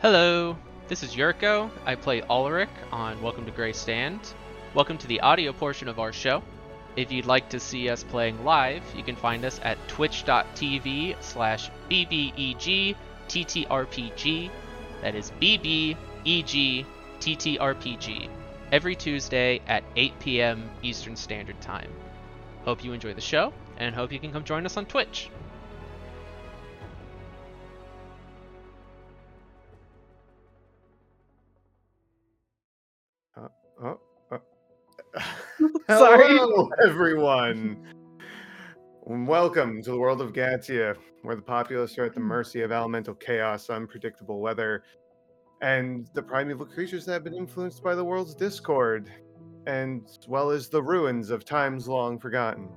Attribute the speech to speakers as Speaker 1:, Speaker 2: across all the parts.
Speaker 1: Hello, this is Yurko. I play Ulrich on Welcome to Grey Stand. Welcome to the audio portion of our show. If you'd like to see us playing live, you can find us at twitch.tv slash E bbegttrpg. That is E bbegttrpg. Every Tuesday at 8 p.m. Eastern Standard Time. Hope you enjoy the show, and hope you can come join us on Twitch.
Speaker 2: Oh, oh. Hello, everyone. Welcome to the world of Gatia, where the populace are at the mercy of elemental chaos, unpredictable weather, and the primeval creatures that have been influenced by the world's discord, and as well as the ruins of times long forgotten.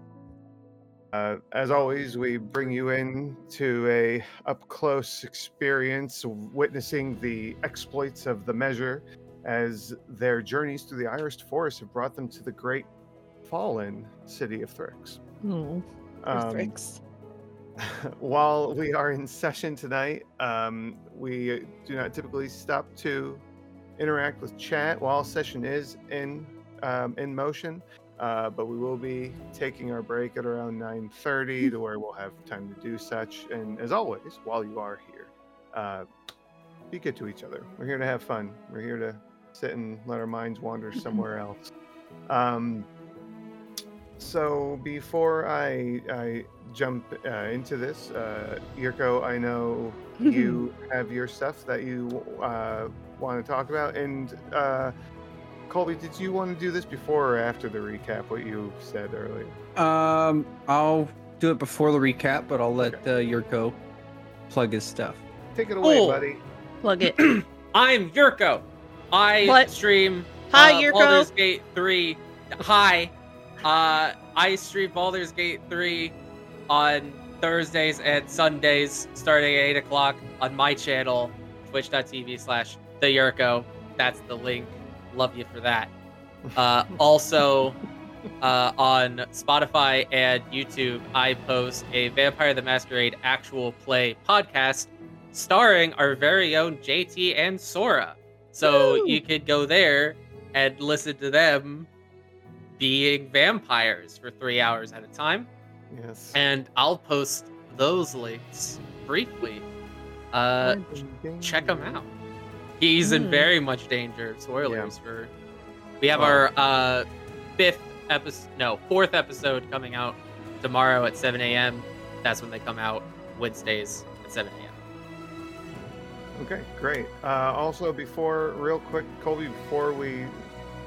Speaker 2: Uh, as always, we bring you in to a up-close experience witnessing the exploits of the measure as their journeys through the Irised Forest have brought them to the great fallen city of Thrix.
Speaker 3: Oh,
Speaker 2: Um, while we are in session tonight, um, we do not typically stop to interact with chat while session is in um, in motion. Uh, but we will be taking our break at around 9.30 to where we'll have time to do such. And as always, while you are here, uh, be good to each other. We're here to have fun. We're here to sit and let our minds wander somewhere else. Um, so before I, I jump uh, into this, uh, Yurko, I know you have your stuff that you uh, want to talk about. And uh, Colby, did you want to do this before or after the recap, what you said earlier?
Speaker 4: Um, I'll do it before the recap, but I'll let uh, Yurko plug his stuff.
Speaker 2: Take it away,
Speaker 5: Oh.
Speaker 2: buddy.
Speaker 3: Plug it.
Speaker 5: I'm Yurko. I
Speaker 3: What?
Speaker 5: stream
Speaker 3: Hi,
Speaker 5: uh,
Speaker 3: Yurko.
Speaker 5: Baldur's Gate 3. Hi. Uh, I stream Baldur's Gate 3 on Thursdays and Sundays starting at 8 o'clock on my channel, twitch.tv slash the Yurko. That's the link. Love you for that. Uh, also, uh, on Spotify and YouTube, I post a Vampire the Masquerade actual play podcast starring our very own JT and Sora. So
Speaker 3: Woo!
Speaker 5: you could go there and listen to them being vampires for three hours at a time.
Speaker 2: Yes.
Speaker 5: And I'll post those links briefly. Uh, check him out. He's in
Speaker 3: Mm.
Speaker 5: very much danger. Spoilers for. We have our uh, fifth episode, no, fourth episode coming out tomorrow at 7 a.m. That's when they come out Wednesdays at 7 a.m.
Speaker 2: Okay, great. Uh, also, before, real quick, Colby, before we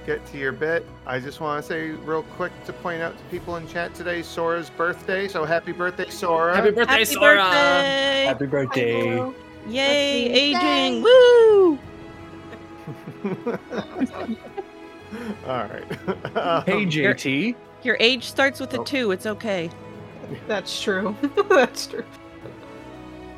Speaker 2: get to your bit, I just want to say real quick to point out to people in chat today Sora's birthday. So happy birthday, Sora.
Speaker 5: Happy birthday, Sora!
Speaker 3: birthday!
Speaker 4: Happy birthday.
Speaker 3: Yay,
Speaker 6: Happy
Speaker 3: aging!
Speaker 6: birthday.
Speaker 3: Woo!
Speaker 2: All right. Um,
Speaker 4: Hey, JT.
Speaker 3: Your age starts with a
Speaker 2: Oh.
Speaker 3: two. It's okay.
Speaker 6: That's true. That's true.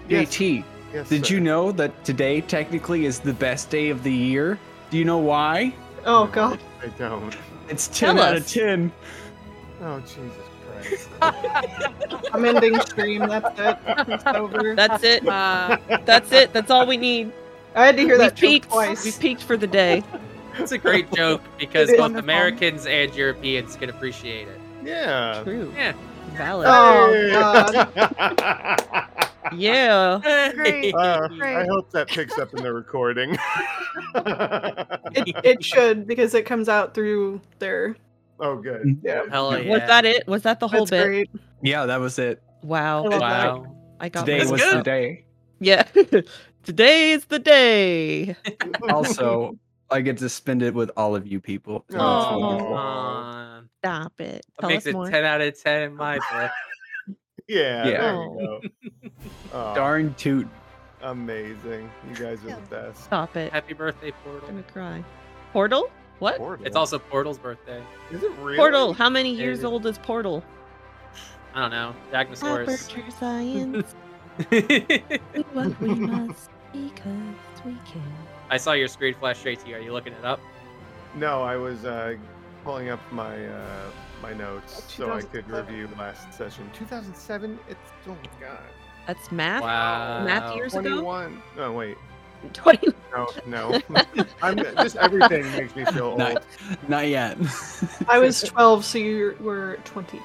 Speaker 2: yes,
Speaker 4: JT,
Speaker 2: yes,
Speaker 4: did
Speaker 2: sir.
Speaker 4: you know that today technically is the best day of the year? Do you know why?
Speaker 6: Oh
Speaker 2: No,
Speaker 6: god.
Speaker 2: I don't.
Speaker 4: It's
Speaker 3: Tell
Speaker 4: 10 out of
Speaker 3: us.
Speaker 4: 10.
Speaker 2: Oh, Jesus Christ.
Speaker 4: Oh,
Speaker 6: I'm ending stream. That's it. It's over.
Speaker 3: That's it.
Speaker 5: Uh,
Speaker 3: That's it. That's all we need.
Speaker 6: I had to hear
Speaker 3: We've
Speaker 6: that joke
Speaker 3: peaked. We've
Speaker 6: twice.
Speaker 3: peaked for the day.
Speaker 5: it's a great joke because
Speaker 6: It is
Speaker 5: both
Speaker 6: wonderful.
Speaker 5: Americans and Europeans can appreciate it.
Speaker 2: yeah.
Speaker 3: True.
Speaker 5: Yeah.
Speaker 3: Valid.
Speaker 6: Oh god.
Speaker 3: Yeah.
Speaker 6: Great.
Speaker 2: Uh, I
Speaker 6: Great.
Speaker 2: hope that picks up in the recording.
Speaker 6: It, it should because it comes out through there.
Speaker 2: oh, good.
Speaker 6: Yeah.
Speaker 5: Hell yeah.
Speaker 3: Was that it? Was that the whole
Speaker 6: That's
Speaker 3: bit?
Speaker 6: great.
Speaker 4: Yeah, that was it.
Speaker 3: Wow.
Speaker 6: Wow.
Speaker 5: Wow.
Speaker 3: I got
Speaker 4: Today
Speaker 3: myself
Speaker 4: was the
Speaker 5: good.
Speaker 3: up.
Speaker 4: day.
Speaker 3: Yeah. Today's the day.
Speaker 4: Also, I get to spend it with all of you people. So that's
Speaker 3: Aw.
Speaker 4: wonderful.
Speaker 5: Aw.
Speaker 3: Stop it.
Speaker 5: That
Speaker 3: Tell
Speaker 5: makes
Speaker 3: us
Speaker 5: it
Speaker 3: more.
Speaker 5: 10 out of 10 in my book.
Speaker 2: Yeah.
Speaker 4: Yeah.
Speaker 2: There you go. Aw,
Speaker 4: Darn toot.
Speaker 2: amazing. You guys are the best.
Speaker 3: Stop it. I'm
Speaker 5: Happy birthday, Portal.
Speaker 3: gonna cry. Portal? What?
Speaker 2: Portal.
Speaker 5: It's also Portal's birthday.
Speaker 2: Is it real?
Speaker 3: Portal. How many years
Speaker 5: Is-
Speaker 3: old is Portal?
Speaker 5: I don't know. Dagnosaurus.
Speaker 3: Aperture science. do what we must because we can.
Speaker 5: I saw your screen flash straight to you. Are you looking it up?
Speaker 2: No, I was uh, pulling up my uh, my notes so I could
Speaker 6: 2007.
Speaker 2: review last session. 2007. It's oh my god.
Speaker 3: That's math.
Speaker 5: Wow.
Speaker 3: Math years ago.
Speaker 2: 21. Oh wait.
Speaker 7: Twenty.
Speaker 2: No, no. I'm, just everything makes me feel old.
Speaker 8: Not, not yet.
Speaker 6: I was 12, so you were 20.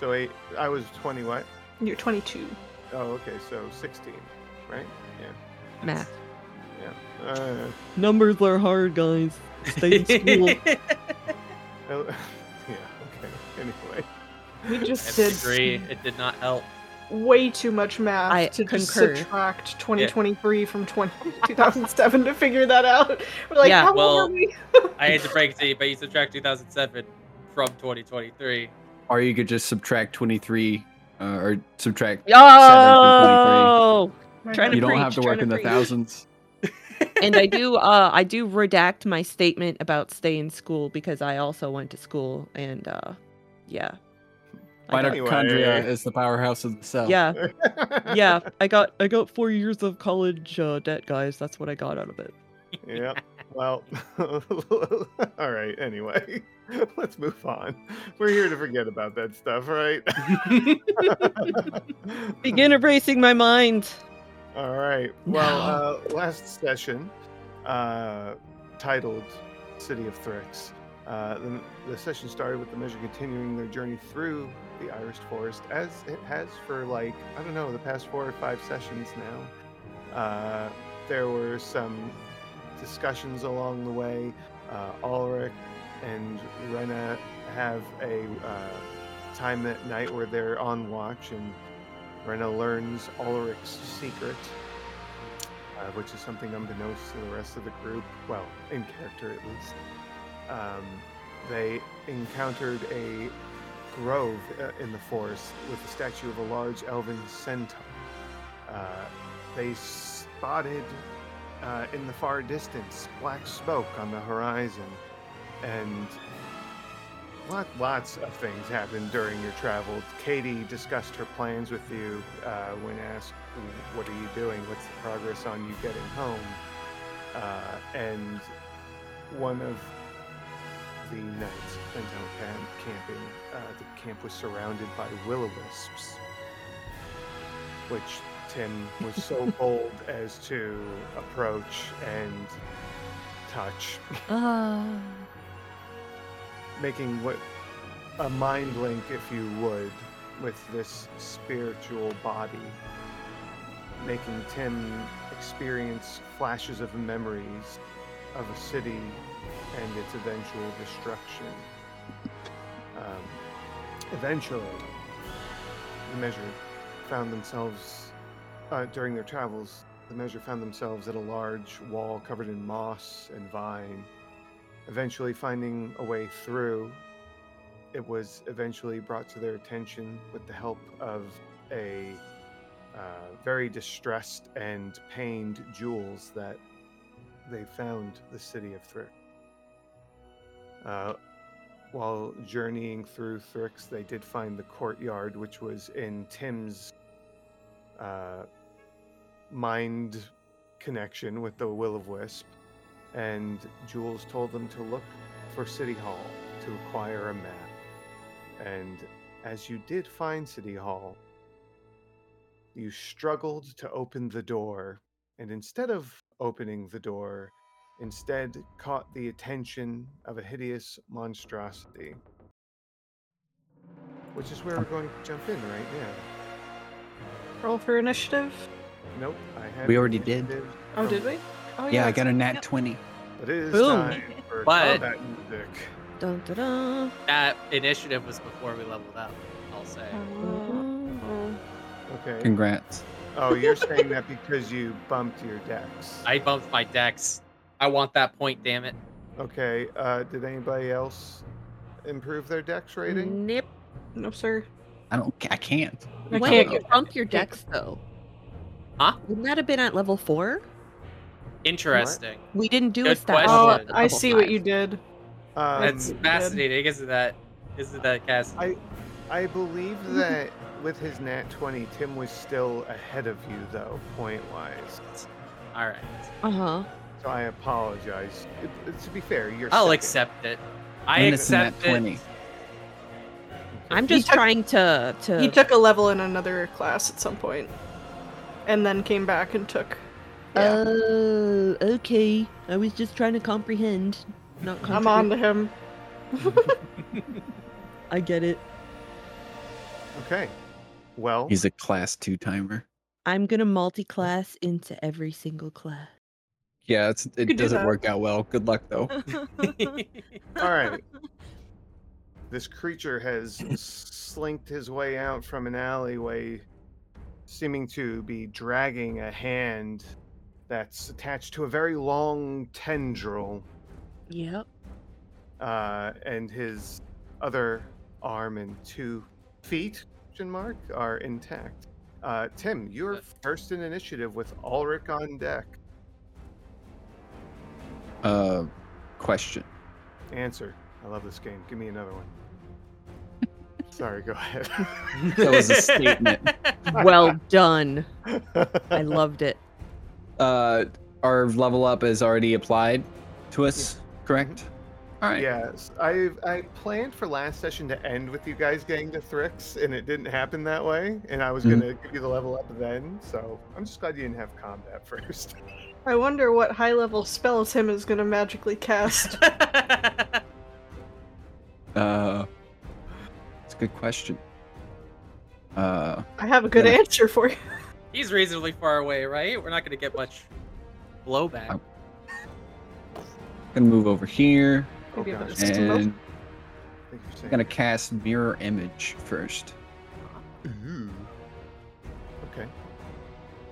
Speaker 2: So eight, I was 20 what?
Speaker 6: You're 22.
Speaker 2: Oh, okay, so 16, right?
Speaker 7: Math.
Speaker 2: Uh,
Speaker 9: Numbers are hard, guys. Stay in school.
Speaker 2: I- yeah, okay. Anyway.
Speaker 6: We just
Speaker 5: I
Speaker 6: did
Speaker 5: disagree. It did not help.
Speaker 6: way too much math
Speaker 7: I
Speaker 6: to just
Speaker 7: concur.
Speaker 6: subtract 2023 from 20, 2007 to figure that out. We're like,
Speaker 7: Yeah,
Speaker 6: how
Speaker 5: well-
Speaker 6: old are we?
Speaker 5: I hate to break it to you, but you subtract 2007 from 2023.
Speaker 8: or you could just subtract 23 uh, or subtract.
Speaker 9: Yo! Trying to
Speaker 8: you don't
Speaker 9: preach,
Speaker 8: have to
Speaker 9: trying
Speaker 8: work in the
Speaker 9: preach.
Speaker 8: thousands.
Speaker 7: and I do uh I do redact my statement about stay in school because I also went to school and uh yeah. I got-
Speaker 8: Mitochondria
Speaker 2: Anyway.
Speaker 8: is the powerhouse of the cell.
Speaker 9: Yeah, yeah. I got I got four years of college uh, debt, guys. That's what I got out of it.
Speaker 2: yeah. Well, all right. Anyway, let's move on. We're here to forget about that stuff, right?
Speaker 9: Begin erasing my mind.
Speaker 2: All right. Well, uh, last session, uh, titled City of Thrix, uh, the, the session started with the measure continuing their journey through the Irish Forest, as it has for like, I don't know, the past four or five sessions now. Uh, there were some discussions along the way. Uh, Ulrich and Rena have a uh, time at night where they're on watch and Rena learns Ulrich's secret, uh, which is something unbeknownst to the rest of the group. Well, in character at least. Um, they encountered a grove uh, in the forest with the statue of a large elven centaur. Uh, they spotted uh, in the far distance black smoke on the horizon, and Lot, lots of things happened during your travels. Katie discussed her plans with you uh, when asked, "What are you doing? What's the progress on you getting home?" Uh, and one of the nights spent out camp, camping, uh, the camp was surrounded by will-o-wisps, which Tim was so bold as to approach and touch
Speaker 3: Ah,
Speaker 7: Uh,
Speaker 2: making what a mind link, if you would, with this spiritual body, making Tim experience flashes of memories of a city and its eventual destruction. Um, eventually, the measure found themselves uh, during their travels. The measure found themselves at a large wall covered in moss and vine eventually finding a way through, it was eventually brought to their attention with the help of a uh, very distressed and pained Jules that they found the city of Thrix. Uh, while journeying through Thrix, they did find the courtyard, which was in Tim's uh, mind connection with the Will of Wisp and Jules told them to look for City Hall to acquire a map. And as you did find City Hall, you struggled to open the door, and instead of opening the door, instead caught the attention of a hideous monstrosity. Which is where we're going to jump in right now.
Speaker 6: Roll for initiative.
Speaker 2: Nope, I have.
Speaker 8: We already did.
Speaker 6: Oh, did we? Oh,
Speaker 8: Yeah, I got a nat
Speaker 6: Yep.
Speaker 8: 20.
Speaker 2: It is
Speaker 9: Boom.
Speaker 2: time for
Speaker 5: But-
Speaker 2: combat music.
Speaker 7: dun, dun, dun.
Speaker 5: That initiative was before we leveled up, I'll say.
Speaker 6: Uh,
Speaker 2: Okay.
Speaker 8: Congrats.
Speaker 2: Oh, you're saying that because you bumped your decks.
Speaker 5: I bumped my decks. I want that point, damn it.
Speaker 2: Okay. Uh, did anybody else improve their dex rating?
Speaker 7: Nip.
Speaker 6: no, sir.
Speaker 8: I don't. I can't.
Speaker 6: You
Speaker 7: Why
Speaker 6: can't
Speaker 7: did you
Speaker 6: get-
Speaker 7: bump your decks though?
Speaker 5: Huh?
Speaker 7: Wouldn't that have been at level four?
Speaker 5: Interesting.
Speaker 7: We didn't do a
Speaker 5: Good
Speaker 7: stat.
Speaker 5: question.
Speaker 6: Oh,
Speaker 7: level at
Speaker 6: I
Speaker 7: level
Speaker 6: see what
Speaker 7: five.
Speaker 6: you did.
Speaker 2: Um,
Speaker 5: That's
Speaker 6: Um,
Speaker 5: fascinating, isn't that? Isn't that, Cass?
Speaker 2: I- I believe that with his nat 20, Tim was still ahead of you, though, point wise.
Speaker 5: All right.
Speaker 7: Uh-huh.
Speaker 2: So I apologize. It, it- to be fair, you're.
Speaker 5: I'll
Speaker 2: second.
Speaker 5: accept it. I
Speaker 8: Innocent
Speaker 5: accept
Speaker 8: at
Speaker 5: it.
Speaker 8: 20.
Speaker 7: I'm
Speaker 6: He
Speaker 7: just
Speaker 6: took-
Speaker 7: trying to to
Speaker 6: He took a level in another class at some point, and then came back and took
Speaker 2: Yeah.
Speaker 3: Oh, okay. I was just trying to comprehend. Not
Speaker 6: I'm on to him.
Speaker 3: I get it.
Speaker 2: Okay. Well,
Speaker 4: He's a class two timer.
Speaker 3: I'm gonna multi-class into every single class.
Speaker 4: Yeah, it's,
Speaker 6: could do
Speaker 4: it doesn't
Speaker 6: that.
Speaker 4: work out well. Good luck though.
Speaker 2: all right. This creature has slinked his way out from an alleyway, seeming to be dragging a hand that's attached to a very long tendril.
Speaker 3: Yep.
Speaker 2: uh, and his other arm and two feet question mark are intact. Uh, Tim, you're
Speaker 5: Uh,
Speaker 2: first in initiative with Ulrich on deck.
Speaker 4: Uh, question.
Speaker 2: Answer. I love this game. Give me another one. Sorry, go ahead.
Speaker 4: That was a statement.
Speaker 3: Well done. I
Speaker 2: I
Speaker 3: loved it.
Speaker 4: Uh, our level up is already applied to us, correct? All right.
Speaker 2: Yes, I I planned for last session to end with you guys getting to Thrix, and it didn't happen that way. And I was
Speaker 4: Mhm.
Speaker 2: gonna give you the level up then, so I'm just glad you didn't have combat first.
Speaker 6: I wonder what high level spell Tim is gonna magically cast.
Speaker 4: Uh, it's a good question. Uh,
Speaker 6: I have a good
Speaker 4: Yeah.
Speaker 6: answer for you.
Speaker 5: He's reasonably far away, right? We're not gonna get much blowback.
Speaker 4: I'm- gonna move over here
Speaker 2: Oh,
Speaker 6: Maybe a bit
Speaker 2: gosh.
Speaker 6: of steam up.
Speaker 4: and
Speaker 2: Thank you for saying
Speaker 4: gonna cast mirror image first.
Speaker 2: Ooh. Okay.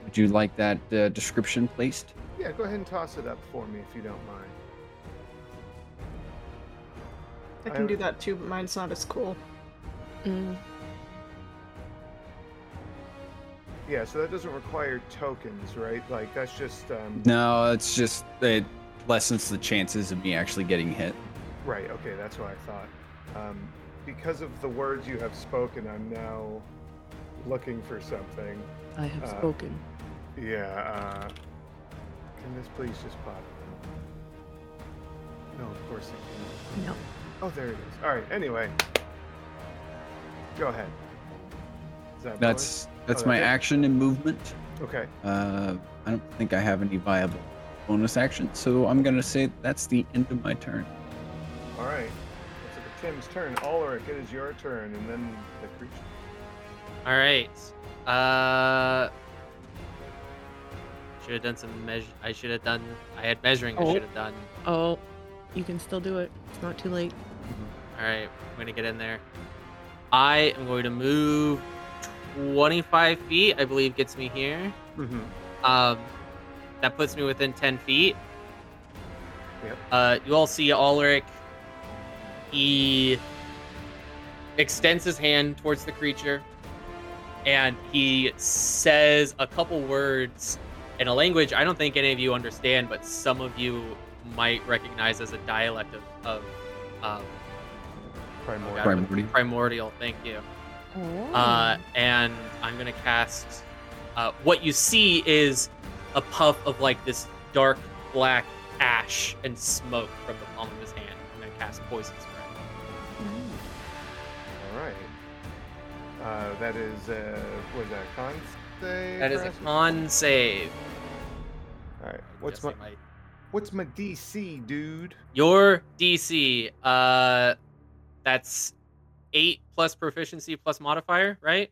Speaker 4: Would you like that uh, description placed?
Speaker 2: Yeah, go ahead and toss it up for me if you don't mind.
Speaker 6: I can do that too, but mine's not as cool.
Speaker 3: Mm.
Speaker 2: Yeah, so that doesn't require tokens, right? Like that's just um
Speaker 4: No, it's just it lessens the chances of me actually getting hit.
Speaker 2: right, okay, that's what I thought. Um because of the words you have spoken, I'm now looking for something.
Speaker 3: I have
Speaker 2: Uh,
Speaker 3: spoken.
Speaker 2: Yeah, uh can this please just pop? No, of course it can.
Speaker 3: No.
Speaker 2: Oh there it is. Alright, anyway. Go ahead. Is that yours?
Speaker 4: That's that's
Speaker 2: Oh,
Speaker 4: my
Speaker 2: that's it?
Speaker 4: action and movement.
Speaker 2: okay.
Speaker 4: Uh, I don't think I have any viable bonus action, so I'm gonna say that's the end of my turn.
Speaker 2: All right. Let's look at Tim's turn. Ulrich, it is your turn, and then the creature.
Speaker 5: All right. Uh, should have done some measure. I should have done. I had measuring. I
Speaker 3: Oh.
Speaker 5: should have done.
Speaker 3: Oh, you can still do it. It's not too late.
Speaker 4: Mm-hmm.
Speaker 5: All right, I'm gonna get in there. I am going to move 25 feet. I believe gets me here.
Speaker 2: Mm-hmm.
Speaker 5: Um, that puts me within 10 feet.
Speaker 2: Yep.
Speaker 5: Uh, you all see Ulrich. He extends his hand towards the creature, and he says a couple words in a language I don't think any of you understand, but some of you might recognize as a dialect of, of um,
Speaker 2: Primordial.
Speaker 5: God,
Speaker 4: Primordial.
Speaker 5: primordial. Thank you.
Speaker 7: Oh.
Speaker 5: Uh, and I'm gonna cast. Uh, what you see is a puff of like this dark black ash and smoke from the palm of his hand. I'm gonna cast poison spray.
Speaker 2: All right. Uh, that is, uh, was that a con save?
Speaker 5: That is a
Speaker 2: Francis?
Speaker 5: con save.
Speaker 2: All right. What's
Speaker 5: Just
Speaker 2: my
Speaker 5: like
Speaker 2: What's my DC, dude?
Speaker 5: Your DC. Uh, that's eight plus proficiency plus modifier, right?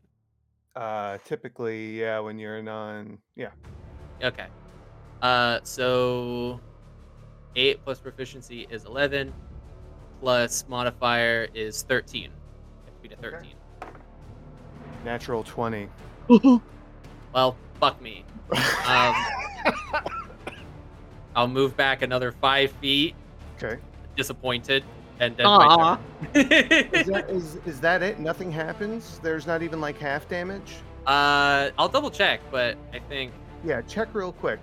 Speaker 2: Uh, typically, yeah, when you're non, yeah.
Speaker 5: Okay. Uh, so eight plus proficiency is eleven, plus modifier is thirteen. If we did
Speaker 2: Okay.
Speaker 5: thirteen.
Speaker 2: Natural twenty.
Speaker 5: Well, fuck me. Um, I'll move back another five feet,
Speaker 2: okay.
Speaker 5: disappointed, and then
Speaker 6: Aw.
Speaker 5: my turn.
Speaker 2: Is that, is, is that it? Nothing happens. There's not even like half damage.
Speaker 5: uh, I'll double check, but I think
Speaker 2: Yeah. Check real quick.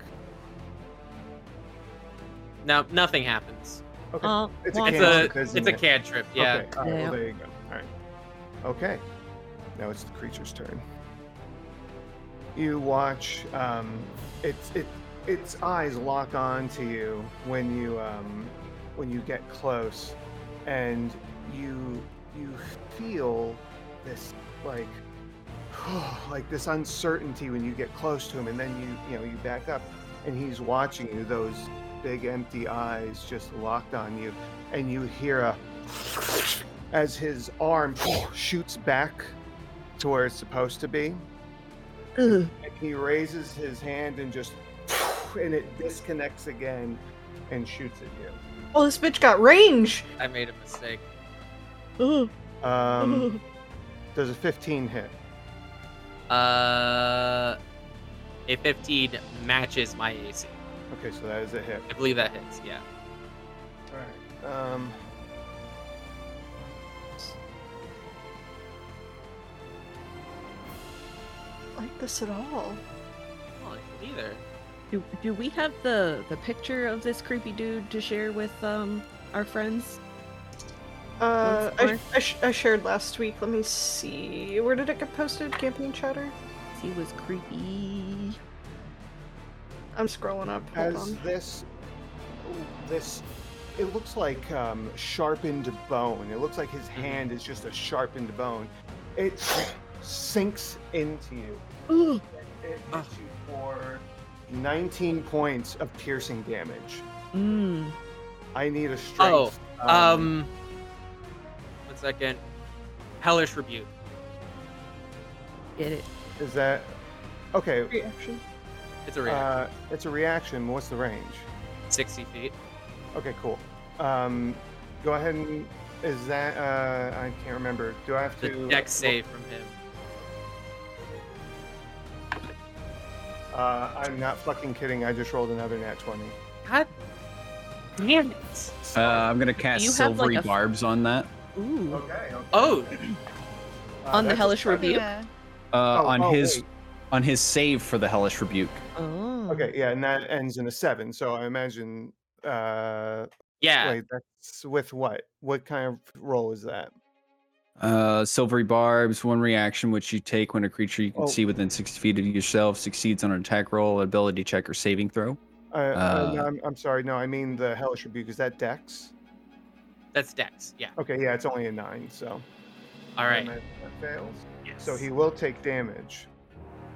Speaker 5: no, nothing happens.
Speaker 2: Okay.
Speaker 3: Uh,
Speaker 2: it's a
Speaker 3: why-
Speaker 5: It's
Speaker 2: Cantrip,
Speaker 5: a
Speaker 2: isn't
Speaker 5: it's a
Speaker 2: it?
Speaker 5: cantrip, yeah.
Speaker 2: Okay. All right,
Speaker 3: Yeah.
Speaker 2: well, there you go. All right. Okay. Now it's the creature's turn. You watch. Um, its it its eyes lock on to you when you um, when you get close, and you you feel this like like this uncertainty when you get close to him, and then you you know you back up, and and he's watching you, those big empty eyes just locked on you, and you hear a as his arm shoots back to where it's supposed to be.
Speaker 10: Ugh.
Speaker 2: And he raises his hand and just and it disconnects again and shoots at you.
Speaker 6: Oh, this bitch got range.
Speaker 5: I made a mistake.
Speaker 10: Ugh.
Speaker 2: Um,
Speaker 10: Ugh.
Speaker 2: does a 15 hit?
Speaker 5: Uh, a 15 matches my AC.
Speaker 2: Okay, so that is a hit.
Speaker 5: I believe that hits. Yeah.
Speaker 2: Alright. Um,
Speaker 6: Like this at all?
Speaker 5: Well, neither.
Speaker 3: Do, do we have the the picture of this creepy dude to share with um our friends?
Speaker 6: Uh,
Speaker 3: Once
Speaker 6: I,
Speaker 3: more.
Speaker 6: I, sh- I shared last week. Let me see. Where did it get posted? Campaign chatter.
Speaker 3: He was creepy.
Speaker 6: I'm scrolling up. Hold
Speaker 2: as
Speaker 6: on.
Speaker 2: this this it looks like um, sharpened bone it looks like his
Speaker 6: Mm-hmm.
Speaker 2: hand is just a sharpened bone it sinks into you
Speaker 10: Ugh.
Speaker 2: it
Speaker 5: Ah.
Speaker 2: hits you for 19 points of piercing damage
Speaker 10: Mm.
Speaker 2: i need a strength
Speaker 5: Um, one second. Hellish rebuke.
Speaker 3: Get it?
Speaker 2: is that okay
Speaker 6: Reaction.
Speaker 5: It's a reaction.
Speaker 2: uh, it's a reaction what's the range
Speaker 5: 60 feet.
Speaker 2: okay cool um, go ahead and is that uh, i can't remember do i have
Speaker 5: The
Speaker 2: to
Speaker 5: deck save from him.
Speaker 2: Uh, I'm not fucking kidding. I just rolled another nat 20.
Speaker 5: God damn it.
Speaker 4: Uh, I'm gonna cast
Speaker 3: You have, like,
Speaker 4: silvery
Speaker 3: a f-
Speaker 4: barbs on that.
Speaker 3: Ooh.
Speaker 2: Okay. Uh,
Speaker 5: Oh,
Speaker 3: On the hellish rebuke.
Speaker 11: Yeah.
Speaker 4: Uh,
Speaker 2: Oh,
Speaker 4: on
Speaker 2: oh,
Speaker 4: his
Speaker 2: wait.
Speaker 4: on his save for the hellish rebuke.
Speaker 3: Oh.
Speaker 2: Okay. Yeah, and that ends in a seven. So I imagine. Uh,
Speaker 5: yeah.
Speaker 2: Wait, that's with what? What kind of roll is that?
Speaker 4: Uh, silvery barbs, one reaction which you take when a creature you can
Speaker 2: Oh.
Speaker 4: see within 60 feet of yourself succeeds on an attack roll, ability check, or saving throw.
Speaker 2: Uh, uh, no,
Speaker 4: Uh,
Speaker 2: I'm, I'm sorry. No, I mean the hellish rebuke. Is that dex?
Speaker 5: That's dex. Yeah.
Speaker 2: Okay. Yeah, it's only a nine. So.
Speaker 5: All
Speaker 2: and
Speaker 5: right.
Speaker 2: That, that fails.
Speaker 5: Yes.
Speaker 2: So he will take damage.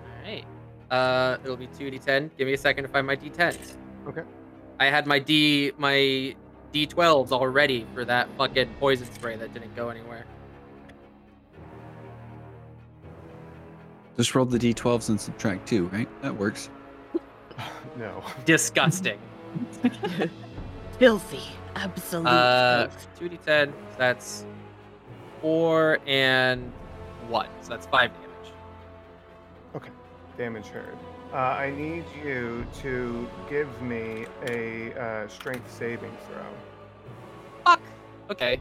Speaker 5: All right. Uh, it'll be two d10. Give me a second to find my d10s.
Speaker 2: Okay.
Speaker 5: I had my d my d12s already for that fucking poison spray that didn't go anywhere.
Speaker 4: Just roll the d12s and subtract two, right? That works.
Speaker 2: no.
Speaker 5: Disgusting.
Speaker 3: Filthy. Absolute.
Speaker 5: Uh,
Speaker 3: filth.
Speaker 5: two d10. So that's four and one. So that's five damage.
Speaker 2: Damage heard. Uh, I need you to give me a uh, strength saving throw.
Speaker 5: Fuck. Okay.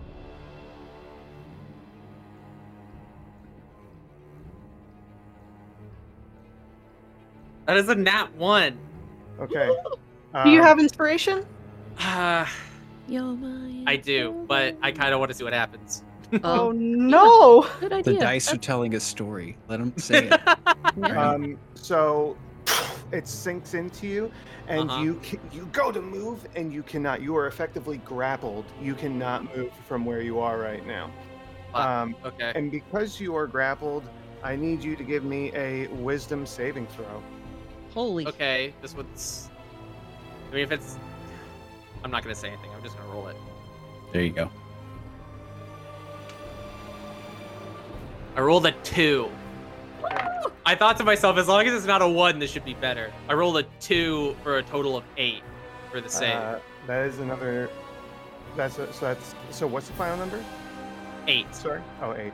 Speaker 5: That is a nat one.
Speaker 2: Okay.
Speaker 6: Do you
Speaker 2: um,
Speaker 6: have inspiration?
Speaker 5: Ah,
Speaker 3: You're mine,
Speaker 5: I do,
Speaker 3: you're
Speaker 5: but I
Speaker 3: mine.
Speaker 5: kind of want to see what happens.
Speaker 6: Oh,
Speaker 3: Oh,
Speaker 6: no.
Speaker 3: good idea.
Speaker 4: The dice are telling a story. Let them say it.
Speaker 3: No.
Speaker 2: Um, so it sinks into you, and
Speaker 5: Uh-huh.
Speaker 2: you ca- you go to move, and you cannot. You are effectively grappled. You cannot move from where you are right now.
Speaker 5: Fuck.
Speaker 2: Um,
Speaker 5: okay.
Speaker 2: and because you are grappled, I need you to give me a Wisdom saving throw.
Speaker 3: Holy.
Speaker 5: Okay. This one's. I mean, if it's. I'm not gonna say anything. I'm just gonna roll it.
Speaker 4: There you go.
Speaker 5: I rolled a two. I thought to myself, as long as it's not a one, this should be better. I rolled a two for a total of eight for the save.
Speaker 2: Uh, that is another. That's a, so. That's so. What's the final number?
Speaker 5: eight.
Speaker 2: Sorry. Oh, eight.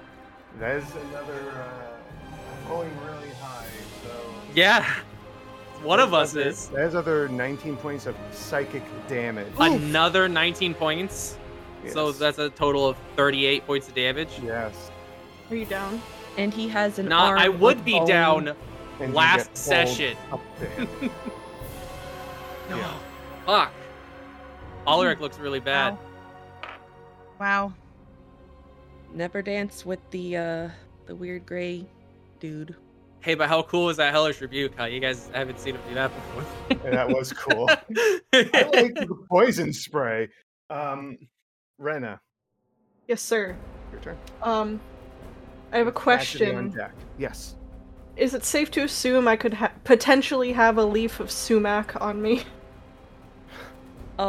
Speaker 2: That is another. Uh, I'm rolling really high. So.
Speaker 5: Yeah. One of us
Speaker 2: That's other-
Speaker 5: is.
Speaker 2: That is other 19 points of psychic damage.
Speaker 5: Another 19 points. So
Speaker 2: Yes.
Speaker 5: that's a total of 38 points of damage.
Speaker 2: Yes.
Speaker 6: Are you down?
Speaker 3: And he has an
Speaker 5: Not,
Speaker 3: arm.
Speaker 5: I
Speaker 3: of
Speaker 5: would be
Speaker 3: bone.
Speaker 5: down
Speaker 2: And you get
Speaker 5: last
Speaker 2: pulled
Speaker 5: session.
Speaker 2: up there. Yeah.
Speaker 5: Fuck. Alaric looks really bad.
Speaker 11: Wow.
Speaker 3: Never dance with the uh the weird gray dude.
Speaker 5: Hey, but how cool is that Hellish Rebuke? Huh? You guys haven't seen him do that before.
Speaker 2: And that was cool. I like the poison spray. Um, Rena,
Speaker 6: Yes, sir.
Speaker 2: your turn.
Speaker 6: Um, I have a
Speaker 2: Actively on
Speaker 6: question.
Speaker 2: deck. Yes.
Speaker 6: Is it safe to assume I could ha- potentially have a leaf of sumac on me?
Speaker 3: Oh.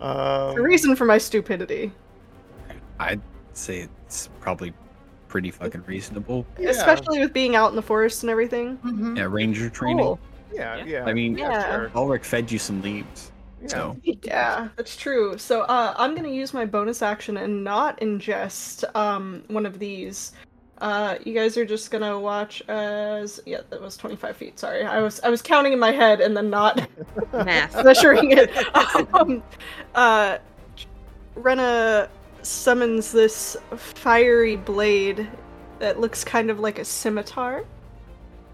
Speaker 7: Uh,
Speaker 2: Um,
Speaker 6: The reason for my stupidity,
Speaker 8: I'd say it's probably pretty fucking reasonable.
Speaker 2: yeah,
Speaker 6: especially with being out in the forest and everything.
Speaker 2: mhm,
Speaker 8: Yeah, ranger training.
Speaker 6: Cool.
Speaker 2: Yeah,
Speaker 5: Yeah.
Speaker 2: yeah.
Speaker 8: I mean,
Speaker 6: Yeah.
Speaker 2: sure.
Speaker 8: Ulrich fed you some leaves.
Speaker 2: Yeah.
Speaker 8: So
Speaker 6: Yeah, that's true. So uh, I'm gonna use my bonus action and not ingest um, one of these. Uh, you guys are just gonna watch as yeah, that was 25 feet. Sorry, I was I was counting in my head and then not
Speaker 3: Math.
Speaker 6: measuring it. Um, uh, Rena summons this fiery blade that looks kind of like a scimitar.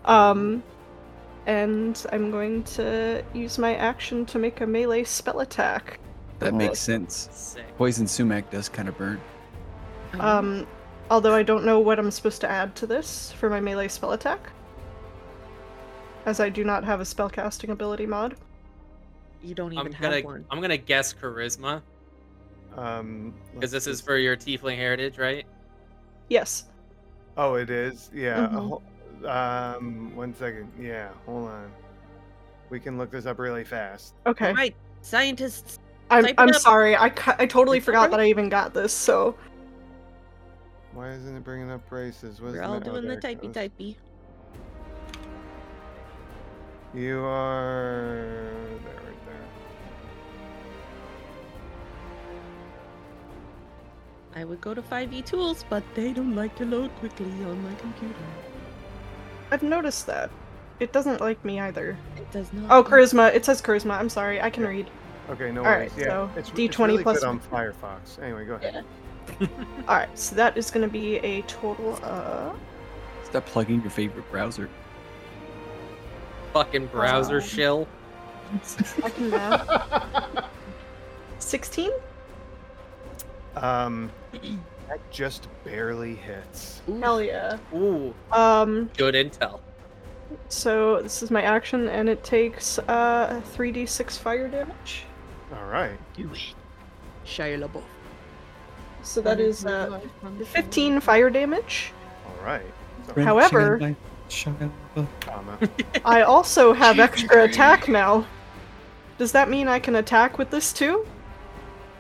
Speaker 6: Um, and I'm going to use my action to make a melee spell attack.
Speaker 8: that makes sense.
Speaker 5: Sick.
Speaker 8: Poison sumac does kind of burn.
Speaker 3: Mm-hmm.
Speaker 6: Um, although I don't know what I'm supposed to add to this for my melee spell attack, as I do not have a spellcasting ability mod.
Speaker 7: you don't even
Speaker 5: I'm
Speaker 7: have
Speaker 5: gonna
Speaker 7: one.
Speaker 5: I'm gonna guess charisma
Speaker 2: Um,
Speaker 5: because this
Speaker 2: let's
Speaker 5: is for your tiefling heritage, right?
Speaker 6: Yes.
Speaker 2: Oh, it is. Yeah.
Speaker 6: Mhm.
Speaker 2: hol- Um, one second. Yeah, hold on. We can look this up really fast.
Speaker 6: Okay.
Speaker 3: Right. Scientists.
Speaker 6: I'm,
Speaker 3: Type it
Speaker 6: I'm
Speaker 3: up.
Speaker 6: sorry. I, cu- I totally
Speaker 3: It's alright.
Speaker 6: forgot that I even got this. So
Speaker 2: Why isn't it bringing up races? What's
Speaker 3: We're
Speaker 2: the
Speaker 3: all
Speaker 2: ma- oh,
Speaker 3: doing the
Speaker 2: there it
Speaker 3: typey
Speaker 2: goes.
Speaker 3: typey.
Speaker 2: You are there, right there.
Speaker 3: I would go to 5e too.
Speaker 7: E Tools, but they don't like to load quickly on my computer.
Speaker 6: I've noticed that. It doesn't like me either.
Speaker 7: It does not.
Speaker 6: Oh,
Speaker 7: like-
Speaker 6: charisma. It says charisma. I'm sorry. I can read.
Speaker 2: Okay, no
Speaker 6: All
Speaker 2: worries.
Speaker 6: right,
Speaker 2: yeah,
Speaker 6: so
Speaker 2: it's, it's
Speaker 6: D20
Speaker 2: really
Speaker 6: plus-
Speaker 2: good on Firefox. Anyway, go ahead.
Speaker 6: All right. So that is going to be a total of.
Speaker 8: Stop plugging your favorite browser.
Speaker 5: Fucking browser
Speaker 6: Um,
Speaker 5: shill.
Speaker 6: I can math. 16?
Speaker 2: um, that just barely hits.
Speaker 6: Hell yeah.
Speaker 5: Ooh,
Speaker 6: Um.
Speaker 5: good intel.
Speaker 6: So this is my action, and it takes uh 3d6 fire damage.
Speaker 2: All right.
Speaker 7: Do it. Shia LaBeouf.
Speaker 6: So that is uh 15 fire damage.
Speaker 2: All right.
Speaker 6: However-
Speaker 2: Comma.
Speaker 6: I also have extra attack now. Does that mean I can attack with this too?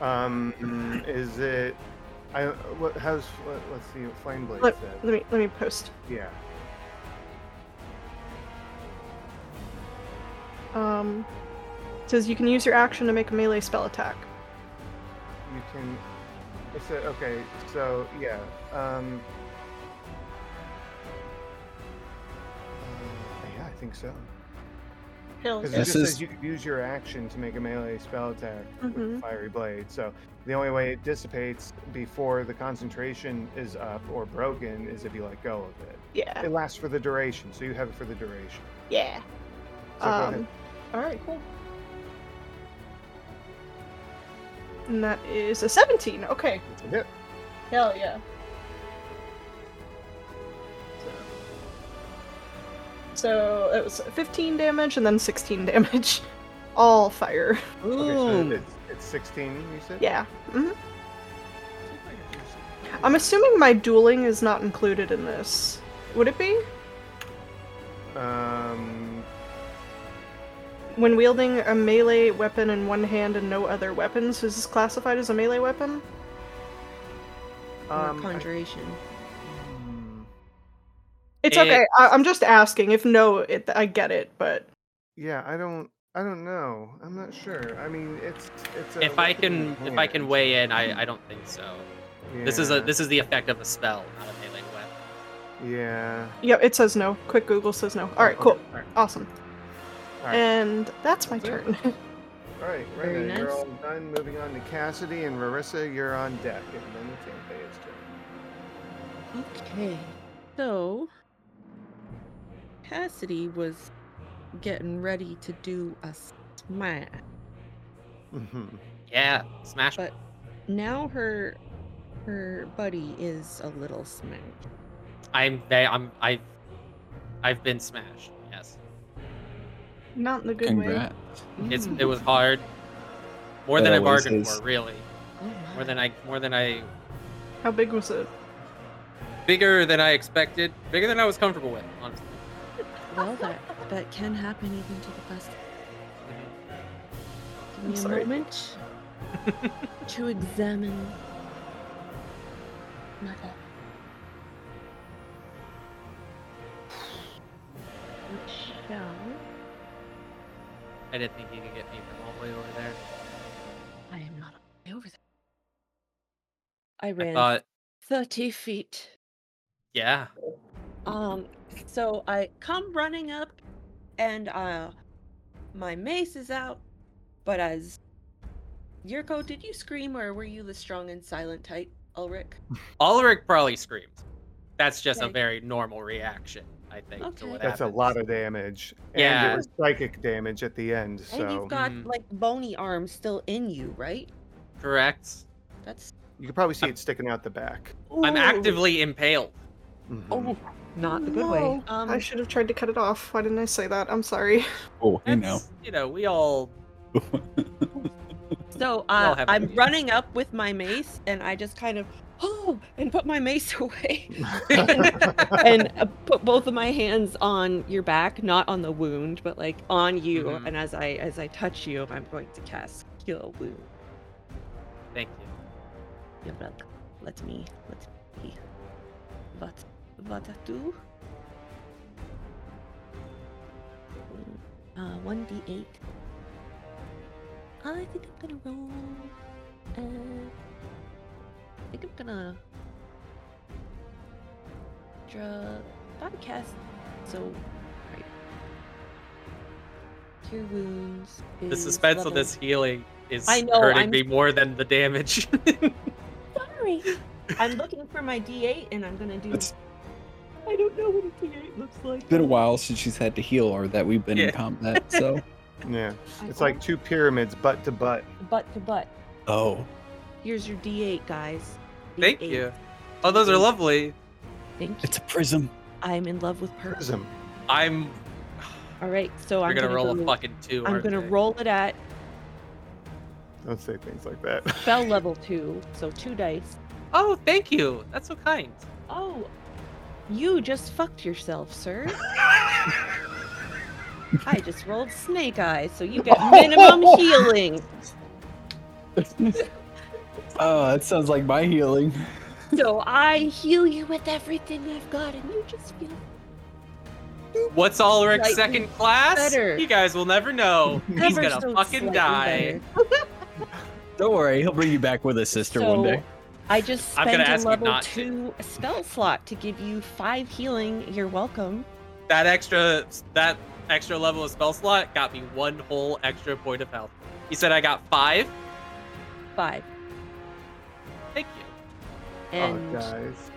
Speaker 2: Um, is it? I what? How's what, let's see. What flame blade
Speaker 6: Let,
Speaker 2: said.
Speaker 6: let me let me post.
Speaker 2: Yeah.
Speaker 6: Um, it says you can use your action to make a melee spell attack.
Speaker 2: you can it's a, okay so yeah um uh, yeah i think so
Speaker 6: Hell
Speaker 2: because it
Speaker 8: This
Speaker 2: just says
Speaker 8: is-
Speaker 2: you could use your action to make a melee spell attack with
Speaker 6: Mhm.
Speaker 2: a fiery blade so the only way it dissipates before the concentration is up or broken is if you let go of it
Speaker 6: yeah,
Speaker 2: it lasts for the duration so you have it for the duration
Speaker 6: yeah.
Speaker 2: so go ahead.
Speaker 6: Um, all right, cool. And that is a 17. Okay.
Speaker 2: It's a hit.
Speaker 6: Hell yeah. So it was 15 damage and then 16 damage. All fire.
Speaker 2: Okay, so
Speaker 7: Boom.
Speaker 2: it's, it's 16 you said
Speaker 6: Yeah. hmm I'm assuming my dueling is not included in this. Would it be?
Speaker 2: um
Speaker 6: When wielding a melee weapon in one hand and no other weapons, is this classified as a melee weapon?
Speaker 7: Or
Speaker 2: um I-
Speaker 7: conjuration.
Speaker 2: Hmm.
Speaker 6: It's
Speaker 5: It-
Speaker 6: okay. I- I'm just asking. If no, it, I get it, but
Speaker 2: Yeah, I don't. I don't know. I'm not sure. I mean, it's it's. A
Speaker 5: If I
Speaker 2: weapon
Speaker 5: can,
Speaker 2: in
Speaker 5: if I can
Speaker 2: hand.
Speaker 5: weigh in, I, I don't think so. This is a
Speaker 2: Yeah,
Speaker 5: this is the effect of a spell, not a melee weapon.
Speaker 2: Yeah.
Speaker 6: yeah, it says no. Quick Google says
Speaker 5: Oh,
Speaker 6: no. All right,
Speaker 2: okay.
Speaker 6: cool.
Speaker 5: All right.
Speaker 6: Awesome.
Speaker 2: Alright.
Speaker 6: And that's my
Speaker 2: That's it.
Speaker 6: turn.
Speaker 2: All right, right.
Speaker 7: Very
Speaker 2: You're
Speaker 7: nice.
Speaker 2: all done. Moving on to Cassidy and Rarissa. You're on deck. And then the same page. too.
Speaker 7: Okay. So Cassidy was getting ready to do a smash.
Speaker 2: Mhm.
Speaker 5: Yeah, smash.
Speaker 7: But now her her buddy is a little smashed.
Speaker 5: I'm they I'm I've I've been smashed. Yes,
Speaker 6: Not in the good way.
Speaker 8: Congrats.
Speaker 5: it's
Speaker 7: Hmm.
Speaker 3: Hmm.
Speaker 5: it was hard. More
Speaker 8: That
Speaker 5: than I
Speaker 8: always
Speaker 5: bargained
Speaker 8: is.
Speaker 5: for, really.
Speaker 7: Oh my.
Speaker 5: More than I more than I
Speaker 6: How big was it?
Speaker 5: bigger than I expected, bigger than I was comfortable with, honestly.
Speaker 3: Well, that, that can happen even to the best. Give
Speaker 6: I'm
Speaker 3: me a
Speaker 6: sorry.
Speaker 3: moment to examine matter. Which shall
Speaker 5: I didn't think you could get me from all the way over there.
Speaker 3: I am not all the way over there. I
Speaker 5: I
Speaker 3: ran
Speaker 5: thought,
Speaker 3: thirty feet
Speaker 5: yeah,
Speaker 3: Um, so I come running up, and uh, my mace is out. But as Yurko, did you scream or were you the strong and silent type, Ulrich?
Speaker 5: Ulrich probably screamed. That's just a
Speaker 3: Okay.
Speaker 5: very normal reaction, I think, to
Speaker 3: Okay.
Speaker 5: what
Speaker 2: That's a
Speaker 5: happens.
Speaker 2: lot of damage. And
Speaker 5: Yeah.
Speaker 2: it was psychic damage at the end,
Speaker 3: And you've
Speaker 2: so
Speaker 3: got
Speaker 5: Mm.
Speaker 3: like bony arms still in you, right?
Speaker 5: Correct.
Speaker 3: That's
Speaker 2: you can
Speaker 5: Uh
Speaker 2: probably see it sticking out the back.
Speaker 5: I'm
Speaker 3: Ooh,
Speaker 5: actively impaled.
Speaker 2: Mhm.
Speaker 9: Oh, not the good way.
Speaker 6: No.
Speaker 3: Um,
Speaker 6: I should have tried to cut it off. Why didn't I say that? I'm sorry.
Speaker 4: Oh, you know.
Speaker 5: That's- You know, we all.
Speaker 3: so
Speaker 5: all
Speaker 3: uh,
Speaker 5: have
Speaker 3: I'm
Speaker 5: ideas.
Speaker 3: running up with my mace, and I just kind of oh, and put my mace away. and uh, put both of my hands on your back, not on the wound, but like on you.
Speaker 5: Mhm.
Speaker 3: And as I as I touch you, I'm going to cast Heal Wound.
Speaker 5: Thank you.
Speaker 3: You're welcome. Let me let me. What what I do? Uh, one d eight. I think I'm gonna roll. Uh, I think I'm gonna draw podcast. So, right. Cure wounds.
Speaker 5: The
Speaker 3: is
Speaker 5: suspense of
Speaker 3: level-
Speaker 5: this healing is
Speaker 3: I know,
Speaker 5: hurting
Speaker 3: I'm-
Speaker 5: me more than the damage.
Speaker 3: Sorry, I'm looking for my d8, and I'm gonna do.
Speaker 4: It's
Speaker 3: I don't know what a D8 looks like.
Speaker 4: been a while since she's had to heal or that we've been
Speaker 5: Yeah.
Speaker 4: in combat, so.
Speaker 2: yeah. It's
Speaker 3: I
Speaker 2: like two pyramids butt to butt.
Speaker 3: rolled butt to butt.
Speaker 4: Oh.
Speaker 3: Here's your D8, guys.
Speaker 5: Thank
Speaker 3: D8.
Speaker 5: you. Oh, those are
Speaker 3: D8.
Speaker 5: lovely.
Speaker 3: Thank you.
Speaker 4: It's a prism.
Speaker 3: I'm in love with purple.
Speaker 2: Prism.
Speaker 5: I'm.
Speaker 3: All right, so
Speaker 5: You're
Speaker 3: I'm
Speaker 5: gonna, roll
Speaker 3: go-
Speaker 5: a fucking two.
Speaker 3: I'm
Speaker 5: aren't
Speaker 3: gonna
Speaker 5: they?
Speaker 3: roll it at
Speaker 2: Don't say things like that.
Speaker 3: spell level two, so two dice.
Speaker 5: Oh, thank you. That's so kind.
Speaker 3: Oh, you just fucked yourself, sir. I just rolled snake eyes, so you get minimum healing.
Speaker 4: Oh, that sounds like my healing.
Speaker 3: So I heal you with everything I've got, and you just feel
Speaker 5: What's Ulrich's
Speaker 3: Slightly
Speaker 5: second class?
Speaker 3: better.
Speaker 5: You guys will never know. He's
Speaker 3: ever
Speaker 5: gonna
Speaker 3: so
Speaker 5: fucking
Speaker 3: slightly
Speaker 5: die.
Speaker 3: better.
Speaker 4: Don't worry, he'll bring you back with his sister one day.
Speaker 3: So, I just
Speaker 5: I'm gonna
Speaker 3: spent a
Speaker 5: ask you
Speaker 3: level
Speaker 5: not to.
Speaker 3: two spell slot to give you five healing. You're welcome.
Speaker 5: That extra, that extra level of spell slot got me one whole extra point of health. He said I got five.
Speaker 3: Five.
Speaker 5: Thank you.
Speaker 3: And
Speaker 2: Oh, guys.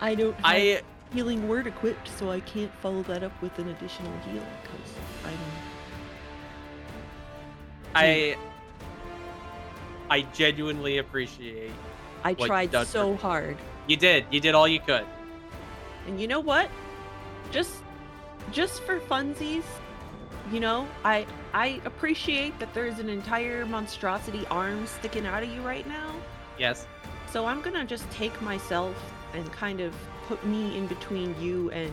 Speaker 9: I don't have
Speaker 5: I
Speaker 9: healing word equipped, so I can't follow that up with an additional heal because I'm
Speaker 5: I I genuinely appreciate.
Speaker 3: I
Speaker 5: What
Speaker 3: tried
Speaker 5: does
Speaker 3: so
Speaker 5: work.
Speaker 3: hard.
Speaker 5: You did. You did all you could.
Speaker 3: And you know what? Just just for funsies, you know, I I appreciate that there's an entire monstrosity arm sticking out of you right now.
Speaker 5: Yes.
Speaker 3: So I'm gonna just take myself and kind of put me in between you and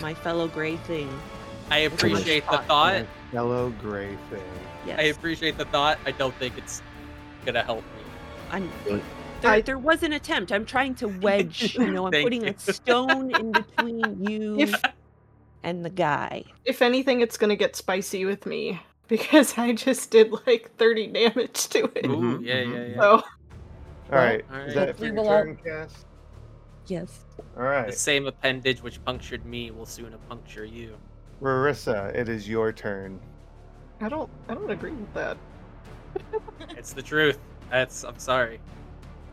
Speaker 3: my fellow gray thing.
Speaker 5: I
Speaker 3: That's a nice
Speaker 5: appreciate the
Speaker 3: thought.
Speaker 5: thought.
Speaker 2: Yellow gray thing.
Speaker 3: Yes.
Speaker 5: I appreciate the thought. I don't think it's gonna help me.
Speaker 3: I'm.
Speaker 4: Really?
Speaker 3: There,
Speaker 6: I-
Speaker 3: there was an attempt. I'm trying to wedge. You know, I'm
Speaker 5: Thank
Speaker 3: putting
Speaker 5: you.
Speaker 3: a stone in between you
Speaker 6: If
Speaker 3: and the guy.
Speaker 6: if anything, it's gonna get spicy with me because I just did like 30 damage to it.
Speaker 2: Mhm,
Speaker 5: Ooh, yeah,
Speaker 2: mhm.
Speaker 5: yeah, yeah.
Speaker 6: So
Speaker 2: All right.
Speaker 5: all
Speaker 2: Is
Speaker 5: right.
Speaker 2: that for
Speaker 3: We
Speaker 2: your
Speaker 3: will all-
Speaker 2: turn, Cass?
Speaker 3: Yes.
Speaker 2: All right.
Speaker 5: The same appendage which punctured me will soon puncture you.
Speaker 2: Rarissa, it is your turn.
Speaker 6: I don't I don't agree with that.
Speaker 5: It's the truth. That's. I'm sorry.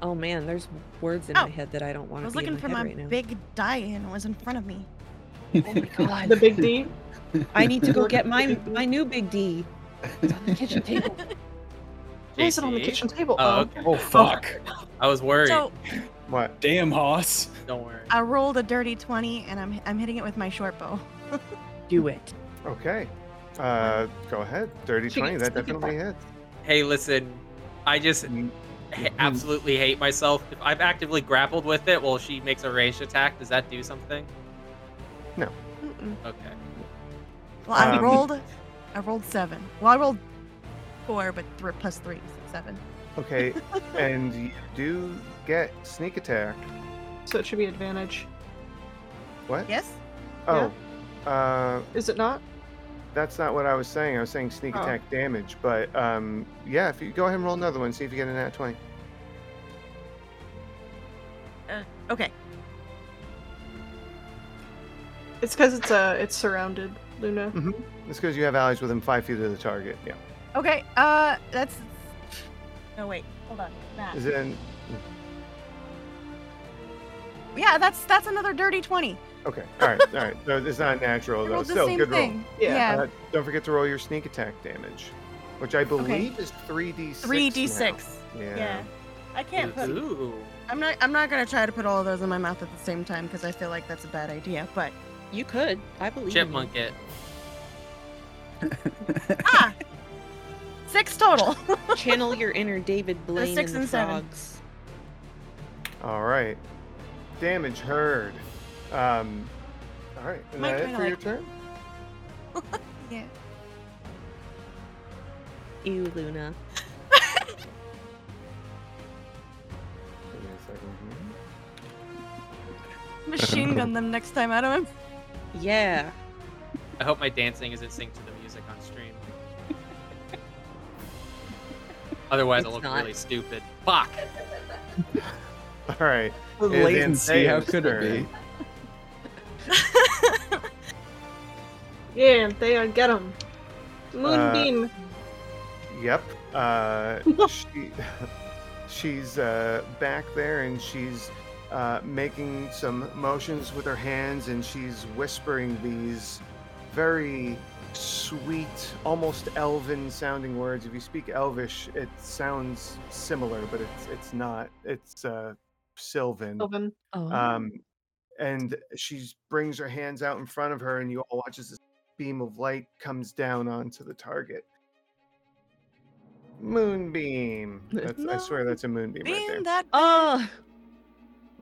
Speaker 7: Oh man, there's words in
Speaker 12: Oh.
Speaker 7: my head that I don't want
Speaker 12: I
Speaker 7: to.
Speaker 12: was looking for my big die and it was in front of me.
Speaker 6: The big D.
Speaker 7: I need to go get my
Speaker 3: My my new big D. It's on the kitchen table.
Speaker 6: Why is it on the
Speaker 5: JC?
Speaker 6: kitchen table?
Speaker 5: Oh,
Speaker 6: Oh,
Speaker 5: okay.
Speaker 4: oh, fuck.
Speaker 5: I was worried.
Speaker 12: So
Speaker 2: What?
Speaker 4: Damn, Hoss.
Speaker 5: Don't worry.
Speaker 12: I rolled a dirty 20 and I'm I'm hitting it with my short bow.
Speaker 7: Do it.
Speaker 2: Okay. Uh, go ahead. Dirty
Speaker 6: She
Speaker 2: 20.
Speaker 6: gets
Speaker 2: That
Speaker 6: to do
Speaker 2: definitely hits.
Speaker 5: Hey, listen. I just
Speaker 2: Mm-hmm.
Speaker 5: ha- absolutely hate myself. If I've actively grappled with it while she makes a ranged attack, does that do something?
Speaker 2: No.
Speaker 6: Mm-mm.
Speaker 5: Okay.
Speaker 12: Well, I
Speaker 2: Um,
Speaker 12: rolled, I rolled seven. Well, I rolled four, but three plus three, so seven.
Speaker 2: Okay, and you do get sneak attack.
Speaker 6: So it should be advantage.
Speaker 2: What?
Speaker 12: Yes.
Speaker 2: Oh, uh,
Speaker 6: Is it not?
Speaker 2: that's not what I was saying. I was saying sneak
Speaker 6: Oh.
Speaker 2: attack damage, but um, yeah, if you go ahead and roll another one, see if you get an at twenty.
Speaker 12: Okay.
Speaker 6: It's because it's uh it's surrounded, Luna.
Speaker 2: That's because you have allies within five feet of the target. Yeah.
Speaker 12: Okay. Uh, that's. No wait. Hold on. Math.
Speaker 2: Is it? An...
Speaker 12: Yeah, that's that's another dirty twenty.
Speaker 2: Okay. All right. All right. So it's not natural
Speaker 12: I
Speaker 2: though.
Speaker 12: rolled the
Speaker 2: Oh, Still
Speaker 12: same
Speaker 2: good roll.
Speaker 12: thing.
Speaker 6: Yeah.
Speaker 12: Yeah.
Speaker 2: Uh, don't forget to roll your sneak attack damage, which I believe is three d six.
Speaker 12: Three d six.
Speaker 2: Yeah.
Speaker 12: Yeah. I can't put.
Speaker 5: Ooh.
Speaker 12: I'm not. I'm not gonna try to put all of those in my mouth at the same time because I feel like that's a bad idea. But
Speaker 3: You could. I believe. in you.
Speaker 5: Chipmunk it.
Speaker 12: ah, six total.
Speaker 3: Channel your inner David Blaine
Speaker 12: six
Speaker 3: and the
Speaker 12: and seven.
Speaker 3: frogs.
Speaker 2: All right. Damage heard. Um. All right. Is
Speaker 12: Mike
Speaker 2: that it
Speaker 12: kinda
Speaker 2: for your
Speaker 12: like-
Speaker 2: turn?
Speaker 12: yeah.
Speaker 3: Ew, Luna.
Speaker 2: Give me a second here.
Speaker 12: Machine gun them next time out of him.
Speaker 3: Yeah.
Speaker 5: I hope my dancing isn't synced to the music on stream. Otherwise, I
Speaker 3: It's
Speaker 5: look
Speaker 3: not.
Speaker 5: really stupid. Fuck.
Speaker 2: All right. It is
Speaker 8: Latency, how
Speaker 2: Anthea's
Speaker 8: could it be?
Speaker 2: turn.
Speaker 6: Yeah, they are get 'em. Moonbeam.
Speaker 2: Yep. Uh, she, she's uh, back there and she's uh, making some motions with her hands and she's whispering these very sweet, almost elven sounding words. If you speak elvish, it sounds similar, but it's it's not. It's uh, Sylvan.
Speaker 6: Sylvan.
Speaker 9: Oh.
Speaker 2: Um, and she brings her hands out in front of her, and you all watch as this beam of light comes down onto the target. Moonbeam. That's, I swear that's a moonbeam right there.
Speaker 12: Beam that.
Speaker 9: Ah,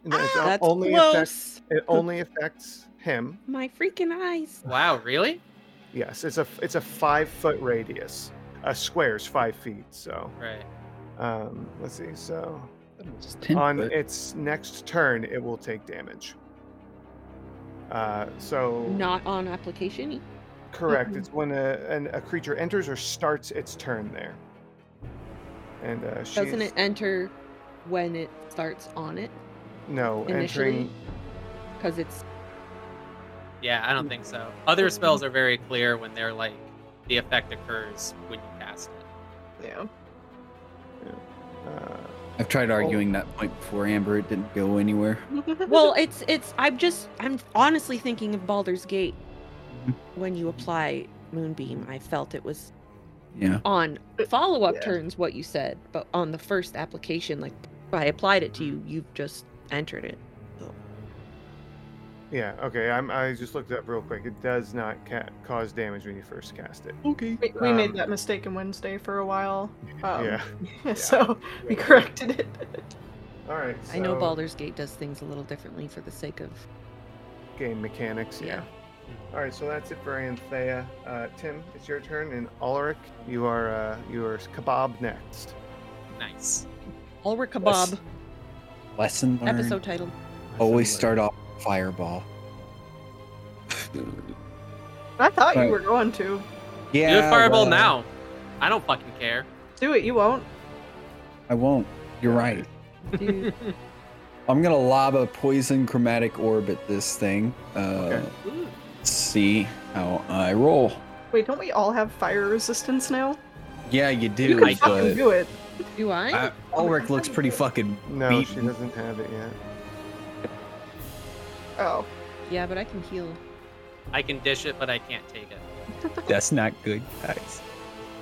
Speaker 2: And it's
Speaker 12: Ah!
Speaker 2: o-
Speaker 9: that's
Speaker 2: only affects,
Speaker 9: close.
Speaker 2: it only affects him.
Speaker 3: My freaking eyes.
Speaker 5: Wow, really?
Speaker 2: Yes, it's a it's a five foot radius. A square is five feet. So
Speaker 5: Right.
Speaker 2: um, let's see. So
Speaker 8: It's 10
Speaker 2: on
Speaker 8: foot.
Speaker 2: its next turn, it will take damage. Uh, so
Speaker 3: Not on application. e, Mm-hmm.
Speaker 2: Correct. It's when a an, a creature enters or starts its turn there. And uh, she
Speaker 3: Doesn't
Speaker 2: is-
Speaker 3: it enter when it starts on it
Speaker 2: No,
Speaker 3: initially?
Speaker 2: entering.
Speaker 3: Because it's
Speaker 5: Yeah, I don't think so. Other spells are very clear when they're like the effect occurs when you cast it.
Speaker 6: Yeah.
Speaker 2: Uh,
Speaker 8: I've tried arguing that point before, Amber. It didn't go anywhere.
Speaker 3: well, it's it's. I'm just. I'm honestly thinking of Baldur's Gate. When you apply Moonbeam, I felt it was
Speaker 8: Yeah.
Speaker 3: on follow
Speaker 2: Uh,
Speaker 3: up
Speaker 2: Yeah.
Speaker 3: turns what you said, but on the first application, like if I applied it to you, you've just entered it.
Speaker 2: yeah. Okay. I'm. I just looked it up real quick. It does not ca- cause damage when you first cast it.
Speaker 8: Okay.
Speaker 6: We, we
Speaker 2: Um,
Speaker 6: made that mistake in Wednesday for a while.
Speaker 3: Oh.
Speaker 6: Um,
Speaker 2: yeah.
Speaker 6: So we corrected it.
Speaker 2: All right.
Speaker 3: I know
Speaker 2: so
Speaker 3: Baldur's Gate does things a little differently for the sake of
Speaker 2: Game mechanics. Yeah. All right. So that's it for Anthea. Uh, Tim, it's your turn, and Ulrich, you are uh, you are kebab next.
Speaker 5: Nice.
Speaker 3: Ulrich Kebab
Speaker 8: Lesson learned.
Speaker 3: episode title.
Speaker 8: Always start off with fireball.
Speaker 6: I thought you
Speaker 8: Right.
Speaker 6: were going to.
Speaker 8: yeah.
Speaker 5: Do a fireball
Speaker 8: well,
Speaker 5: now. I don't fucking care.
Speaker 6: Do it, you won't.
Speaker 8: I won't. You're right.
Speaker 3: Dude,
Speaker 8: I'm gonna lob a poison chromatic orb at this thing. Uh,
Speaker 2: Okay.
Speaker 5: Ooh.
Speaker 8: let's See how I roll.
Speaker 6: Wait, don't we all have fire resistance now?
Speaker 8: Yeah, you do.
Speaker 6: You can
Speaker 8: I
Speaker 6: fucking do it.
Speaker 3: do I?
Speaker 8: I, Ulrich looks pretty fucking
Speaker 2: No, she
Speaker 8: beaten.
Speaker 2: doesn't have it yet.
Speaker 6: Oh.
Speaker 3: yeah, but I can heal.
Speaker 5: I can dish it, but I can't take it.
Speaker 8: That's not good, guys.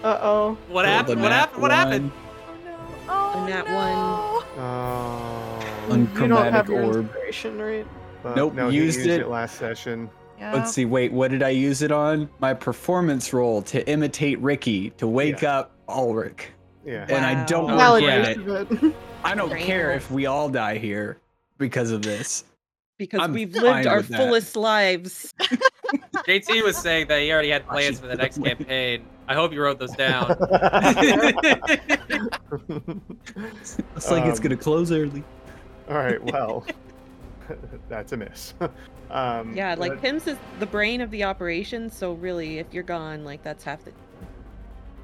Speaker 6: Uh oh.
Speaker 8: Rolled
Speaker 5: What
Speaker 8: a
Speaker 5: happened? What
Speaker 8: nat
Speaker 5: happened? What happened?
Speaker 12: Oh no. Oh
Speaker 3: And that one-
Speaker 12: no.
Speaker 2: Oh.
Speaker 8: On
Speaker 6: You don't have
Speaker 8: chromatic
Speaker 6: your
Speaker 8: orb.
Speaker 6: inspiration, right?
Speaker 2: But
Speaker 8: Nope,
Speaker 2: No, he
Speaker 8: used
Speaker 2: used
Speaker 8: it.
Speaker 2: it last session.
Speaker 12: Yeah.
Speaker 8: Let's see. Wait, what did I use it on? My performance roll to imitate Ricky to wake up Ulrich.
Speaker 2: Yeah.
Speaker 4: and I don't
Speaker 5: Oh,
Speaker 6: Wow.
Speaker 4: regret
Speaker 6: Valid
Speaker 4: it.
Speaker 6: use of it.
Speaker 4: I don't care if we all die here because of this.
Speaker 9: because
Speaker 4: I'm
Speaker 9: we've
Speaker 4: fine
Speaker 9: lived our
Speaker 4: with that.
Speaker 9: fullest lives.
Speaker 5: JT was saying that he already had plans for the next campaign. I hope you wrote those down.
Speaker 4: It's like it's
Speaker 2: Um,
Speaker 4: gonna close early.
Speaker 2: All right. Well, that's a miss. Um,
Speaker 9: Yeah,
Speaker 2: but-
Speaker 9: like
Speaker 3: Pims is the brain of the operation, so really, if you're gone, like that's half the. Um,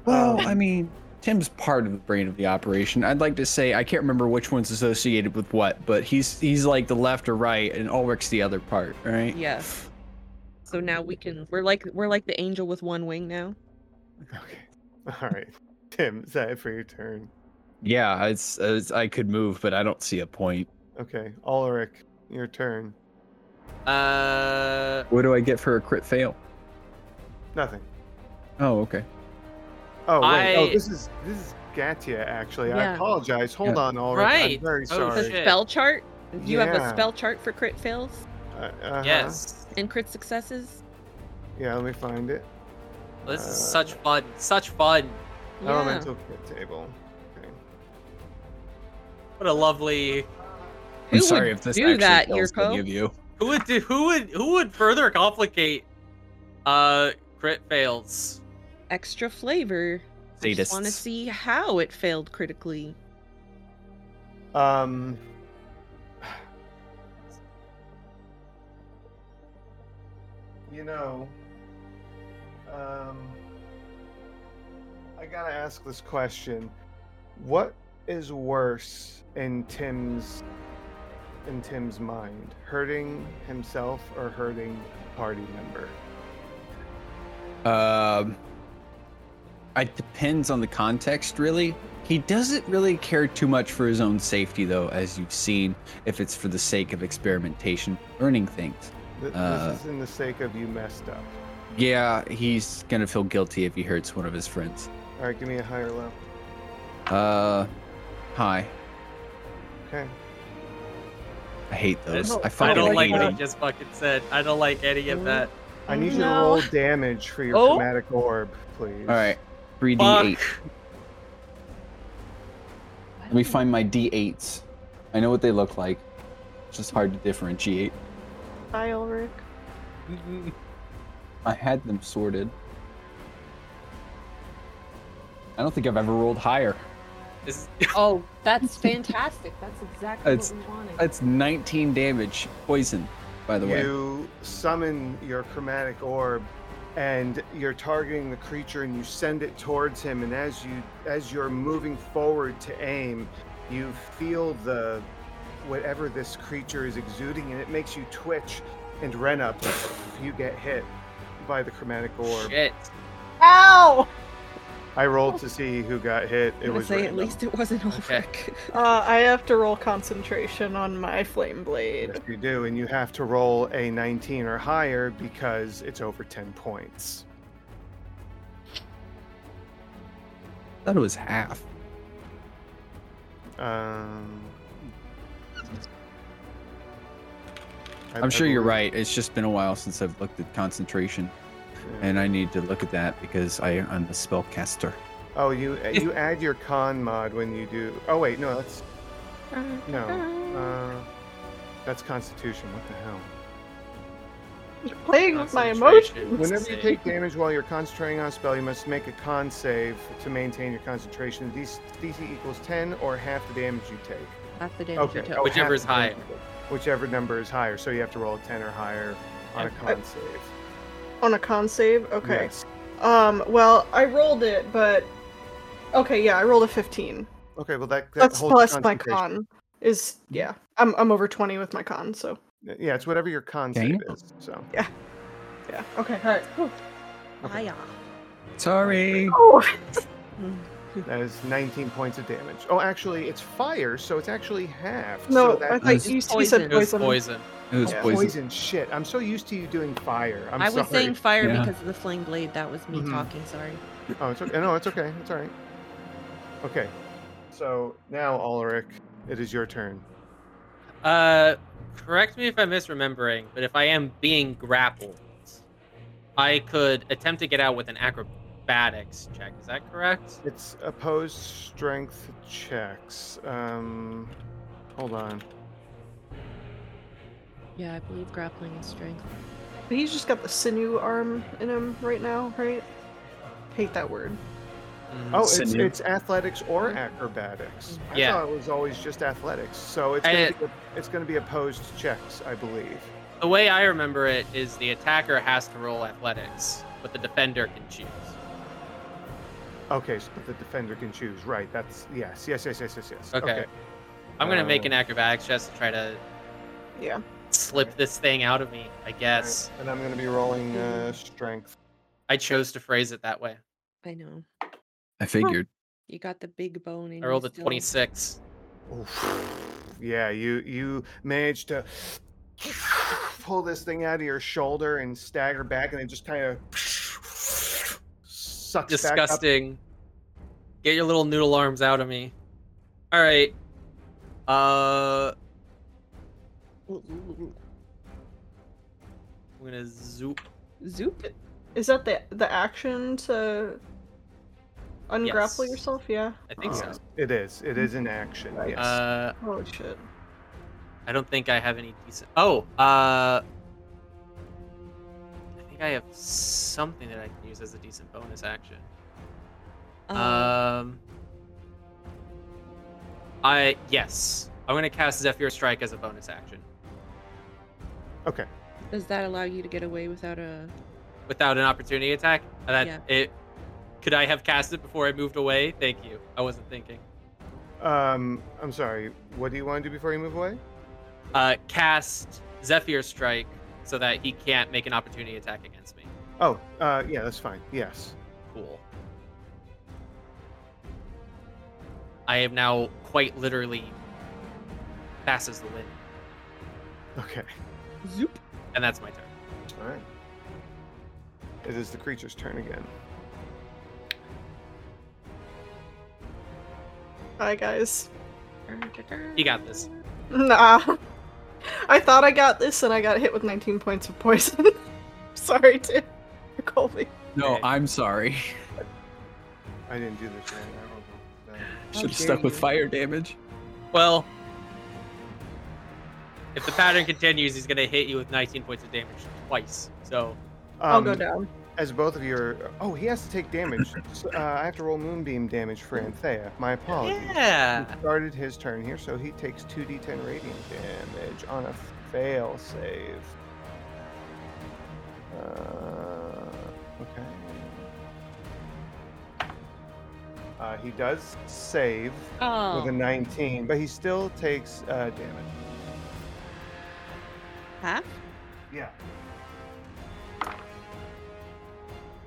Speaker 4: Well, I mean, Tim's part of the brain of the operation. I'd like to say I can't remember which one's associated with what, but he's he's like the left or right, and Ulrich's the other part, right?
Speaker 3: Yes. So now we can. We're like we're like the angel with one wing now.
Speaker 2: Okay. All right. Tim, is that it for your turn?
Speaker 4: Yeah, it's, it's I could move, but I don't see a point.
Speaker 2: Okay. Ulrich, your turn.
Speaker 5: Uh,
Speaker 4: What do I get for a crit fail?
Speaker 2: Nothing.
Speaker 4: Oh, okay.
Speaker 2: Oh wait. Oh,
Speaker 5: I-
Speaker 2: this is this is Gatia. Actually, I
Speaker 3: Yeah.
Speaker 2: apologize. Hold
Speaker 4: Yeah.
Speaker 2: on, Ulrich.
Speaker 5: Right.
Speaker 2: I'm very
Speaker 5: Oh,
Speaker 3: The
Speaker 2: sorry.
Speaker 5: shit.
Speaker 3: spell chart. You have
Speaker 2: Yeah.
Speaker 3: a spell chart for crit fails
Speaker 2: Uh, uh-huh.
Speaker 5: yes.
Speaker 3: and crit successes.
Speaker 2: Yeah. Let me find it.
Speaker 5: This
Speaker 2: Uh,
Speaker 5: is such fun. Such fun.
Speaker 3: Yeah.
Speaker 2: Elemental kit table. Okay.
Speaker 5: What a lovely.
Speaker 4: I'm
Speaker 3: Who
Speaker 4: sorry
Speaker 3: would
Speaker 4: if this
Speaker 3: do
Speaker 4: actually
Speaker 3: that,
Speaker 4: kills
Speaker 3: Yurko?
Speaker 4: any of you.
Speaker 5: Who would do, who would who would further complicate uh crit fails?
Speaker 3: Extra flavor. I just want to
Speaker 4: Sadists.
Speaker 3: see how it failed critically.
Speaker 2: Um. You know, um, I gotta ask this question: What is worse in Tim's in Tim's mind, hurting himself or hurting a party member?
Speaker 4: Um, it depends on the context, really. He doesn't really care too much for his own safety, though, as you've seen, if it's for the sake of experimentation, learning things.
Speaker 2: Th-
Speaker 4: Uh.
Speaker 2: this is in the sake of you messed up.
Speaker 4: Yeah, he's gonna feel guilty if he hurts one of his friends.
Speaker 2: All right, give me a higher level.
Speaker 4: Uh, hi.
Speaker 2: Okay.
Speaker 4: I hate those. I,
Speaker 5: I
Speaker 4: fucking
Speaker 5: don't like
Speaker 4: hate
Speaker 5: what he
Speaker 4: them.
Speaker 5: just fucking said. I don't like any of that.
Speaker 2: I need you to
Speaker 3: No.
Speaker 2: roll damage for your
Speaker 9: Oh.
Speaker 2: chromatic orb, please.
Speaker 4: All right, three d eight.
Speaker 5: Fuck.
Speaker 4: Let me find my d eights. I know what they look like. It's just hard to differentiate.
Speaker 6: Bye, Ulrich.
Speaker 4: I had them sorted. I don't think I've ever rolled higher.
Speaker 5: This-
Speaker 3: Oh, that's fantastic. That's exactly
Speaker 4: It's-
Speaker 3: what we wanted.
Speaker 4: That's 19 damage. Poison, by the way.
Speaker 2: You summon your chromatic orb, and you're targeting the creature, and you send it towards him. And as you as you're moving forward to aim, you feel the whatever this creature is exuding, and it makes you twitch. And Rena, you get hit by the chromatic orb.
Speaker 5: Shit.
Speaker 6: Ow!
Speaker 2: I rolled to see who got hit. It
Speaker 9: I'm gonna
Speaker 2: was
Speaker 9: say at
Speaker 2: Rena.
Speaker 9: least it wasn't Ulrich.
Speaker 6: Uh, I have to roll concentration on my flame blade.
Speaker 2: Yes, you do, and you have to roll a 19 or higher because it's over 10 points.
Speaker 4: I thought it was half.
Speaker 2: Um, I- I
Speaker 4: I'm sure you're
Speaker 2: believe-
Speaker 4: right. It's just been a while since I've looked at concentration,
Speaker 2: yeah.
Speaker 4: and I need to look at that because I, I'm a spellcaster.
Speaker 2: Oh, you you add your con mod when you do. Oh wait, no, that's no, uh, that's Constitution. What the hell?
Speaker 6: Playing with my
Speaker 5: Concentration.
Speaker 6: emotions.
Speaker 2: Whenever you
Speaker 5: Save.
Speaker 2: take damage while you're concentrating on a spell, you must make a con save to maintain your concentration. DC, DC equals 10 or half the damage you take.
Speaker 3: Half the damage
Speaker 2: Okay.
Speaker 3: you took.
Speaker 2: oh,
Speaker 5: Whichever
Speaker 2: half
Speaker 5: is
Speaker 2: the damage you take. Whichever number is higher, so you have to roll a 10 or higher on a con save.
Speaker 6: On a con save? Okay.
Speaker 2: Yes.
Speaker 6: Um, well, I rolled it, but. Okay, yeah, I rolled a 15.
Speaker 2: Okay, well that, that
Speaker 6: That's
Speaker 2: holds
Speaker 6: plus my
Speaker 2: concentration.
Speaker 6: con. Is. Yeah. I'm, I'm over 20 with my con, so.
Speaker 2: Yeah, it's whatever your con save
Speaker 4: Damn.
Speaker 2: is. So
Speaker 6: Yeah. Okay, alright.
Speaker 2: okay.
Speaker 3: Hiya.
Speaker 4: Sorry.
Speaker 6: Oh! Hmm.
Speaker 2: that is 19 points of damage. Oh, actually, it's fire, so it's actually half.
Speaker 6: No,
Speaker 2: so that
Speaker 6: I thought
Speaker 4: is
Speaker 6: you, you
Speaker 3: poison.
Speaker 6: said
Speaker 5: It was
Speaker 6: poison.
Speaker 5: poison.
Speaker 4: It was
Speaker 2: Yeah,
Speaker 4: poison.
Speaker 2: Shit, I'm so used to you doing fire. I'm
Speaker 3: i was
Speaker 2: sorry.
Speaker 3: saying fire
Speaker 4: Yeah.
Speaker 3: because of the flame blade. That was me
Speaker 2: Mhm.
Speaker 3: talking. Sorry.
Speaker 2: Oh, it's okay. No, it's okay. It's all right. Okay, so now Ulrich, it is your turn.
Speaker 5: Uh, correct me if I'm misremembering, but if I am being grappled, I could attempt to get out with an acro- acrobatics check. Is that correct?
Speaker 2: It's opposed strength checks. Um, hold on.
Speaker 3: Yeah, I believe grappling is strength.
Speaker 6: But he's just got the sinew arm in him right now, right? Hate that word.
Speaker 5: Mhm.
Speaker 2: Oh, it's,
Speaker 4: Sinew.
Speaker 2: it's athletics or acrobatics. I
Speaker 5: Yeah.
Speaker 2: thought it was always just athletics. So it's
Speaker 5: And
Speaker 2: gonna
Speaker 5: it-
Speaker 2: be, it's going to be opposed checks, I believe.
Speaker 5: The way I remember it is the attacker has to roll athletics, but the defender can choose.
Speaker 2: Okay, so the defender can choose. Right. That's yes, yes, yes, yes, yes, yes.
Speaker 5: Okay. I'm gonna make
Speaker 2: Uh,
Speaker 5: an acrobatics just to try to
Speaker 6: Yeah.
Speaker 5: slip this thing out of me. I guess
Speaker 2: And I'm going to be rolling uh, strength.
Speaker 5: I chose to phrase it that way.
Speaker 3: I know.
Speaker 4: I figured.
Speaker 3: You got the big bone in
Speaker 5: I
Speaker 3: you
Speaker 5: rolled a
Speaker 3: still.
Speaker 5: 26.
Speaker 2: Oof. Yeah, you you managed to pull this thing out of your shoulder and stagger back, and it just kind of sucks back up.
Speaker 5: Disgusting. Get your little noodle arms out of me. All right. Uh, I'm gonna zoop.
Speaker 3: Zoop.
Speaker 6: Is that the the action to ungrapple
Speaker 5: Yes.
Speaker 6: yourself? Yeah.
Speaker 5: I think
Speaker 2: Uh-huh.
Speaker 5: so.
Speaker 2: It is. It is an action. Oh, Yes.
Speaker 5: Uh,
Speaker 6: Holy Oh, shit.
Speaker 5: I don't think I have any decent. Oh, uh, I think I have something that I can use as a decent bonus action.
Speaker 3: Uh,
Speaker 5: Um, I yes, I'm gonna cast Zephyr Strike as a bonus action
Speaker 3: does that allow you to get away without a?
Speaker 5: without an opportunity attack. And that it could I have cast it before I moved away? Thank you. I wasn't thinking.
Speaker 2: Um, I'm sorry. What do you want to do before you move away?
Speaker 5: Uh, cast Zephyr Strike so that he can't make an opportunity attack against me.
Speaker 2: Oh, uh, yeah, that's fine. Yes.
Speaker 5: Cool. I am now quite literally fast as the wind,
Speaker 2: Okay.
Speaker 9: Zoop.
Speaker 5: and that's my turn.
Speaker 2: All right. It is the creature's turn again.
Speaker 6: Hi guys.
Speaker 5: You got this.
Speaker 6: Nah. I thought I got this and I got hit with 19 points of poison. Sorry, to Colby.
Speaker 4: No,
Speaker 5: Okay.
Speaker 4: I'm sorry.
Speaker 2: I didn't do this right. I don't know.
Speaker 4: Should have stuck with fire damage.
Speaker 5: Well, if the pattern continues, he's gonna hit you with 19 points of damage twice. So
Speaker 6: I'll go
Speaker 2: Um,
Speaker 6: down.
Speaker 2: As both of you are. Oh, he has to take damage. so, uh, I have to roll moonbeam damage for Anthea. My apologies.
Speaker 5: yeah,
Speaker 2: He started his turn here, so he takes 2d10 radiant damage on a fail save. Uh, okay. Uh, he does save
Speaker 3: Oh,
Speaker 2: with a 19, but he still takes uh, damage.
Speaker 3: half.
Speaker 2: Yeah.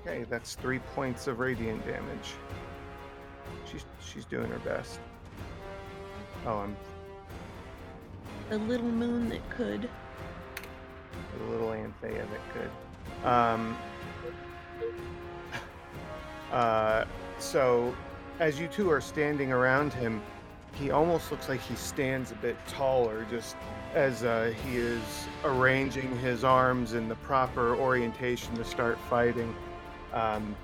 Speaker 2: Okay, that's three points of radiant damage. She's she's doing her best. Oh, I'm
Speaker 3: The little moon that could.
Speaker 2: the little Anthea that could. Um, uh, so, as you two are standing around him, he almost looks like he stands a bit taller, just as uh, he is arranging his arms in the proper orientation to start fighting. Um,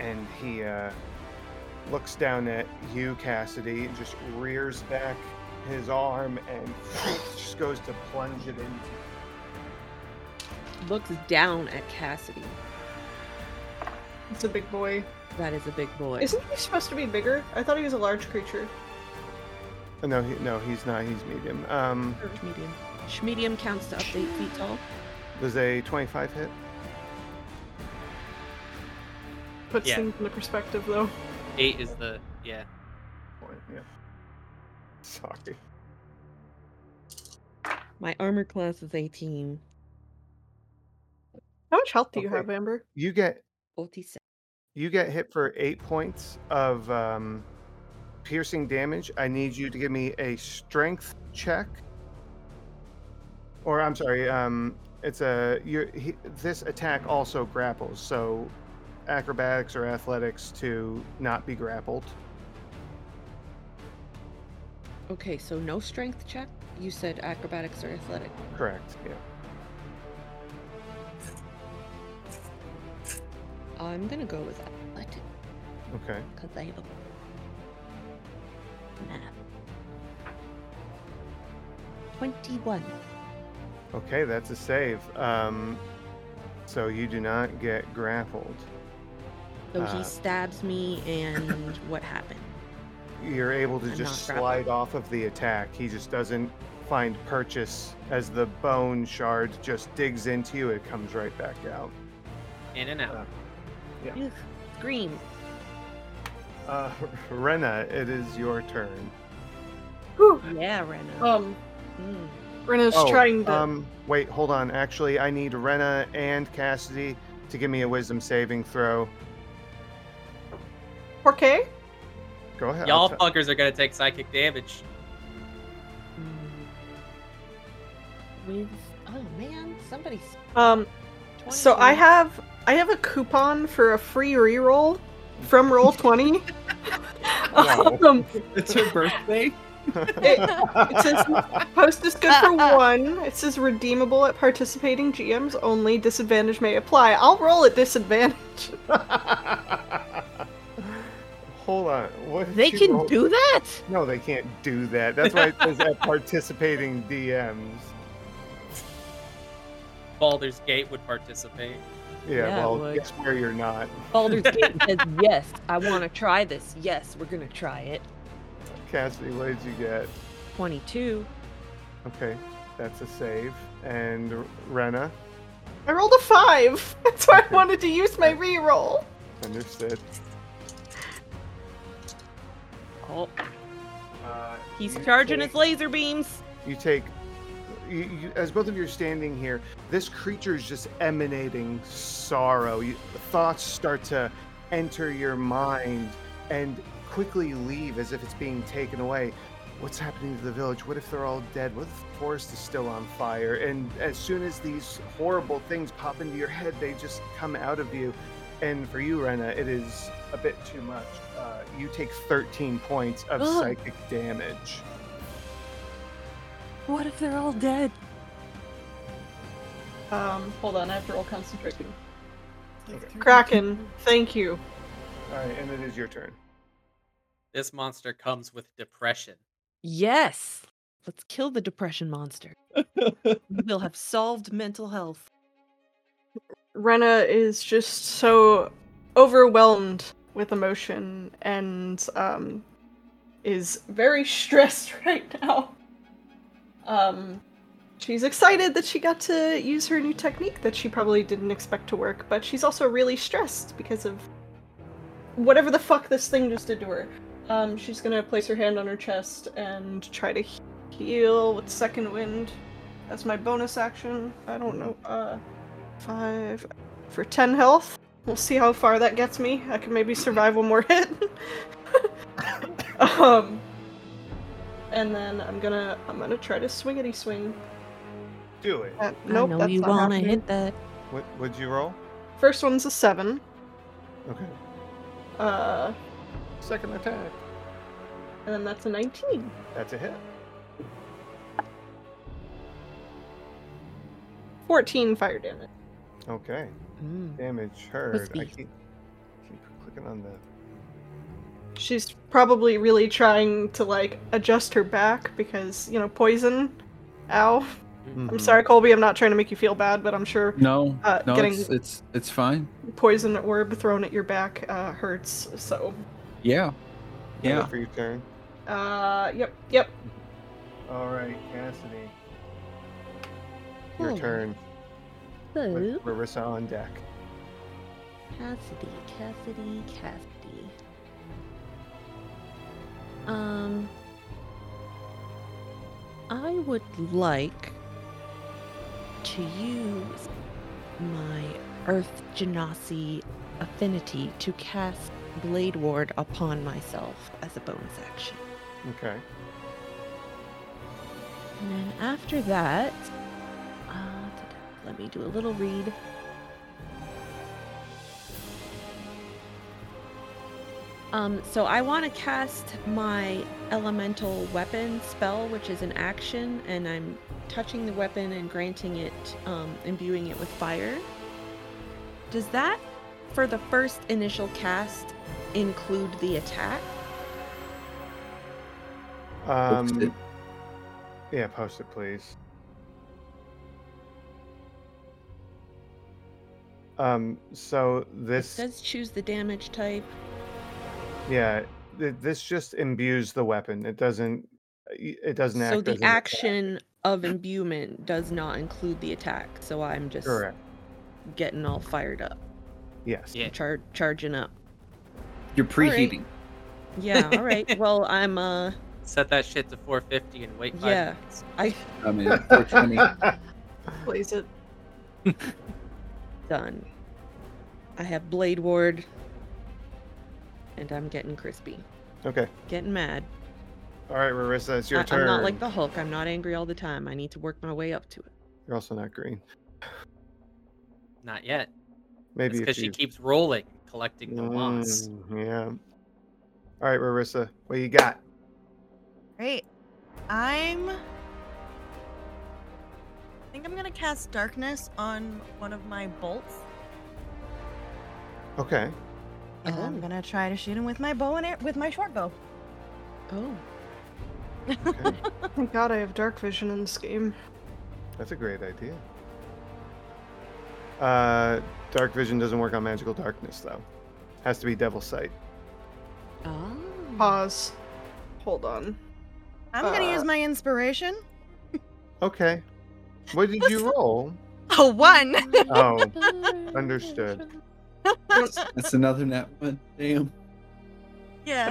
Speaker 2: and he uh, looks down at you, Cassidy, and just rears back his arm and just goes to plunge it into
Speaker 3: Looks down at Cassidy.
Speaker 6: It's a big boy.
Speaker 3: That is a big boy.
Speaker 6: Isn't he supposed to be bigger? I thought he was a large creature.
Speaker 2: Uh, No, he, no, he's not. He's medium. Um,
Speaker 3: medium? Medium counts to up to eight feet tall.
Speaker 2: does a 25 hit?
Speaker 6: Puts
Speaker 5: Yeah.
Speaker 6: things into perspective, though.
Speaker 5: eight is the yeah.
Speaker 2: Point, yeah. Sorry.
Speaker 9: My armor class is 18.
Speaker 6: How much health do you
Speaker 2: Okay.
Speaker 6: have, Amber?
Speaker 2: You get
Speaker 3: Forty-seven.
Speaker 2: you get hit for eight points of um, piercing damage. I need you to give me a strength check, or I'm sorry. Um, it's a you. This attack also grapples, so acrobatics or athletics to not be grappled.
Speaker 3: Okay, so no strength check. You said acrobatics or athletic.
Speaker 2: Correct. Yeah.
Speaker 3: I'm gonna go with that.
Speaker 2: Okay.
Speaker 3: because I have a map. 21.
Speaker 2: Okay, that's a save. Um, so you do not get grappled.
Speaker 3: So
Speaker 2: Uh,
Speaker 3: he stabs me, and what happened?
Speaker 2: You're able to
Speaker 3: I'm
Speaker 2: just
Speaker 3: not grappled.
Speaker 2: slide off of the attack. He just doesn't find purchase as the bone shard just digs into you. It comes right back out.
Speaker 5: In and out.
Speaker 3: Ugh, Scream.
Speaker 2: Uh, Rena, it is your turn.
Speaker 6: Whew.
Speaker 3: Yeah, Rena.
Speaker 6: Um,
Speaker 7: Mm-hmm.
Speaker 3: Mm.
Speaker 6: Rena's
Speaker 2: Oh,
Speaker 6: trying to.
Speaker 2: Um, wait, hold on. Actually, I need Rena and Cassidy to give me a wisdom saving throw.
Speaker 6: okay.
Speaker 2: Go ahead.
Speaker 5: Y'all
Speaker 2: I'll t-
Speaker 5: fuckers are gonna take psychic damage.
Speaker 3: With. Oh, man. Somebody's.
Speaker 6: Um, so I
Speaker 3: 22.
Speaker 6: have I have a coupon for a free reroll from Roll Twenty.
Speaker 2: Wow.
Speaker 6: um,
Speaker 8: It's her birthday.
Speaker 6: it says post is good for one. It says redeemable at participating GMs only. Disadvantage may apply. I'll roll at disadvantage.
Speaker 2: hold on. What did
Speaker 7: They
Speaker 2: you
Speaker 7: can
Speaker 2: roll?
Speaker 7: do that?
Speaker 2: No, they can't do that. That's why it says at participating DMs.
Speaker 5: Baldur's Gate would participate.
Speaker 2: Yeah,
Speaker 7: Yeah,
Speaker 2: well,
Speaker 7: like-
Speaker 2: guess where you're not.
Speaker 7: Baldur's Gate says, yes, I want to try this. Yes, we're going to try it.
Speaker 2: Cassidy, what did you get?
Speaker 7: 22.
Speaker 2: Okay, that's a save. And R- Rena,
Speaker 6: I rolled a five. That's why I wanted to use my reroll.
Speaker 2: understood.
Speaker 7: Oh,
Speaker 2: Uh,
Speaker 7: he's
Speaker 2: you
Speaker 7: charging
Speaker 2: take-
Speaker 7: his laser beams.
Speaker 2: You take, you, you, as both of you are standing here, this creature is just emanating sorrow. You, thoughts start to enter your mind and quickly leave as if it's being taken away. What's happening to the village? What if they're all dead? What if the forest is still on fire? And as soon as these horrible things pop into your head, they just come out of you. And for you, Rena, it is a bit too much. Uh, you take 13 points of
Speaker 7: Ugh.
Speaker 2: psychic damage.
Speaker 12: What if they're all dead?
Speaker 6: Um, hold on. I have to roll concentration. Kraken, thank you.
Speaker 2: All right, and it is your turn.
Speaker 5: This monster comes with depression.
Speaker 7: Yes. Let's kill the depression monster. we'll have solved mental health.
Speaker 6: Rena is just so overwhelmed with emotion and um, is very stressed right now. Um, she's excited that she got to use her new technique that she probably didn't expect to work, but she's also really stressed because of whatever the fuck this thing just did to her. Um, she's gonna place her hand on her chest and try to he- heal with second wind. That's my bonus action. I don't know. Uh, five for 10 health. We'll see how far that gets me. I can maybe survive one more hit. um, and then I'm gonna I'm gonna try to swingity swing.
Speaker 2: Do it.
Speaker 6: Uh, nope,
Speaker 7: I know
Speaker 6: that's
Speaker 7: you
Speaker 6: not
Speaker 7: wanna
Speaker 6: happening.
Speaker 7: hit that.
Speaker 2: What would you roll?
Speaker 6: First one's a seven.
Speaker 2: Okay.
Speaker 6: Uh,
Speaker 2: Second attack.
Speaker 6: and then that's a 19.
Speaker 2: That's a hit.
Speaker 6: 14 fire damage.
Speaker 2: Okay.
Speaker 7: Mm.
Speaker 2: Damage heard. I
Speaker 7: Crispy.
Speaker 2: keep, keep clicking on the.
Speaker 6: She's probably really trying to like adjust her back because you know poison. Ow. I'm
Speaker 2: Mhm.
Speaker 6: sorry, Colby. I'm not trying to make you feel bad, but I'm sure
Speaker 4: No,
Speaker 6: Uh,
Speaker 4: no,
Speaker 6: getting-
Speaker 4: it's, it's it's fine.
Speaker 6: poison orb thrown at your back uh, hurts. So,
Speaker 4: Yeah,
Speaker 2: Another
Speaker 4: yeah.
Speaker 2: For your turn.
Speaker 6: uh, yep, yep.
Speaker 2: All right, Cassidy. Your
Speaker 3: Oh.
Speaker 2: turn.
Speaker 3: So,
Speaker 2: With Marissa on deck.
Speaker 3: Cassidy, Cassidy, Cassidy. Um.
Speaker 7: I would like to use my Earth Genasi affinity to cast Blade Ward upon myself as a bonus action.
Speaker 2: Okay.
Speaker 7: And then after that, uh, da-da, let me do a little read.
Speaker 3: Um, so I want to cast my elemental weapon spell, which is an action, and I'm touching the weapon and granting it, um, imbuing it with fire. Does that for the first initial cast include the attack?
Speaker 2: Um,
Speaker 4: Post it.
Speaker 2: Yeah, post it, please. Um, so this,
Speaker 3: Does choose the damage type.
Speaker 2: yeah, th- this just imbues the weapon. It doesn't, it doesn't act.
Speaker 3: So the
Speaker 2: as an attack.
Speaker 3: action of imbuement does not include the attack. So I'm just
Speaker 2: Correct.
Speaker 3: getting all fired up,
Speaker 2: Yes.
Speaker 5: Yeah.
Speaker 3: char- charging up.
Speaker 8: You're
Speaker 3: right.
Speaker 8: preheating.
Speaker 3: Yeah. All right. well, I'm uh.
Speaker 5: Set that shit to 450 and wait five
Speaker 3: Yeah.
Speaker 5: minutes.
Speaker 4: I mean, 420.
Speaker 6: Blaze it.
Speaker 3: done. I have Blade Ward, and I'm getting crispy,
Speaker 2: okay.
Speaker 3: getting mad.
Speaker 2: All right, Marissa, it's your
Speaker 3: I-
Speaker 2: turn.
Speaker 3: I'm not like the Hulk. I'm not angry all the time. I need to work my way up to it.
Speaker 2: You're also not green.
Speaker 5: Not yet.
Speaker 2: Maybe if
Speaker 5: because she
Speaker 2: you-
Speaker 5: keeps rolling, collecting the moss.
Speaker 2: Mm, yeah. All right, Marissa, what you got?
Speaker 12: Great. I'm. I think I'm gonna cast darkness on one of my bolts.
Speaker 2: Okay.
Speaker 12: And
Speaker 3: Oh.
Speaker 12: I'm gonna try to shoot him with my bow and ar- with my short bow.
Speaker 3: Oh,
Speaker 2: okay.
Speaker 6: Thank Oh God I have dark vision in this game.
Speaker 2: That's a great idea. Uh, dark vision doesn't work on magical darkness though. Has to be devil sight.
Speaker 3: oh.
Speaker 6: Pause. Hold on.
Speaker 12: I'm gonna use
Speaker 6: Uh.
Speaker 12: my inspiration.
Speaker 2: Okay. What did you roll?
Speaker 12: Oh, one.
Speaker 2: Oh, understood.
Speaker 4: That's another net one. Damn.
Speaker 12: yeah.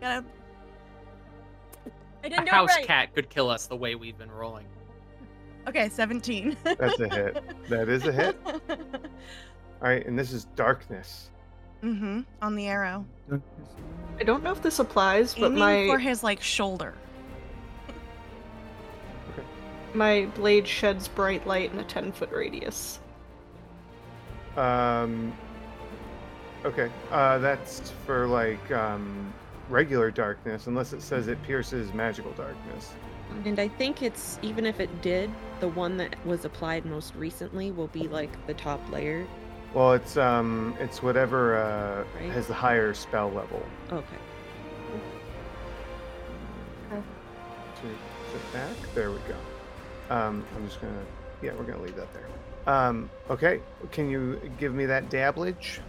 Speaker 12: Gotta. I
Speaker 5: A
Speaker 12: didn't do it
Speaker 5: house
Speaker 12: right.
Speaker 5: cat could kill us the way we've been rolling.
Speaker 12: Okay, seventeen.
Speaker 2: That's a hit. That is a hit. All right, and this is darkness.
Speaker 12: mm-hmm. On the arrow,
Speaker 6: I don't know if this applies, but
Speaker 12: aiming
Speaker 6: my
Speaker 12: for his like shoulder.
Speaker 6: my blade sheds bright light in a ten foot radius.
Speaker 2: Um. Okay. Uh, that's for like um regular darkness, unless it says it pierces magical darkness.
Speaker 3: And I think it's even if it did, the one that was applied most recently will be like the top layer.
Speaker 2: Well, it's um, it's whatever uh,
Speaker 3: Right.
Speaker 2: has the higher spell level.
Speaker 3: Okay.
Speaker 2: To the back, there we go. Um, I'm just gonna, yeah, we're gonna leave that there. Um, okay, can you give me that dabblage,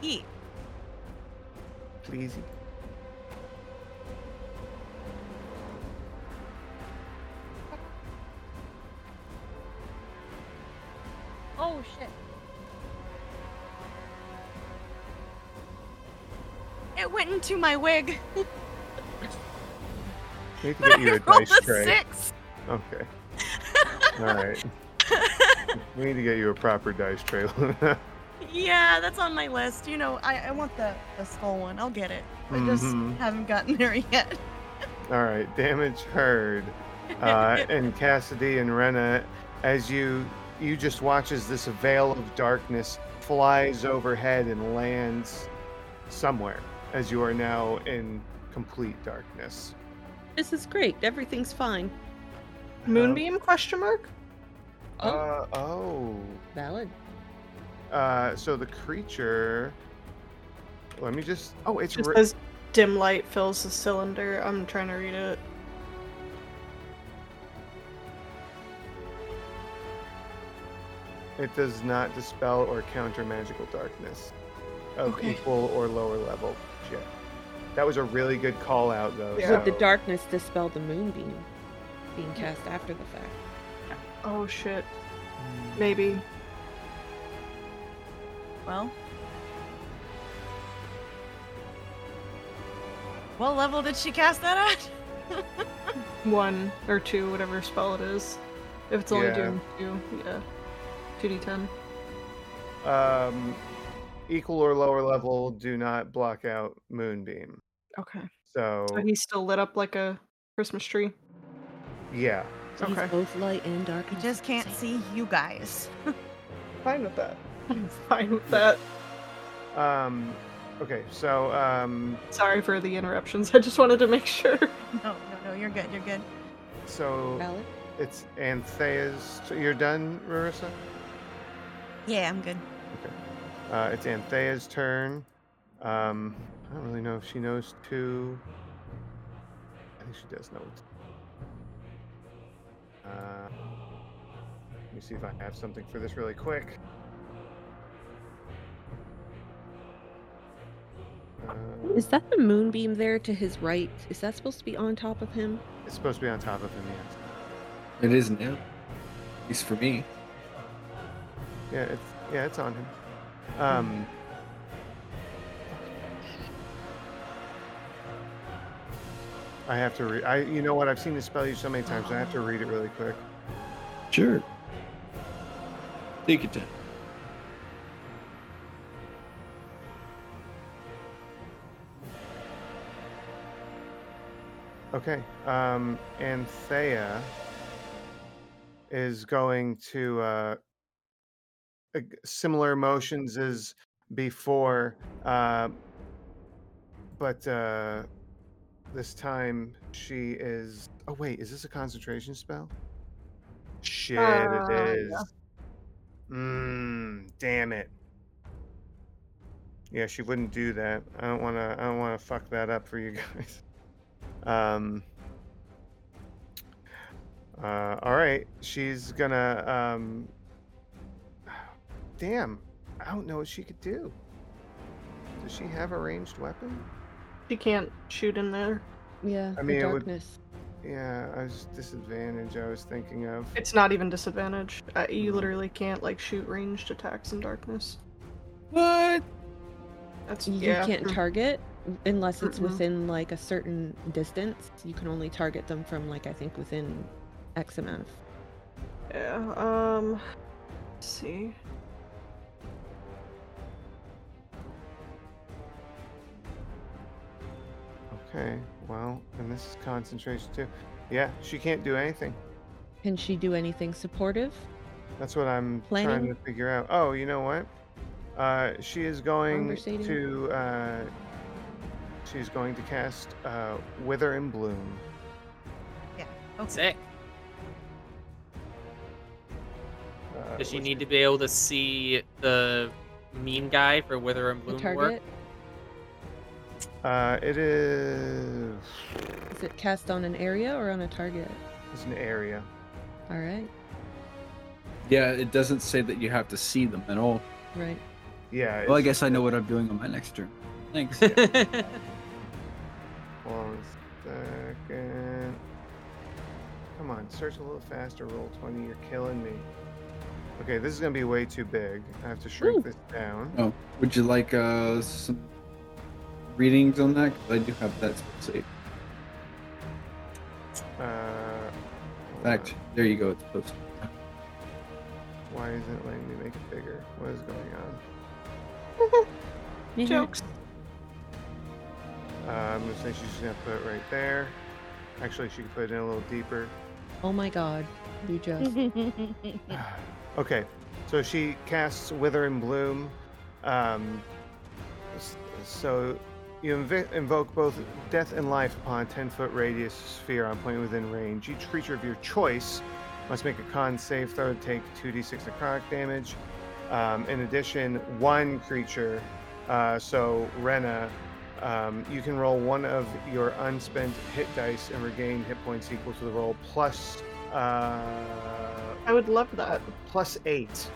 Speaker 12: Eat.
Speaker 2: please?
Speaker 12: Oh shit. It went into my wig.
Speaker 2: We need to
Speaker 12: But
Speaker 2: get
Speaker 12: I
Speaker 2: you a
Speaker 12: rolled
Speaker 2: dice
Speaker 12: a
Speaker 2: tray.
Speaker 12: six.
Speaker 2: Okay. All right. We need to get you a proper dice tray.
Speaker 12: yeah, that's on my list. You know, I, I want the, the skull one. I'll get it. I just
Speaker 2: Mhm.
Speaker 12: haven't gotten there yet.
Speaker 2: All right, damage heard. Uh, and Cassidy and Rena, as you you just watch as this veil of darkness flies overhead and lands somewhere, as you are now in complete darkness.
Speaker 3: This is great. Everything's fine.
Speaker 6: Moonbeam question mark?
Speaker 3: Oh,
Speaker 2: Uh, oh.
Speaker 3: valid.
Speaker 2: Uh, so the creature. Let me just. Oh, it's
Speaker 6: It
Speaker 2: re-
Speaker 6: says dim light fills the cylinder. I'm trying to read it.
Speaker 2: it does not dispel or counter magical darkness of
Speaker 12: Okay.
Speaker 2: equal or lower level. Shit. That was a really good call out though.
Speaker 6: Yeah.
Speaker 3: Would the
Speaker 2: so-
Speaker 3: darkness dispel the moonbeam being cast after the fact?
Speaker 6: Oh shit. Maybe.
Speaker 12: Well. What level did she cast that at?
Speaker 6: One or two, whatever spell it is. If it's only
Speaker 2: Yeah.
Speaker 6: doing two, yeah. 2d10.
Speaker 2: Um, equal or lower level do not block out moonbeam.
Speaker 6: Okay.
Speaker 2: So
Speaker 6: So he's still lit up like a Christmas tree.
Speaker 2: yeah,
Speaker 3: So he's
Speaker 6: Okay.
Speaker 3: both light and
Speaker 12: I
Speaker 3: darkness.
Speaker 12: just can't see you guys.
Speaker 6: Fine with that. I'm fine with that.
Speaker 2: um, okay. So um,
Speaker 6: Sorry for the interruptions. I just wanted to make sure.
Speaker 12: No, no, no, you're good, you're good.
Speaker 2: so
Speaker 3: Valid.
Speaker 2: it's Anthea's. So you're done, Marissa.
Speaker 12: Yeah, I'm good.
Speaker 2: Uh, it's Anthea's turn. Um, I don't really know if she knows two. I think she does know. two. Uh, let me see if I have something for this really quick. Uh,
Speaker 7: Is that the moonbeam there to his right? Is that supposed to be on top of him?
Speaker 2: it's supposed to be on top of him, yes.
Speaker 8: It is now. At least for me.
Speaker 2: Yeah, it's yeah, it's on him. Um. I have to read. I you know what? I've seen this spell used so many times. I have to read it really quick.
Speaker 4: Sure. Take your time.
Speaker 2: Okay. Um, Anthea is going to uh, ag- uh, similar motions as before, uh, but uh, this time she is. Oh wait, is this a concentration spell? Shit,
Speaker 6: Uh,
Speaker 2: it
Speaker 6: yeah.
Speaker 2: is. Mmm. Damn it. Yeah, she wouldn't do that. I don't wanna. I don't wanna fuck that up for you guys. Um. Uh, all right, she's gonna. Um, damn, I don't know what she could do. Does she have a ranged weapon?
Speaker 6: She can't shoot in there.
Speaker 7: Yeah,
Speaker 2: I mean,
Speaker 7: the
Speaker 2: it would-
Speaker 7: darkness.
Speaker 2: Yeah, I was disadvantage. I was thinking of.
Speaker 6: It's not even disadvantage. Uh, you literally can't like shoot ranged attacks in darkness.
Speaker 8: What?
Speaker 6: That's
Speaker 7: You
Speaker 6: yeah.
Speaker 7: can't target unless it's
Speaker 6: Mm-mm.
Speaker 7: within like a certain distance. You can only target them from like I think within X amount of.
Speaker 6: Yeah, um, let's see.
Speaker 2: Okay, well, and this is concentration too. Yeah, she can't do anything.
Speaker 7: Can she do anything supportive?
Speaker 2: That's what I'm trying
Speaker 7: Planning.
Speaker 2: to figure out. Oh, you know what? Uh, she is going
Speaker 7: Conversating.
Speaker 2: to. Uh, she's going to cast uh, Wither and Bloom.
Speaker 5: Sick.
Speaker 2: Uh,
Speaker 5: Does she
Speaker 2: which
Speaker 5: need to be able to see the mean guy for Wither and
Speaker 7: The
Speaker 5: Bloom
Speaker 7: target
Speaker 5: work?
Speaker 2: Uh, it is
Speaker 7: is it cast on an area or on a target?
Speaker 2: it's an area.
Speaker 7: All right,
Speaker 8: Yeah, it doesn't say that you have to see them at all.
Speaker 7: right.
Speaker 2: Yeah.
Speaker 8: Well, I
Speaker 2: it's-
Speaker 8: guess I know what I'm doing on my next turn. Thanks.
Speaker 2: One second. Come on, search a little faster. Roll twenty. You're killing me. Okay, this is gonna be way too big. I have to shrink
Speaker 7: Ooh.
Speaker 2: this down.
Speaker 8: oh, would you like uh some readings on that? 'Cause I do have that spell save.
Speaker 2: Uh, hold
Speaker 8: In fact,
Speaker 2: on.
Speaker 8: there you go. It's posted.
Speaker 2: why isn't it letting me make it bigger? What is going on?
Speaker 6: Jokes.
Speaker 2: Uh, I'm gonna say she's just gonna put it right there. Actually, she could put it in a little deeper.
Speaker 7: Oh my God, you just
Speaker 2: okay, so she casts Wither and Bloom. Um, s- so you inv- invoke both death and life upon a 10 foot radius sphere on point within range. Each creature of your choice must make a con save throw to take 2d6 necrotic damage. Um, in addition, one creature, uh, so Rena, um, you can roll one of your unspent hit dice and regain hit points equal to the roll plus. Uh,
Speaker 6: I would love that.
Speaker 2: plus eight,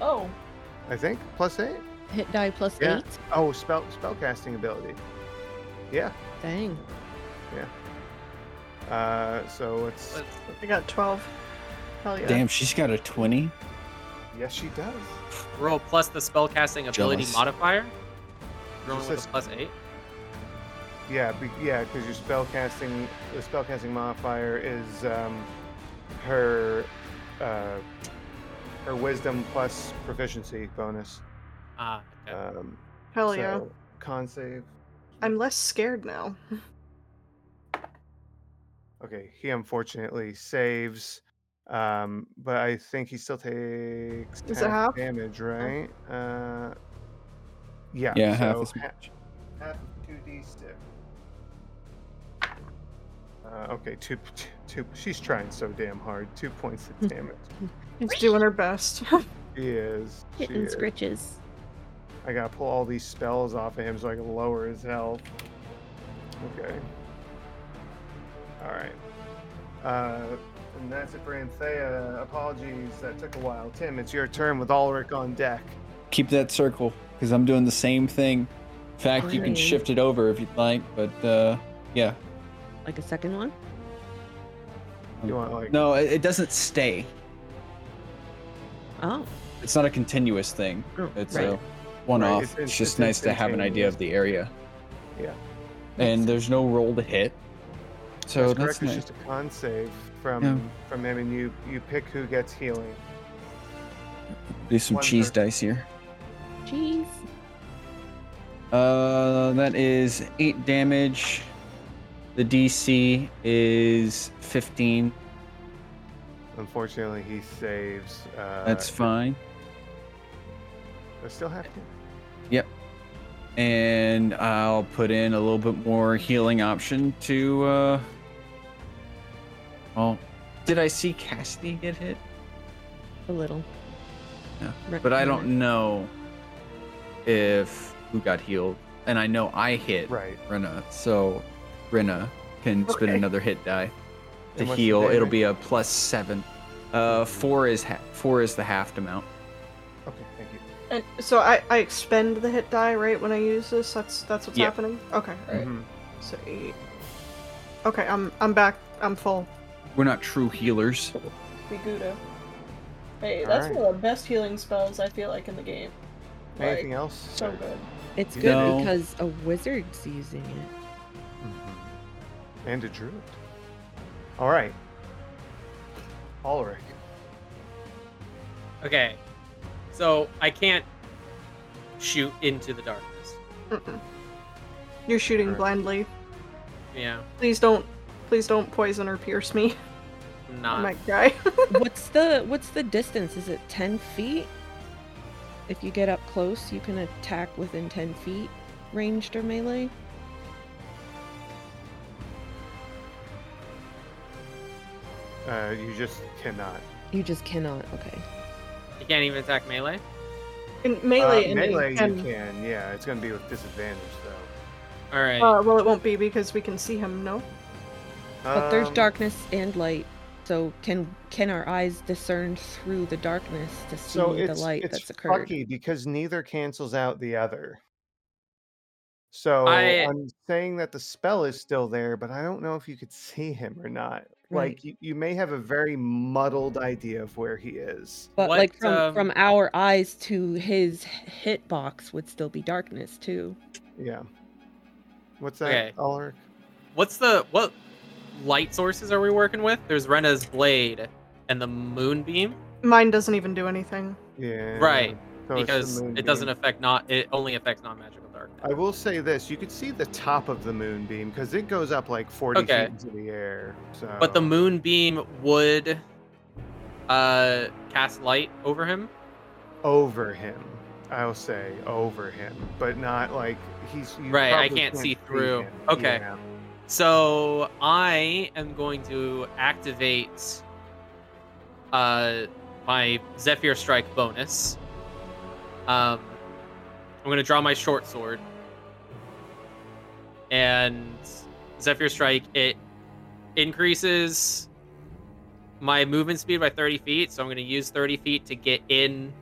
Speaker 6: Oh.
Speaker 2: I think. Plus eight.
Speaker 7: hit die plus
Speaker 2: Yeah.
Speaker 7: eight.
Speaker 2: Oh, spell spellcasting ability. Yeah.
Speaker 7: Dang.
Speaker 2: Uh, so it's
Speaker 5: Let's-
Speaker 6: I got 12. Hell yeah.
Speaker 4: Damn, she's got a 20.
Speaker 2: yes, she does.
Speaker 5: Roll plus the spellcasting ability
Speaker 4: Jealous.
Speaker 5: modifier. Rolling with
Speaker 2: says-
Speaker 5: a plus eight.
Speaker 2: Yeah, be, yeah, because your spellcasting the spellcasting modifier is um, her uh, her wisdom plus proficiency bonus.
Speaker 5: Ah, okay.
Speaker 2: Um,
Speaker 6: Hell yeah.
Speaker 2: so Con save.
Speaker 6: I'm less scared now.
Speaker 2: Okay, he unfortunately saves, um, but I think he still takes
Speaker 6: Is it half? Oh.
Speaker 2: damage, right? Uh, yeah.
Speaker 4: Yeah, half as
Speaker 2: so ha- half two d six. Uh, okay, two, two, two. She's trying so damn hard. Two points of damage.
Speaker 6: He's doing her best.
Speaker 2: She is. She
Speaker 3: Kitten
Speaker 2: is.
Speaker 3: scritches.
Speaker 2: I gotta pull all these spells off of him so I can lower his health. Okay. Alright. Uh, and that's it for Anthea. Apologies, that took a while. Tim, it's your turn with Ulrich on deck.
Speaker 4: Keep that circle because I'm doing the same thing. In fact, you can
Speaker 7: Alright.
Speaker 4: shift it over if you'd like, but uh, yeah.
Speaker 7: Like a second one?
Speaker 2: You want, like,
Speaker 4: No, it, it doesn't stay.
Speaker 7: Oh,
Speaker 4: It's not a continuous thing.
Speaker 7: Oh,
Speaker 4: It's
Speaker 7: right.
Speaker 4: a one
Speaker 2: Right,
Speaker 4: off.
Speaker 2: it's
Speaker 4: It's,
Speaker 2: in-
Speaker 4: just
Speaker 2: it's
Speaker 4: nice to have an idea of the area.
Speaker 2: Yeah.
Speaker 4: And there's no roll to hit. So
Speaker 2: that's
Speaker 4: that's,
Speaker 2: correct. It's
Speaker 4: nice.
Speaker 2: just a con save from from him, and you you pick who gets healing.
Speaker 4: Do some
Speaker 2: one
Speaker 4: cheese
Speaker 2: third.
Speaker 4: dice here.
Speaker 7: jeez.
Speaker 4: Uh, that is eight damage. The DC is 15.
Speaker 2: Unfortunately, he saves. Uh,
Speaker 4: That's fine.
Speaker 2: I still have to.
Speaker 4: And I'll put in a little bit more healing option to, uh, well, did I see Cassidy get hit?
Speaker 7: A little.
Speaker 4: Yeah,
Speaker 7: Right-
Speaker 4: But I
Speaker 7: right.
Speaker 4: don't know if who got healed. And I know I hit
Speaker 2: Right.
Speaker 4: Rena, so Rena can spin
Speaker 6: Okay.
Speaker 4: another hit die to
Speaker 2: And what's the
Speaker 4: heal. It'll
Speaker 2: damage?
Speaker 4: be a plus seven. Uh, four is ha- four is the halved amount.
Speaker 2: Okay, thank you.
Speaker 6: And so I, I expend the hit die right when I use this. That's that's what's
Speaker 4: Yeah.
Speaker 6: happening. Okay.
Speaker 4: Right.
Speaker 2: Mhm.
Speaker 6: So eight. Okay, I'm I'm back. I'm full.
Speaker 4: We're not true healers.
Speaker 12: Bigudo. Hey,
Speaker 2: All
Speaker 12: that's
Speaker 2: right.
Speaker 12: one of the best healing spells I feel like in the game. Like,
Speaker 2: Anything else?
Speaker 12: so
Speaker 6: uh,
Speaker 12: good.
Speaker 7: It's
Speaker 2: You
Speaker 7: good
Speaker 4: know-
Speaker 7: because a wizard's using it.
Speaker 2: Mhm. And a druid. All right. Ulrich. Uh.
Speaker 5: Okay. So I can't shoot into the darkness.
Speaker 6: Mm-mm. You're shooting
Speaker 2: Alright.
Speaker 6: blindly.
Speaker 5: Yeah.
Speaker 6: Please don't, please don't poison or pierce me.
Speaker 5: I'm
Speaker 6: I
Speaker 5: not.
Speaker 6: might die.
Speaker 7: what's the what's the distance? Is it ten feet? If you get up close, you can attack within ten feet, ranged or melee.
Speaker 2: Uh, you just cannot. Uh,
Speaker 7: You just cannot. Okay.
Speaker 5: You can't even attack melee.
Speaker 6: In melee,
Speaker 2: Uh,
Speaker 6: I mean,
Speaker 2: melee you
Speaker 6: and-
Speaker 2: can, yeah. It's going to be with disadvantage, though.
Speaker 5: All right.
Speaker 6: Uh, well, it won't be because we can see him. No.
Speaker 7: But there's
Speaker 2: Um,
Speaker 7: darkness and light, so can can our eyes discern through the darkness to see
Speaker 2: So
Speaker 7: the
Speaker 2: it's,
Speaker 7: light
Speaker 2: it's
Speaker 7: that's occurred?
Speaker 2: Fucky because neither cancels out the other. So
Speaker 5: I-
Speaker 2: I'm saying that the spell is still there, but I don't know if you could see him or not.
Speaker 7: Right.
Speaker 2: Like you, you may have a very muddled idea of where he is.
Speaker 7: But
Speaker 5: What,
Speaker 7: like from
Speaker 5: um,
Speaker 7: from our eyes to his hit box would still be darkness too.
Speaker 2: Yeah. What's that,
Speaker 5: Okay.
Speaker 2: Ulrich?
Speaker 5: What's the what light sources are we working with? There's Rena's blade and the moonbeam.
Speaker 6: Mine doesn't even do anything.
Speaker 2: Yeah.
Speaker 5: Right,
Speaker 2: so Oh, it's the
Speaker 5: because it doesn't
Speaker 2: moonbeam.
Speaker 5: affect not it only affects non-magical darkness.
Speaker 2: I will say this: you could see the top of the moonbeam because it goes up like forty
Speaker 5: Okay.
Speaker 2: feet into the air. So,
Speaker 5: But the moonbeam would uh cast light over him.
Speaker 2: over him, I'll say over him, but not like he's you
Speaker 5: Right, I
Speaker 2: probably
Speaker 5: can't see through.
Speaker 2: him.
Speaker 5: Okay.
Speaker 2: Yeah.
Speaker 5: So I am going to activate uh, my Zephyr Strike bonus. Um, I'm going to draw my short sword, and Zephyr Strike it increases my movement speed by 30 feet. So I'm going to use 30 feet to get in.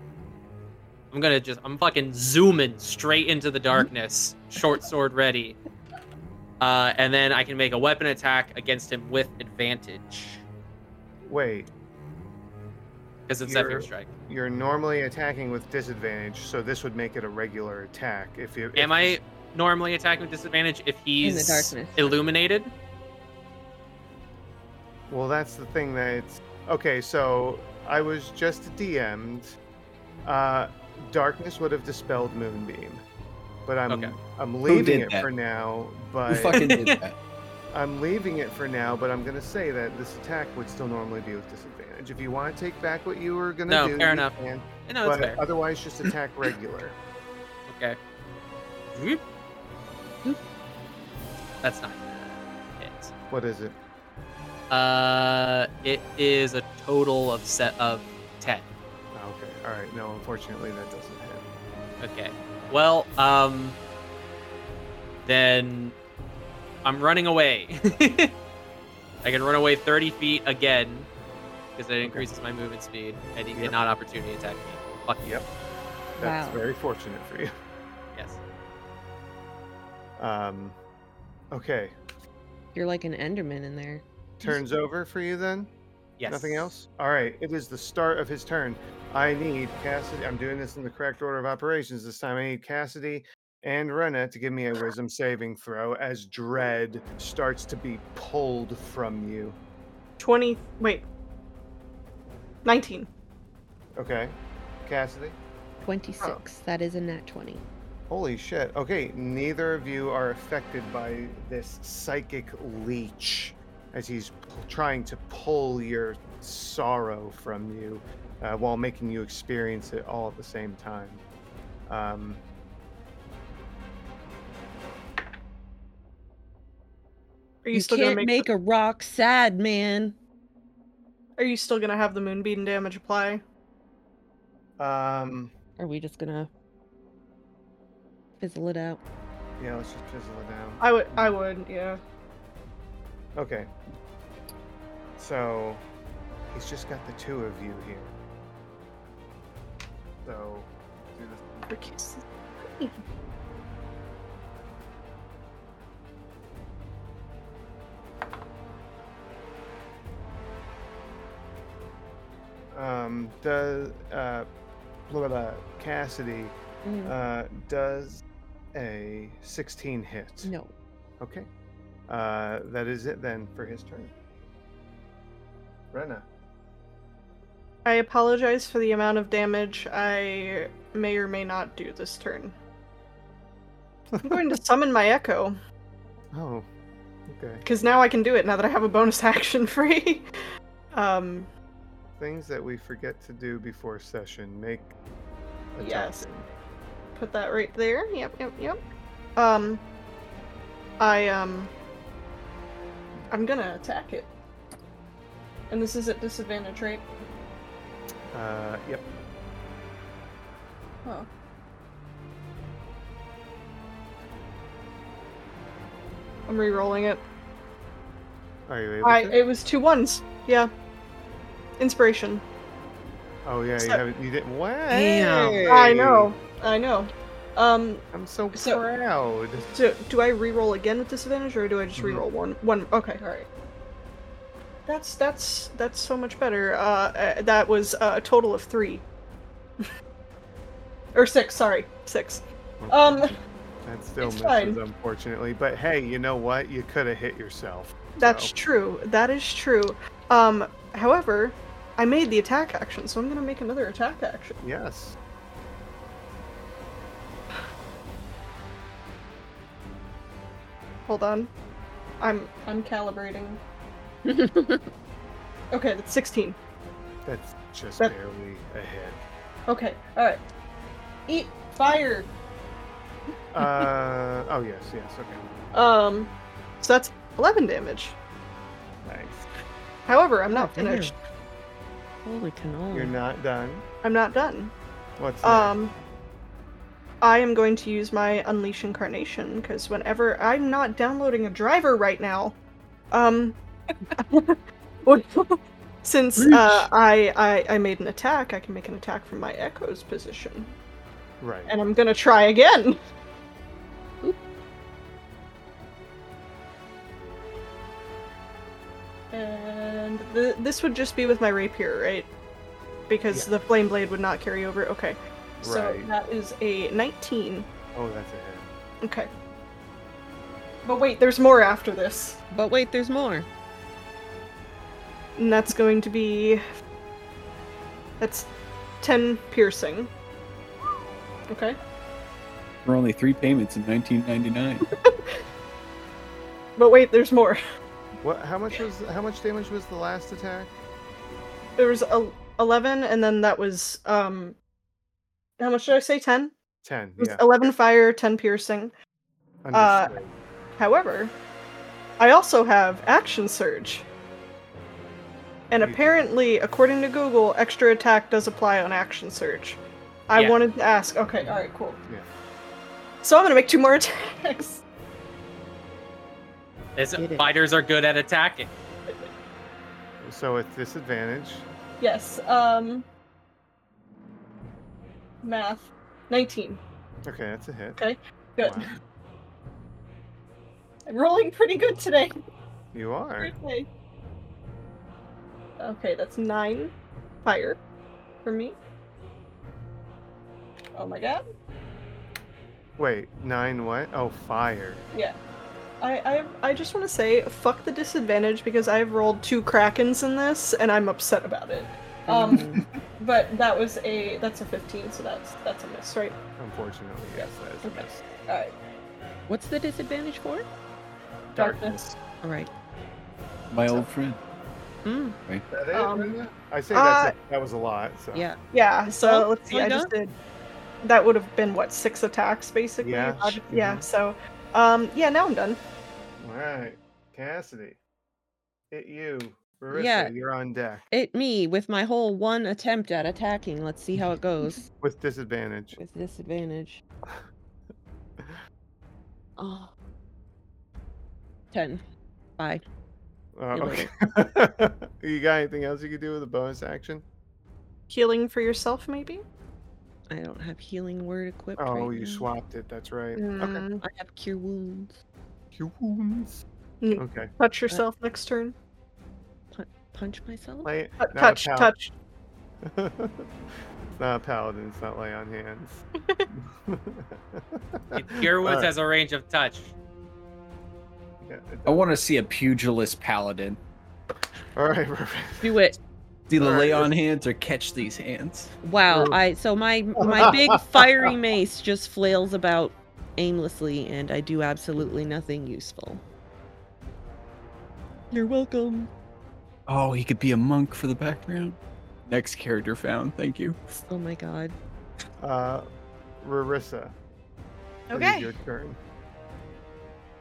Speaker 5: I'm gonna just I'm fucking zooming straight into the darkness, short sword ready. Uh, and then I can make a weapon attack against him with advantage
Speaker 2: Wait,
Speaker 5: because it's
Speaker 2: You're-
Speaker 5: Zephyr Strike.
Speaker 2: you're normally attacking with disadvantage, so this would make it a regular attack. If you if
Speaker 5: Am I normally attacking with disadvantage if he's
Speaker 7: darkness.
Speaker 5: illuminated?
Speaker 2: Well, that's the thing that it's okay. So I was just DM'd. Uh, darkness would have dispelled moonbeam, but I'm
Speaker 5: Okay.
Speaker 2: I'm leaving
Speaker 4: did
Speaker 2: it
Speaker 4: that?
Speaker 2: for now.
Speaker 4: Who
Speaker 2: But
Speaker 4: fucking did that?
Speaker 2: I'm leaving it for now, but I'm gonna say that this attack would still normally be with disadvantage. If you want to take back what you were gonna
Speaker 5: No,
Speaker 2: do,
Speaker 5: fair
Speaker 2: you
Speaker 5: enough.
Speaker 2: can,
Speaker 5: Eh, No, it's
Speaker 2: but
Speaker 5: fair.
Speaker 2: otherwise, just attack regular.
Speaker 5: Okay. Zoop. That's not gonna hit.
Speaker 2: what is it?
Speaker 5: Uh, it is a total of set of ten.
Speaker 2: Okay. All right. No, unfortunately, that doesn't hit.
Speaker 5: Okay. Well, um, then I'm running away. I can run away 30 feet again because it increases my movement speed, and he
Speaker 2: Yep.
Speaker 5: cannot opportunity attack me. Fuck you.
Speaker 2: Yep. That's
Speaker 7: Wow.
Speaker 2: very fortunate for you.
Speaker 5: Yes.
Speaker 2: Um, okay.
Speaker 7: You're like an Enderman in there.
Speaker 2: Turns over for you then.
Speaker 5: Yes.
Speaker 2: Nothing else? All right. It is the start of his turn. I need Cassidy. I'm doing this in the correct order of operations this time. I need Cassidy and Rena to give me a wisdom saving throw as dread starts to be pulled from you.
Speaker 6: 20. Wait. 19.
Speaker 2: Okay. Cassidy?
Speaker 7: 26. That is a nat 20.
Speaker 2: Holy shit. Okay, neither of you are affected by this psychic leech as he's p- trying to pull your sorrow from you uh, while making you experience it all at the same time. Um,
Speaker 6: Are you,
Speaker 7: You,
Speaker 6: still
Speaker 7: can't
Speaker 6: gonna
Speaker 7: make,
Speaker 6: make?
Speaker 7: a rock sad, man.
Speaker 6: Are you still gonna have the moonbeam damage apply?
Speaker 2: um,
Speaker 7: Are we just gonna fizzle it out?
Speaker 2: yeah, let's just fizzle it down.
Speaker 6: I would. I would. Yeah.
Speaker 2: Okay. So he's just got the two of you here. So do this. Um, does uh, blah, blah, blah, Cassidy
Speaker 7: Mm,
Speaker 2: uh, does a 16 hit?
Speaker 7: no.
Speaker 2: Okay. Uh, that is it then for his turn. Rena.
Speaker 6: I apologize for the amount of damage I may or may not do this turn. I'm going to summon my echo
Speaker 2: Oh, okay.
Speaker 6: because now I can do it now that I have a bonus action free. um,
Speaker 2: Things that we forget to do before session make. a
Speaker 6: Yes.
Speaker 2: token.
Speaker 6: put that right there. Yep, yep, yep. Um, I um, I'm gonna attack it. And this is at disadvantage, right?
Speaker 2: Uh, yep.
Speaker 6: Oh. I'm re-rolling it.
Speaker 2: Are you able
Speaker 6: I
Speaker 2: to?
Speaker 6: it was two ones. Yeah. Inspiration.
Speaker 2: oh yeah, you
Speaker 6: so-
Speaker 2: haven't. You didn't. What?
Speaker 6: I know. I know. Um
Speaker 2: I'm so
Speaker 6: So-
Speaker 2: proud.
Speaker 6: so do I re-roll again with disadvantage or do I just
Speaker 2: Mhm.
Speaker 6: re-roll one one okay, alright. That's that's that's so much better. Uh, Uh that was uh, a total of three. or six, sorry. Six. Um
Speaker 2: that still
Speaker 6: it's
Speaker 2: misses,
Speaker 6: fine.
Speaker 2: unfortunately. But hey, you know what? You could have hit yourself.
Speaker 6: That's
Speaker 2: so.
Speaker 6: true. That is true. Um, however, I made the attack action, so I'm gonna make another attack action.
Speaker 2: Yes.
Speaker 6: Hold on. I'm I'm calibrating. okay, that's 16.
Speaker 2: That's just
Speaker 6: That-
Speaker 2: barely a hit.
Speaker 6: Okay, alright. Eat fire!
Speaker 2: Uh, oh yes, yes, okay.
Speaker 6: Um, so that's 11 damage.
Speaker 2: Nice.
Speaker 6: However, I'm
Speaker 7: Oh,
Speaker 6: not
Speaker 7: damn.
Speaker 6: finished.
Speaker 7: Holy canola.
Speaker 6: Hmm.
Speaker 2: You're not done.
Speaker 6: I'm not done.
Speaker 2: What's next?
Speaker 6: Um, I am going to use my Unleash Incarnation because whenever I'm not downloading a driver right now, um, since uh, I, I I made an attack, I can make an attack from my Echo's position,
Speaker 2: right?
Speaker 6: and I'm gonna try again. And th- this would just be with my rapier, right? Because the flame blade would not carry over. Okay. So
Speaker 2: Right.
Speaker 6: that is a 19.
Speaker 2: Oh, that's a hit.
Speaker 6: Okay. But wait, there's more after this.
Speaker 7: But wait, there's more.
Speaker 6: And that's going to be. That's 10 piercing. Okay.
Speaker 4: For only three payments in 1999.
Speaker 6: But wait, there's more.
Speaker 2: What? How much was? How much damage was the last attack?
Speaker 6: There was a 11, and then that was. um. How much did I say? 10?
Speaker 2: Ten.
Speaker 6: It was
Speaker 2: yeah.
Speaker 6: 11 fire, 10 piercing. uh,
Speaker 2: understood.
Speaker 6: However, I also have Action Surge. And apparently, according to Google, extra attack does apply on action search. I
Speaker 5: Yeah.
Speaker 6: wanted to ask. Okay, all right, cool.
Speaker 2: Yeah.
Speaker 6: So I'm gonna make two more attacks.
Speaker 5: This,
Speaker 7: Get it.
Speaker 5: fighters are good at attacking.
Speaker 2: So with disadvantage,
Speaker 6: Yes. Um. Math. Nineteen.
Speaker 2: okay, that's a hit.
Speaker 6: Okay, good.
Speaker 2: Wow.
Speaker 6: I'm rolling pretty good today.
Speaker 2: You are.
Speaker 6: Okay. Okay, that's nine fire for me. Oh my god.
Speaker 2: Wait, nine what? Oh, fire.
Speaker 6: I, I, I just want to say, fuck the disadvantage because I've rolled two krakens in this and I'm upset about it. Um, but that was a that's a 15, so that's that's a miss, right?
Speaker 2: Unfortunately, yes, that is a
Speaker 6: Okay.
Speaker 2: miss.
Speaker 6: All right,
Speaker 7: What's the disadvantage for? it?
Speaker 6: darkness.
Speaker 7: All right.
Speaker 4: My old friend.
Speaker 7: Mm,
Speaker 2: Is that it,
Speaker 6: Um, uh,
Speaker 2: Brenda? I say that's a, that was a lot. So.
Speaker 7: yeah.
Speaker 6: Yeah. So
Speaker 9: Oh,
Speaker 6: let's see.
Speaker 9: my
Speaker 6: I just did. That would have been what six attacks basically.
Speaker 2: Yeah.
Speaker 6: if I'd- Yeah. So, um, yeah. Now I'm done.
Speaker 2: All right, Cassidy, hit you. Marissa,
Speaker 7: Yeah.
Speaker 2: you're on deck
Speaker 7: It me with my whole one attempt at attacking. Let's see how it goes
Speaker 2: with disadvantage.
Speaker 7: with disadvantage. Oh. 10. Bye.
Speaker 2: Uh,
Speaker 7: You're
Speaker 2: okay. you got anything else you could do with a bonus action?
Speaker 6: Healing for yourself, maybe.
Speaker 7: I don't have healing word equipped.
Speaker 2: Oh,
Speaker 7: right
Speaker 2: you
Speaker 7: now.
Speaker 2: swapped it. That's right. Okay.
Speaker 6: Mm,
Speaker 7: I have cure wounds.
Speaker 2: Your wounds.
Speaker 6: Mm.
Speaker 2: Okay.
Speaker 6: Touch yourself next turn.
Speaker 7: Punch myself?
Speaker 2: Lay,
Speaker 6: Uh,
Speaker 2: not a
Speaker 6: touch,
Speaker 2: pal-
Speaker 6: touch.
Speaker 2: it's not a paladin. It's not lay on hands.
Speaker 5: Cure Woods
Speaker 2: Alright.
Speaker 5: has a range of touch.
Speaker 2: Yeah, it
Speaker 4: I
Speaker 2: does.
Speaker 4: want to see a pugilist paladin.
Speaker 2: All right, perfect.
Speaker 7: Do it.
Speaker 4: Do the
Speaker 2: All right,
Speaker 4: lay on
Speaker 2: let's-
Speaker 4: hands or catch these hands?
Speaker 7: Wow,
Speaker 2: Ooh.
Speaker 7: I so my my big fiery mace just flails about aimlessly and I do absolutely nothing useful.
Speaker 9: You're welcome.
Speaker 4: Oh, he could be a monk for the background. Next character found. Thank you.
Speaker 7: Oh my god.
Speaker 2: Uh, Rarissa. it is
Speaker 12: Okay.
Speaker 2: Your turn.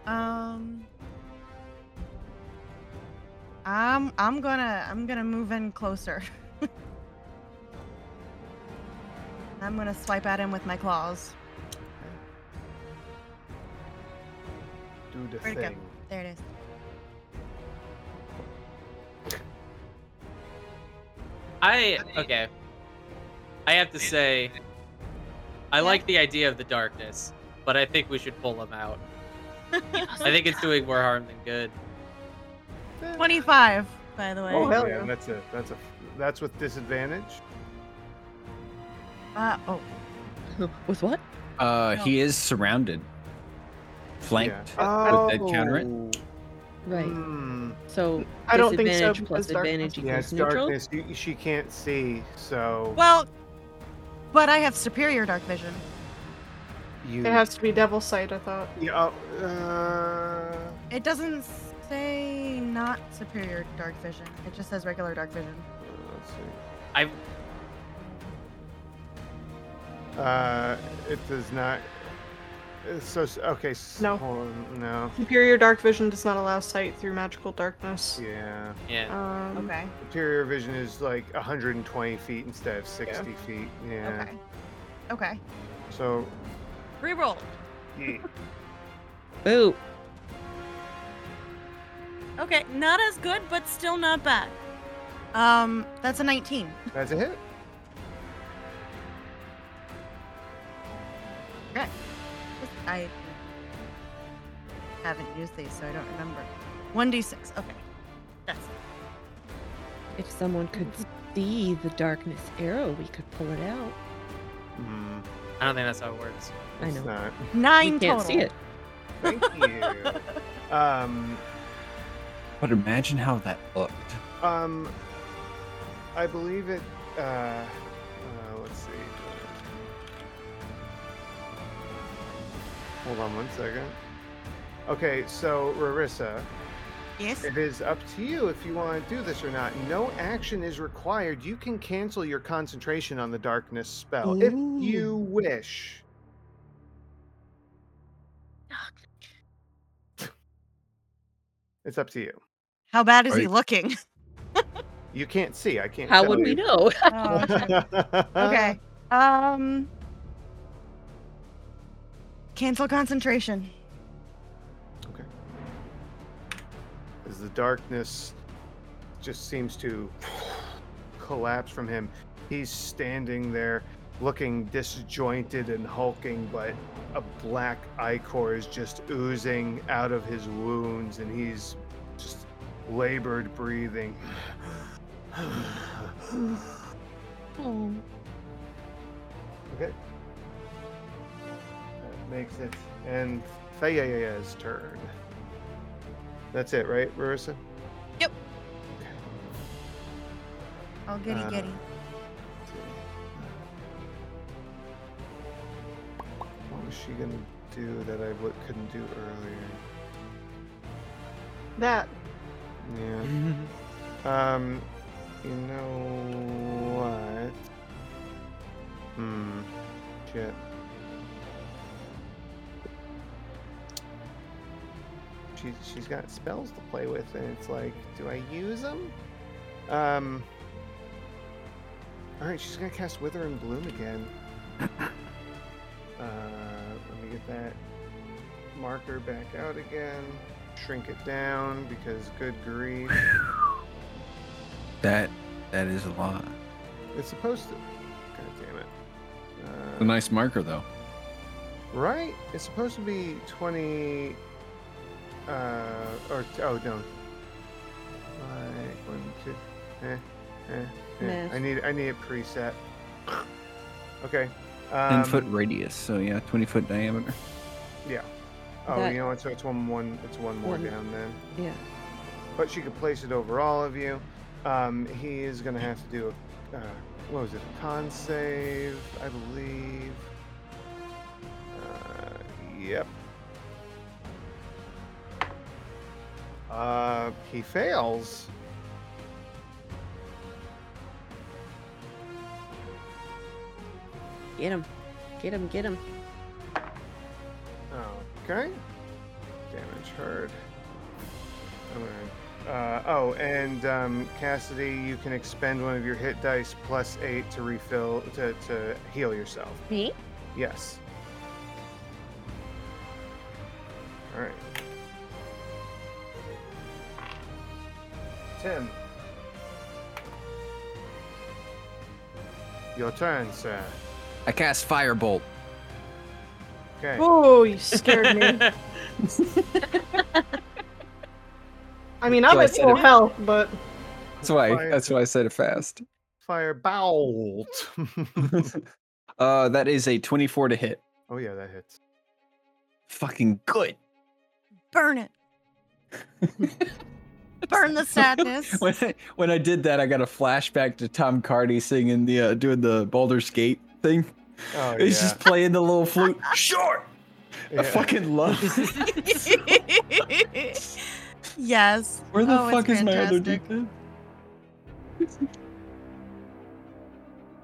Speaker 12: Um I'm I'm gonna I'm gonna move in closer. I'm gonna swipe at him with my claws.
Speaker 2: Do the
Speaker 12: Where'd it go?
Speaker 2: thing.
Speaker 12: There it is.
Speaker 5: I okay. I have to say, I like the idea of the darkness, but I think we should pull him out. I think it's doing more harm than good.
Speaker 12: Twenty-five, by the way.
Speaker 2: Oh,
Speaker 12: Oh,
Speaker 2: hell
Speaker 12: uh,
Speaker 2: yeah. That's a that's a that's with disadvantage.
Speaker 12: oh.
Speaker 7: with what?
Speaker 4: Uh,
Speaker 12: No.
Speaker 4: he is surrounded, flanked.
Speaker 2: Oh.
Speaker 4: Would that counter it?
Speaker 7: Right.
Speaker 2: Hmm.
Speaker 7: So
Speaker 6: I don't think so,
Speaker 7: disadvantage
Speaker 6: because
Speaker 7: plus
Speaker 6: darkness-
Speaker 7: advantage
Speaker 2: Yeah,
Speaker 7: equals
Speaker 2: it's
Speaker 7: neutral.
Speaker 2: darkness. You, you- she can't see, so
Speaker 12: Well but I have superior dark vision.
Speaker 2: you.
Speaker 6: It has to be devil sight. I thought.
Speaker 2: Yeah, oh, uh,
Speaker 12: It doesn't say not superior dark vision. It just says regular dark vision.
Speaker 2: let's see.
Speaker 5: I
Speaker 2: Uh, it does not. it's So s- okay. s-
Speaker 6: No.
Speaker 2: hold on, No.
Speaker 6: Superior dark vision does not allow sight through magical darkness.
Speaker 2: Yeah.
Speaker 5: yeah.
Speaker 6: Um,
Speaker 12: Okay.
Speaker 2: Superior vision is like 120 feet instead of 60 feet. Yeah.
Speaker 12: Okay. Okay.
Speaker 2: So.
Speaker 12: Reroll.
Speaker 2: Yeah.
Speaker 7: Ooh.
Speaker 12: Okay, not as good, but still not bad. Um, that's a 19.
Speaker 2: That's a hit.
Speaker 12: I haven't used these, so I don't remember. 1d6. Okay. That's it.
Speaker 7: If someone could see the darkness arrow, we could pull it out.
Speaker 2: Hmm,
Speaker 5: I don't think that's how it works.
Speaker 7: I
Speaker 2: it's
Speaker 7: know.
Speaker 2: Not.
Speaker 12: Nine
Speaker 7: we can't
Speaker 12: total.
Speaker 7: see it.
Speaker 2: Thank you. um.
Speaker 4: But imagine how that looked.
Speaker 2: Um, I believe it. Uh, uh, let's see. Hold on one second. Okay, so Rarissa,
Speaker 12: Yes.
Speaker 2: it is up to you if you want to do this or not. No action is required. You can cancel your concentration on the darkness spell if you
Speaker 7: Ooh.
Speaker 2: wish. It's up to you.
Speaker 12: How bad is
Speaker 4: Are
Speaker 12: he
Speaker 4: you-
Speaker 12: looking?
Speaker 2: You can't see. I can't.
Speaker 3: How
Speaker 2: tell
Speaker 3: would we
Speaker 2: you.
Speaker 3: know?
Speaker 12: Oh, okay. okay. Um. Cancel concentration.
Speaker 2: as the darkness just seems to collapse from him. He's standing there looking disjointed and hulking, but a black ichor is just oozing out of his wounds and he's just labored breathing.
Speaker 3: Oh.
Speaker 2: Okay. That makes it. And Thaya's turn. That's it, right, Marissa?
Speaker 12: Oh, giddy
Speaker 2: Uh,
Speaker 12: giddy.
Speaker 2: What was she gonna do that I w- couldn't do earlier?
Speaker 6: That.
Speaker 2: Yeah. um, you know what? Hmm. Shit. She, she's got spells to play with, and it's like, do I use them? Um. All right, she's gonna cast Wither and Bloom again. Uh, let me get that marker back out again. Shrink it down because good grief.
Speaker 4: That that is a lot.
Speaker 2: It's supposed to. God damn it.
Speaker 4: A
Speaker 2: Uh,
Speaker 4: nice marker though.
Speaker 2: right? It's supposed to be 20. Uh, or. Oh, no. Like, one, two. Eh, eh, eh. I
Speaker 3: Math.
Speaker 2: need, I need it preset. Okay.
Speaker 4: Ten
Speaker 2: Um,
Speaker 4: foot radius, so yeah, twenty foot diameter.
Speaker 2: Oh,
Speaker 3: That-
Speaker 2: you know what? So it's one, one, it's one more
Speaker 3: One.
Speaker 2: down then.
Speaker 3: Yeah.
Speaker 2: But she could place it over all of you. Um, he is going to have to do a, uh, what was it, a con save, I believe. Uh, yep. Uh, he fails.
Speaker 3: Get him. Get him, get him.
Speaker 2: Okay. Damage heard. I'm gonna- Uh, oh, and um, Cassidy, you can expend one of your hit dice plus eight to refill to, to heal yourself.
Speaker 3: Me?
Speaker 2: Yes. All right. Tim. Your turn, sir.
Speaker 4: I cast firebolt.
Speaker 2: Okay.
Speaker 6: Oh, you scared me. I mean, I'm
Speaker 4: So I
Speaker 6: at
Speaker 4: said
Speaker 6: full
Speaker 4: it-
Speaker 6: health, but
Speaker 4: That's why that's why I said it fast.
Speaker 2: Fire bolt.
Speaker 4: Uh that is a twenty four to hit.
Speaker 2: oh yeah, that hits.
Speaker 4: Fucking good.
Speaker 12: Burn it. Burn the sadness.
Speaker 4: when I, when I did that, I got a flashback to Tom Cardy singing the uh, doing the Baldur's Gate thing.
Speaker 2: Oh
Speaker 4: He's just playing the little flute. Sure,
Speaker 2: yeah.
Speaker 4: I fucking love. it.
Speaker 12: yes.
Speaker 4: Where the
Speaker 12: Oh, it's
Speaker 4: fuck is my other
Speaker 12: fantastic.
Speaker 4: D10?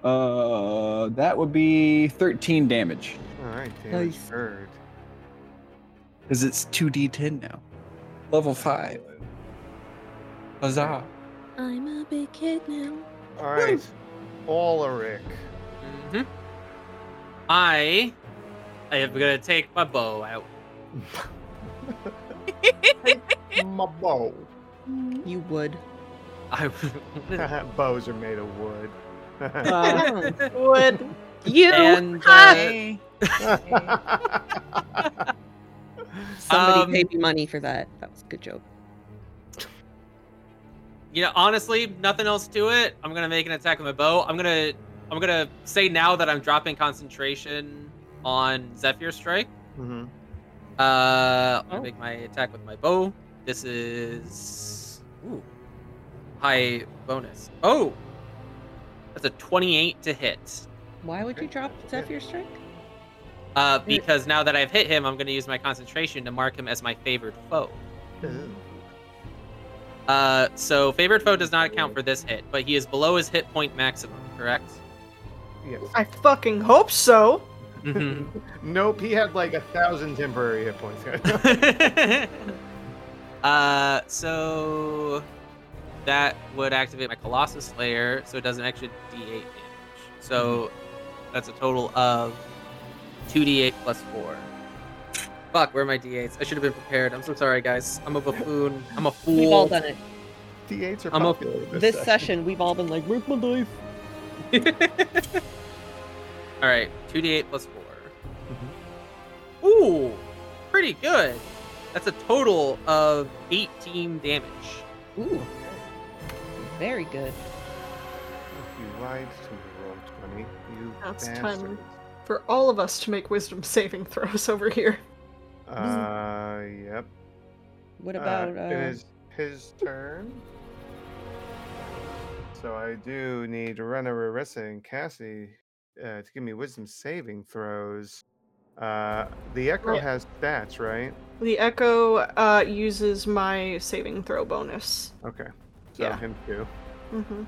Speaker 4: uh, that would be thirteen damage.
Speaker 2: All right, damage
Speaker 9: Nice.
Speaker 2: heard.
Speaker 4: Cause it's two D10 now, level five. Huzzah!
Speaker 3: I'm a big kid now.
Speaker 2: All right, Ulrich.
Speaker 5: Mhm. I am gonna take my bow out.
Speaker 2: My bow.
Speaker 7: You would.
Speaker 5: I
Speaker 2: Bows are made of wood.
Speaker 3: Oh.
Speaker 6: would.
Speaker 7: You.
Speaker 5: and uh,
Speaker 12: Hey.
Speaker 7: Somebody
Speaker 5: Um,
Speaker 7: pay me money for that. That was a good joke.
Speaker 5: you know, honestly, nothing else to it. I'm gonna make an attack with my bow. I'm gonna I'm gonna say now that I'm dropping concentration on Zephyr Strike.
Speaker 2: Mhm.
Speaker 5: Uh, I'm
Speaker 9: Oh.
Speaker 5: gonna make my attack with my bow. This is ooh, high bonus. Oh, that's a 28 to hit.
Speaker 7: Why would you
Speaker 2: Okay.
Speaker 7: drop Zephyr Strike?
Speaker 5: Uh,
Speaker 3: Mm.
Speaker 5: because now that I've hit him, I'm gonna use my concentration to mark him as my favored foe.
Speaker 2: Ooh,
Speaker 5: Uh, so favored foe does not account for this hit, but he is below his hit point maximum, correct?
Speaker 2: yes.
Speaker 6: I fucking hope so.
Speaker 3: Mm-hmm.
Speaker 5: Mhm.
Speaker 2: Nope. He had like a thousand temporary hit points.
Speaker 5: uh, so that would activate my Colossus Slayer, so it does an extra D8 damage. So
Speaker 3: Mm-hmm.
Speaker 5: that's a total of 2D8 plus 4. Fuck, where are my D8s? I should have been prepared. I'm so sorry, guys. I'm a buffoon. I'm a fool.
Speaker 3: We've all done it.
Speaker 2: D8s are
Speaker 5: I'm a-
Speaker 2: popular
Speaker 3: This session, we've all been like, "Where's my knife?"
Speaker 5: All right, 2d8 plus
Speaker 2: Mm-hmm.
Speaker 5: 4. Ooh, pretty good. That's a total of 18 damage.
Speaker 3: Ooh, very good.
Speaker 2: You lied to me, roll twenty. You
Speaker 6: That's
Speaker 2: bastard.
Speaker 6: For all of us to make wisdom saving throws over here.
Speaker 2: Uh, yep.
Speaker 3: What about
Speaker 2: uh,
Speaker 3: uh,
Speaker 2: it is his turn. So I do need Rena Rarissa and Cassie uh, to give me wisdom saving throws. Uh, the Echo
Speaker 6: Yeah.
Speaker 2: has stats, right?
Speaker 6: The Echo uh, uses my saving throw bonus.
Speaker 2: Okay. So
Speaker 6: Yeah.
Speaker 2: him too.
Speaker 6: Mm-hmm.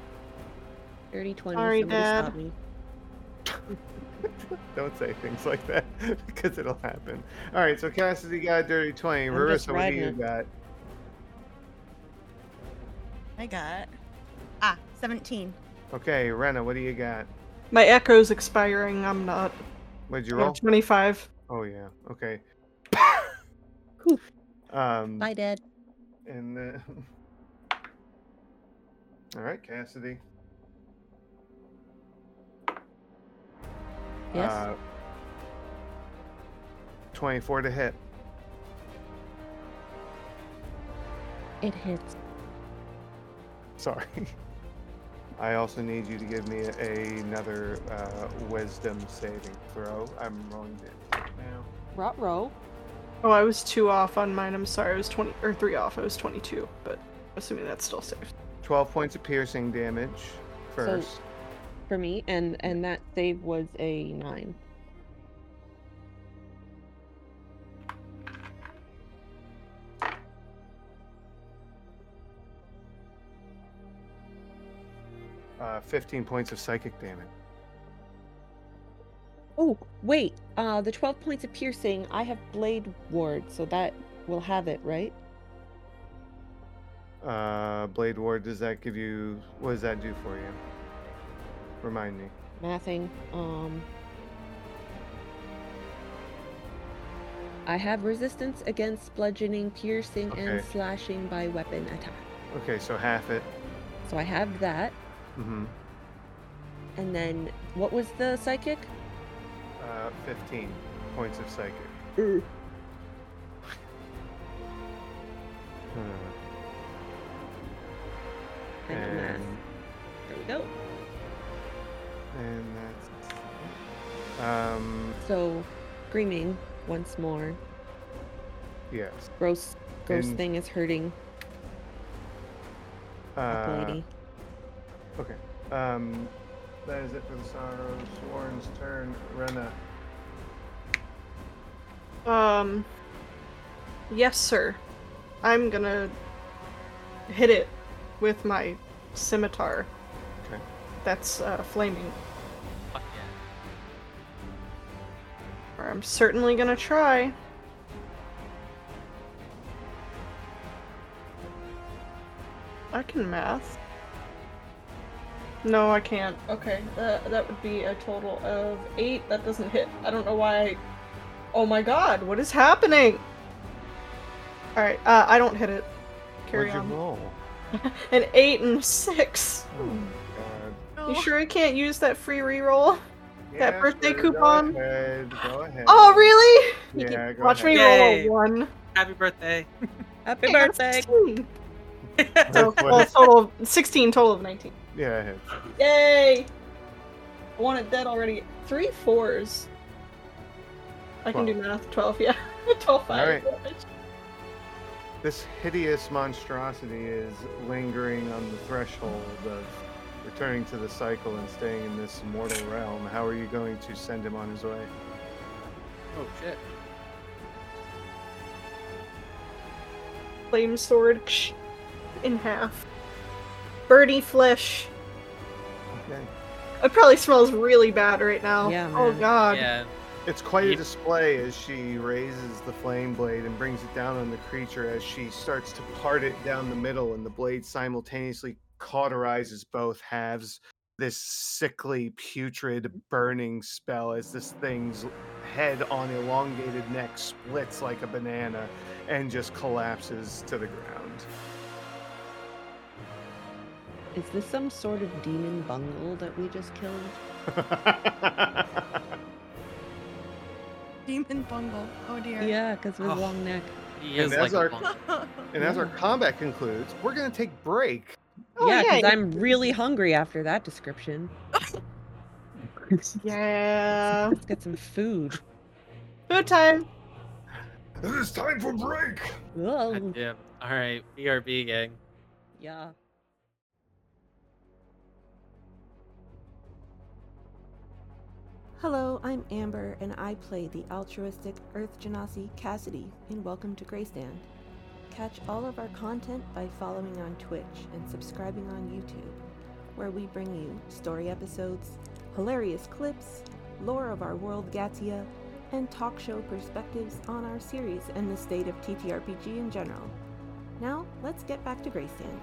Speaker 3: dirty twenty?
Speaker 6: Sorry,
Speaker 3: Somebody
Speaker 6: Dad.
Speaker 3: stop me.
Speaker 2: Don't say things like that because it'll happen. All right, so Cassidy got a dirty 20.
Speaker 3: I'm
Speaker 2: Rarissa,
Speaker 3: just
Speaker 2: what do
Speaker 3: riding
Speaker 2: you
Speaker 3: it.
Speaker 2: got?
Speaker 12: I got ah 17.
Speaker 2: Okay, Rena, what do you got?
Speaker 6: My Echo's expiring. I'm not.
Speaker 2: What'd you
Speaker 6: I have
Speaker 2: roll?
Speaker 6: 25.
Speaker 2: Oh, yeah. Okay.
Speaker 3: Cool.
Speaker 2: Um,
Speaker 13: Bye, Dad.
Speaker 2: And then. All right, Cassidy.
Speaker 3: Yes.
Speaker 2: Uh, 24 to hit.
Speaker 13: It hits.
Speaker 2: Sorry. I also need you to give me a, another uh, wisdom saving throw. I'm rolling it right now.
Speaker 3: Rot row.
Speaker 6: Oh, I was two off on mine. I'm sorry. I was 20 or three off. I was 22, but assuming that's still safe.
Speaker 2: 12 points of piercing damage first.
Speaker 3: for me, and and that save was a nine.
Speaker 2: Uh, 15 points of psychic damage.
Speaker 3: Oh wait, uh, the twelve points of piercing. I have blade ward, so that will have it, right?
Speaker 2: Uh, Blade Ward, does that give you. What does that do for you? Remind me.
Speaker 3: Mathing. Um, I have resistance against bludgeoning, piercing, and
Speaker 2: Okay.
Speaker 3: slashing by weapon attack.
Speaker 2: Okay, so half it.
Speaker 3: So I have that,
Speaker 2: Mm-hmm.
Speaker 3: and then what was the psychic?
Speaker 2: Uh, 15 points of psychic. Hmm.
Speaker 3: I know math.
Speaker 2: And-
Speaker 3: There we go.
Speaker 2: And that's. Um,
Speaker 3: So, screaming once more.
Speaker 2: yes.
Speaker 3: Gross, gross
Speaker 2: And-
Speaker 3: thing is hurting up
Speaker 2: Uh,
Speaker 3: lady.
Speaker 2: um, that is it for the Sorrow Sworn's turn. Rena.
Speaker 6: Um. Yes, sir. I'm gonna hit it with my scimitar.
Speaker 2: Okay.
Speaker 6: That's uh, flaming.
Speaker 5: Fuck
Speaker 6: Or I'm certainly gonna try. I can math. No, I can't. Okay, that, that would be a total of eight. That doesn't hit. I don't know why. I- Oh my god, what is happening? Alright, uh, I don't hit it. Carry
Speaker 2: what'd you
Speaker 6: on.
Speaker 2: roll?
Speaker 6: An eight and a six.
Speaker 2: Oh my god.
Speaker 6: You
Speaker 12: No.
Speaker 6: sure I can't use that free reroll? That birthday
Speaker 2: sure,
Speaker 6: coupon?
Speaker 2: Go ahead. Go ahead.
Speaker 6: Oh, really?
Speaker 2: Yeah, go
Speaker 6: Watch
Speaker 2: ahead.
Speaker 6: me roll a
Speaker 5: Yay.
Speaker 6: one.
Speaker 5: yeah. Happy birthday.
Speaker 14: Happy
Speaker 6: Hey, I got a 16. So, well, total of 16, total of 19.
Speaker 2: Yeah, it hits.
Speaker 6: Yay! I wanted that already. Three fours. I can do math. 12, yeah. 12, 5.
Speaker 2: This hideous monstrosity is lingering on the threshold of returning to the cycle and staying in this mortal realm. How are you going to send him on his way?
Speaker 5: Oh shit.
Speaker 6: Flame sword ksh, in half. Birdie flesh.
Speaker 2: Okay.
Speaker 6: It probably smells really bad right now.
Speaker 3: Yeah,
Speaker 6: Oh,
Speaker 3: man.
Speaker 6: God.
Speaker 5: Yeah.
Speaker 2: It's quite a
Speaker 5: Yep.
Speaker 2: display as she raises the flame blade and brings it down on the creature as she starts to part it down the middle, and the blade simultaneously cauterizes both halves. This sickly, putrid, burning spell as this thing's head on elongated neck splits like a banana and just collapses to the ground.
Speaker 7: Is this some sort of demon bungle that we just killed?
Speaker 12: Demon bungle. Oh dear.
Speaker 7: Yeah, because with
Speaker 5: Oh.
Speaker 7: long neck.
Speaker 5: He
Speaker 2: And
Speaker 5: is
Speaker 2: that's
Speaker 5: like a
Speaker 2: our-
Speaker 5: monk.
Speaker 2: and as our combat concludes, we're going to take break.
Speaker 6: Oh,
Speaker 7: yeah, because
Speaker 6: yeah,
Speaker 7: I'm really hungry after that description.
Speaker 6: Yeah.
Speaker 7: Let's get some food.
Speaker 6: Food time.
Speaker 2: It is time for break.
Speaker 7: Whoa.
Speaker 5: Yeah. All right. BRB gang.
Speaker 7: Yeah.
Speaker 15: Hello, I'm Amber, and I play the altruistic Earth Genasi Cassidy in Welcome to Greystand. Catch all of our content by following on Twitch and subscribing on YouTube, where we bring you story episodes, hilarious clips, lore of our world Gatia, and talk show perspectives on our series and the state of TTRPG in general. Now, let's get back to Greystand.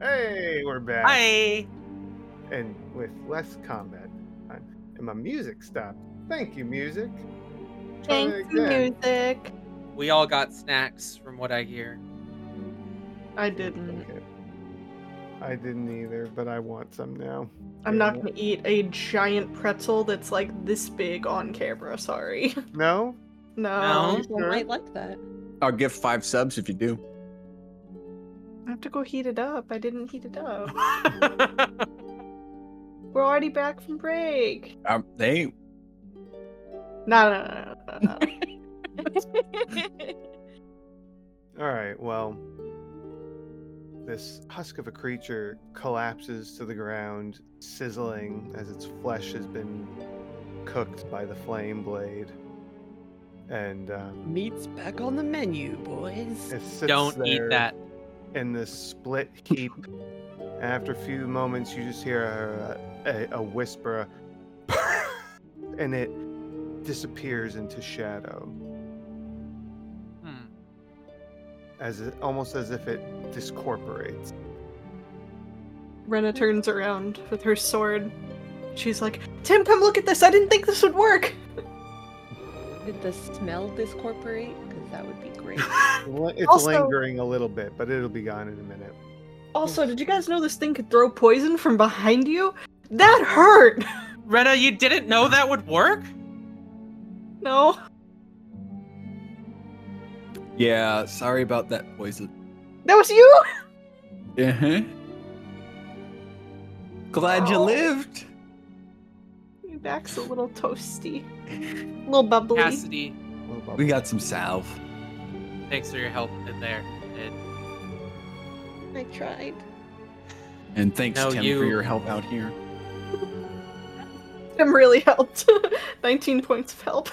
Speaker 2: Hey, we're back.
Speaker 5: Hi.
Speaker 2: and with less combat time. And my music stopped. Thank you, music. Try that
Speaker 6: Thanks, music.
Speaker 5: We all got snacks, from what I hear.
Speaker 6: I didn't.
Speaker 2: Okay. I didn't either, but I want some now.
Speaker 6: I'm not
Speaker 2: Yeah.
Speaker 6: gonna eat a giant pretzel that's like this big on camera. Sorry.
Speaker 2: No?
Speaker 6: No.
Speaker 5: No?
Speaker 7: People
Speaker 2: sure?
Speaker 7: might Oh, like that.
Speaker 4: I'll give five subs if you do.
Speaker 6: I have to go heat it up. I didn't heat it up. We're already back from break.
Speaker 4: Um, they
Speaker 6: No, no, no, no, no, no.
Speaker 2: All right, well, this husk of a creature collapses to the ground, sizzling as its flesh has been cooked by the flame blade. And um,
Speaker 9: Meat's back on the menu, boys.
Speaker 2: it sits
Speaker 5: Don't eat
Speaker 2: there.
Speaker 5: that.
Speaker 2: in this split heap. and after a few moments, you just hear a, a, a whisper, a and it disappears into shadow,
Speaker 5: Hmm.
Speaker 2: as it, almost as if it discorporates.
Speaker 6: Renna turns around with her sword. She's like, Tim, come look at this. I didn't think this would work.
Speaker 7: Did the smell discorporate? Because that would be great.
Speaker 2: Li- It's
Speaker 6: Also-
Speaker 2: lingering a little bit, but it'll be gone in a minute.
Speaker 6: Also, did you guys know this thing could throw poison from behind you? That hurt.
Speaker 5: Rena, you didn't know that would work?
Speaker 6: No.
Speaker 4: Yeah, sorry about that poison.
Speaker 6: That was you.
Speaker 4: Uh-huh. Glad you
Speaker 6: Oh.
Speaker 4: lived.
Speaker 6: Your back's a little toasty, a little bubbly.
Speaker 5: Cassidy,
Speaker 2: Little bubble.
Speaker 4: We got some salve.
Speaker 5: thanks for your help in there. And
Speaker 7: I tried.
Speaker 4: And thanks,
Speaker 5: No,
Speaker 4: Tim,
Speaker 5: you-
Speaker 4: for your help out here.
Speaker 6: Tim really helped. 19 points of help.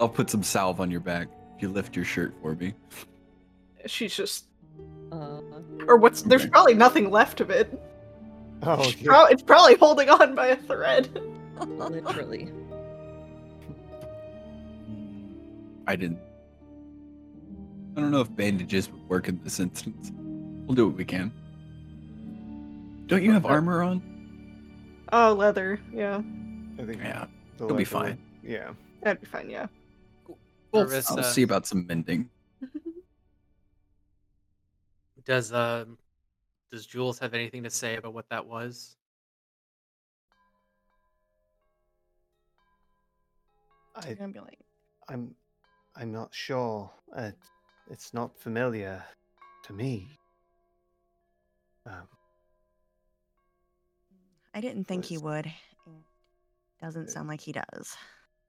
Speaker 4: I'll put some salve on your back if you lift your shirt for me.
Speaker 6: She's just,
Speaker 7: Uh,
Speaker 6: or what's? There's
Speaker 4: Okay.
Speaker 6: probably nothing left of it.
Speaker 2: Oh,
Speaker 6: It's
Speaker 2: yeah.
Speaker 6: prob- it's probably holding on by a thread.
Speaker 7: literally.
Speaker 4: Mm. I didn't. I don't know if bandages would work in this instance. We'll do what we can. Don't you have armor on?
Speaker 6: Oh, leather. Yeah,
Speaker 2: I think
Speaker 4: Yeah.
Speaker 2: the leather
Speaker 4: it'll be
Speaker 2: would-
Speaker 4: fine.
Speaker 2: Yeah.
Speaker 6: that'd be fine. Yeah.
Speaker 4: We'll
Speaker 5: Arissa-
Speaker 4: I'll see about some mending.
Speaker 5: does um does Jules have anything to say about what that was?
Speaker 2: I,
Speaker 12: I'm gonna be like,
Speaker 2: I'm, I'm not sure. Uh, it's not familiar to me. Um,
Speaker 12: I didn't think he
Speaker 2: Was-
Speaker 12: would. and Doesn't
Speaker 2: Yeah.
Speaker 12: sound like he does.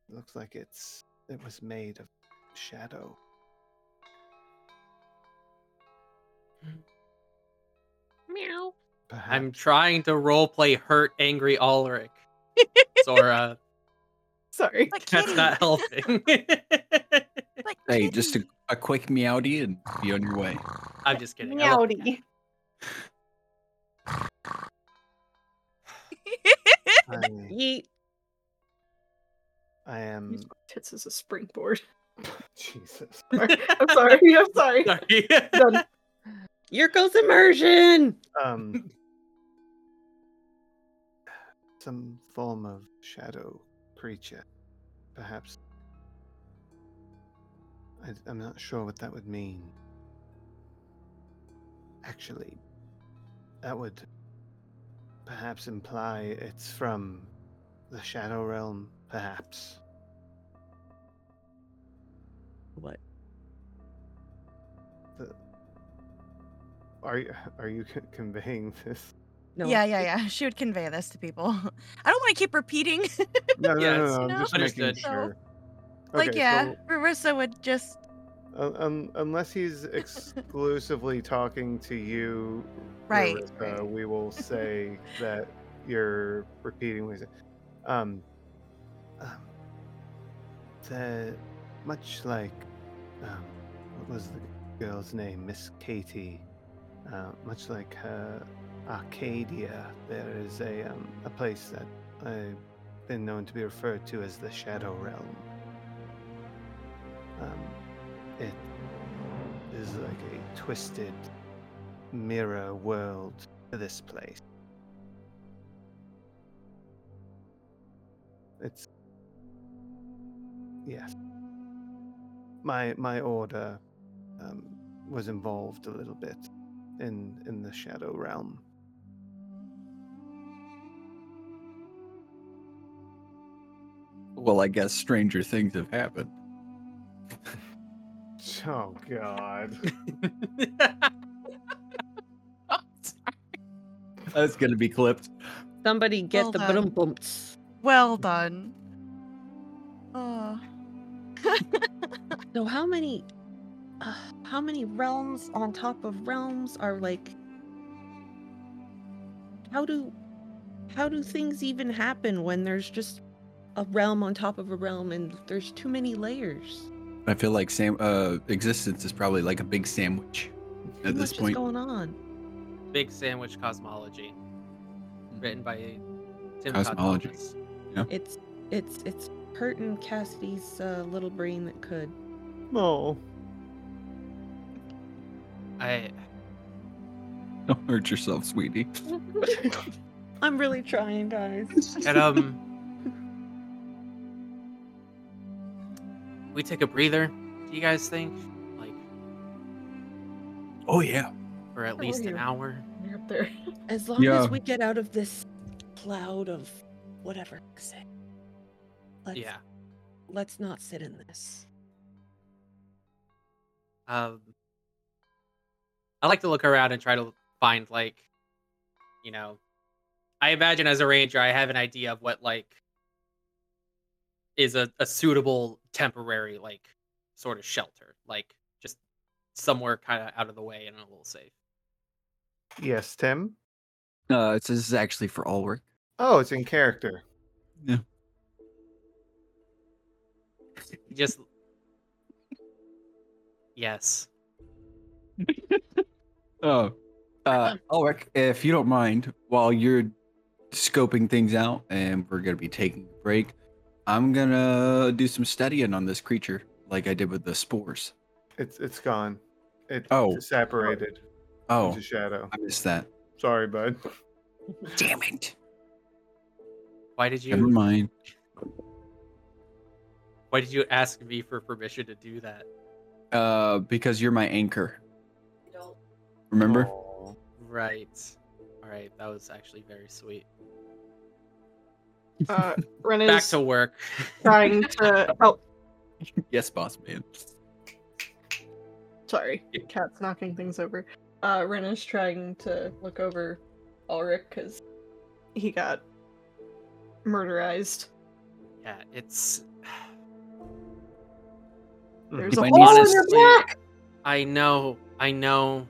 Speaker 2: Looks like it's it was made of shadow.
Speaker 3: Meow.
Speaker 2: Perhaps.
Speaker 5: I'm trying to roleplay hurt angry Ulrich. Sora, uh,
Speaker 6: Sorry.
Speaker 12: Like
Speaker 5: that's
Speaker 12: kitty.
Speaker 5: not helping.
Speaker 12: Like
Speaker 4: Hey,
Speaker 12: kitty.
Speaker 4: just a, a quick meowdy and be on your way.
Speaker 5: I'm just kidding. I love-
Speaker 6: Meowdy.
Speaker 2: I,
Speaker 3: Yeet.
Speaker 2: I
Speaker 5: Mm.
Speaker 2: am.
Speaker 6: Use my tits as a springboard.
Speaker 2: Jesus.
Speaker 6: I'm sorry. I'm sorry.
Speaker 5: Sorry.
Speaker 6: Done.
Speaker 3: Yurko's immersion.
Speaker 2: Um. Some form of shadow creature, perhaps. I, I'm not sure what that would mean. Actually, that would perhaps imply it's from the Shadow Realm, perhaps.
Speaker 9: What?
Speaker 2: The... Are you, are you con- conveying this?
Speaker 9: No.
Speaker 12: Yeah, yeah, yeah. She would convey this to people. I don't want to keep repeating.
Speaker 2: No, no,
Speaker 5: Yes,
Speaker 2: no, no, I'm
Speaker 12: no.
Speaker 2: just making
Speaker 5: Understood.
Speaker 12: So,
Speaker 2: sure.
Speaker 12: like,
Speaker 2: Okay,
Speaker 12: yeah,
Speaker 2: so-
Speaker 12: Marissa would just.
Speaker 2: Un- un- unless he's exclusively talking to you,
Speaker 12: Right,
Speaker 2: Marissa,
Speaker 12: right.
Speaker 2: we will say that you're repeating what he said. Um, um, the, much like, um, what was the girl's name? Miss Katie. Uh, much like her Arcadia, there is a, um, a place that I've been known to be referred to as the Shadow Realm. Um, it is like a twisted mirror world to this place. It's yes. My my order um, was involved a little bit in in the shadow realm.
Speaker 4: Well, I guess stranger things have happened.
Speaker 2: Oh God!
Speaker 4: That's gonna be clipped.
Speaker 3: Somebody get
Speaker 12: Well
Speaker 3: the
Speaker 12: done.
Speaker 3: bum bumps.
Speaker 12: Well done. Oh.
Speaker 3: So how many, uh, how many realms on top of realms are like? How do, how do things even happen when there's just a realm on top of a realm and there's too many layers?
Speaker 4: I feel like Sam uh existence is probably like a big sandwich
Speaker 3: Too
Speaker 4: at this
Speaker 3: much
Speaker 4: point.
Speaker 3: is going on.
Speaker 5: Big Sandwich Cosmology, written by Tim
Speaker 4: Cosmology.
Speaker 5: Cosmology.
Speaker 3: It's it's it's hurting Cassidy's uh, little brain that could.
Speaker 2: No.
Speaker 5: I
Speaker 4: Don't hurt yourself, sweetie.
Speaker 3: I'm really trying, guys.
Speaker 5: and um, we take a breather. Do you guys think, like,
Speaker 4: Oh yeah.
Speaker 5: for at least an
Speaker 3: here.
Speaker 5: hour?
Speaker 6: You're up there.
Speaker 3: As long
Speaker 4: Yeah.
Speaker 3: as we get out of this cloud of whatever. Let's,
Speaker 5: Yeah.
Speaker 3: Let's not sit in this.
Speaker 5: Um, I like to look around and try to find like, you know, I imagine as a ranger, I have an idea of what like is a, a suitable temporary like sort of shelter, like just somewhere kind of out of the way and a little safe.
Speaker 2: Yes, Tim.
Speaker 4: Uh it's this is actually for Ulrich.
Speaker 2: Oh, it's in character.
Speaker 5: Just yes,
Speaker 4: Oh. Uh Ulrich, if you don't mind, while you're scoping things out and we're gonna be taking a break, I'm gonna do some studying on this creature, like I did with the spores.
Speaker 2: It's it's gone. It
Speaker 4: Oh.
Speaker 2: separated
Speaker 4: Oh,
Speaker 2: into shadow.
Speaker 4: I missed that.
Speaker 2: Sorry, bud.
Speaker 4: Damn it.
Speaker 5: why did
Speaker 4: Never
Speaker 5: you
Speaker 4: mind.
Speaker 5: why did you ask me for permission to do that?
Speaker 4: Uh, because you're my anchor. Remember?
Speaker 2: Aw.
Speaker 5: Right. All right, that was actually very sweet.
Speaker 6: Uh, Ren
Speaker 5: Back
Speaker 6: is
Speaker 5: to work.
Speaker 6: trying to. Oh,
Speaker 4: Yes, boss man.
Speaker 6: sorry. Cat's knocking things over. Uh, Ren is trying to look over Ulrich because he got murderized.
Speaker 5: Yeah, it's Hmm,
Speaker 6: There's a
Speaker 4: My
Speaker 6: hole in
Speaker 4: nieces-
Speaker 6: your back.
Speaker 5: I know, I know.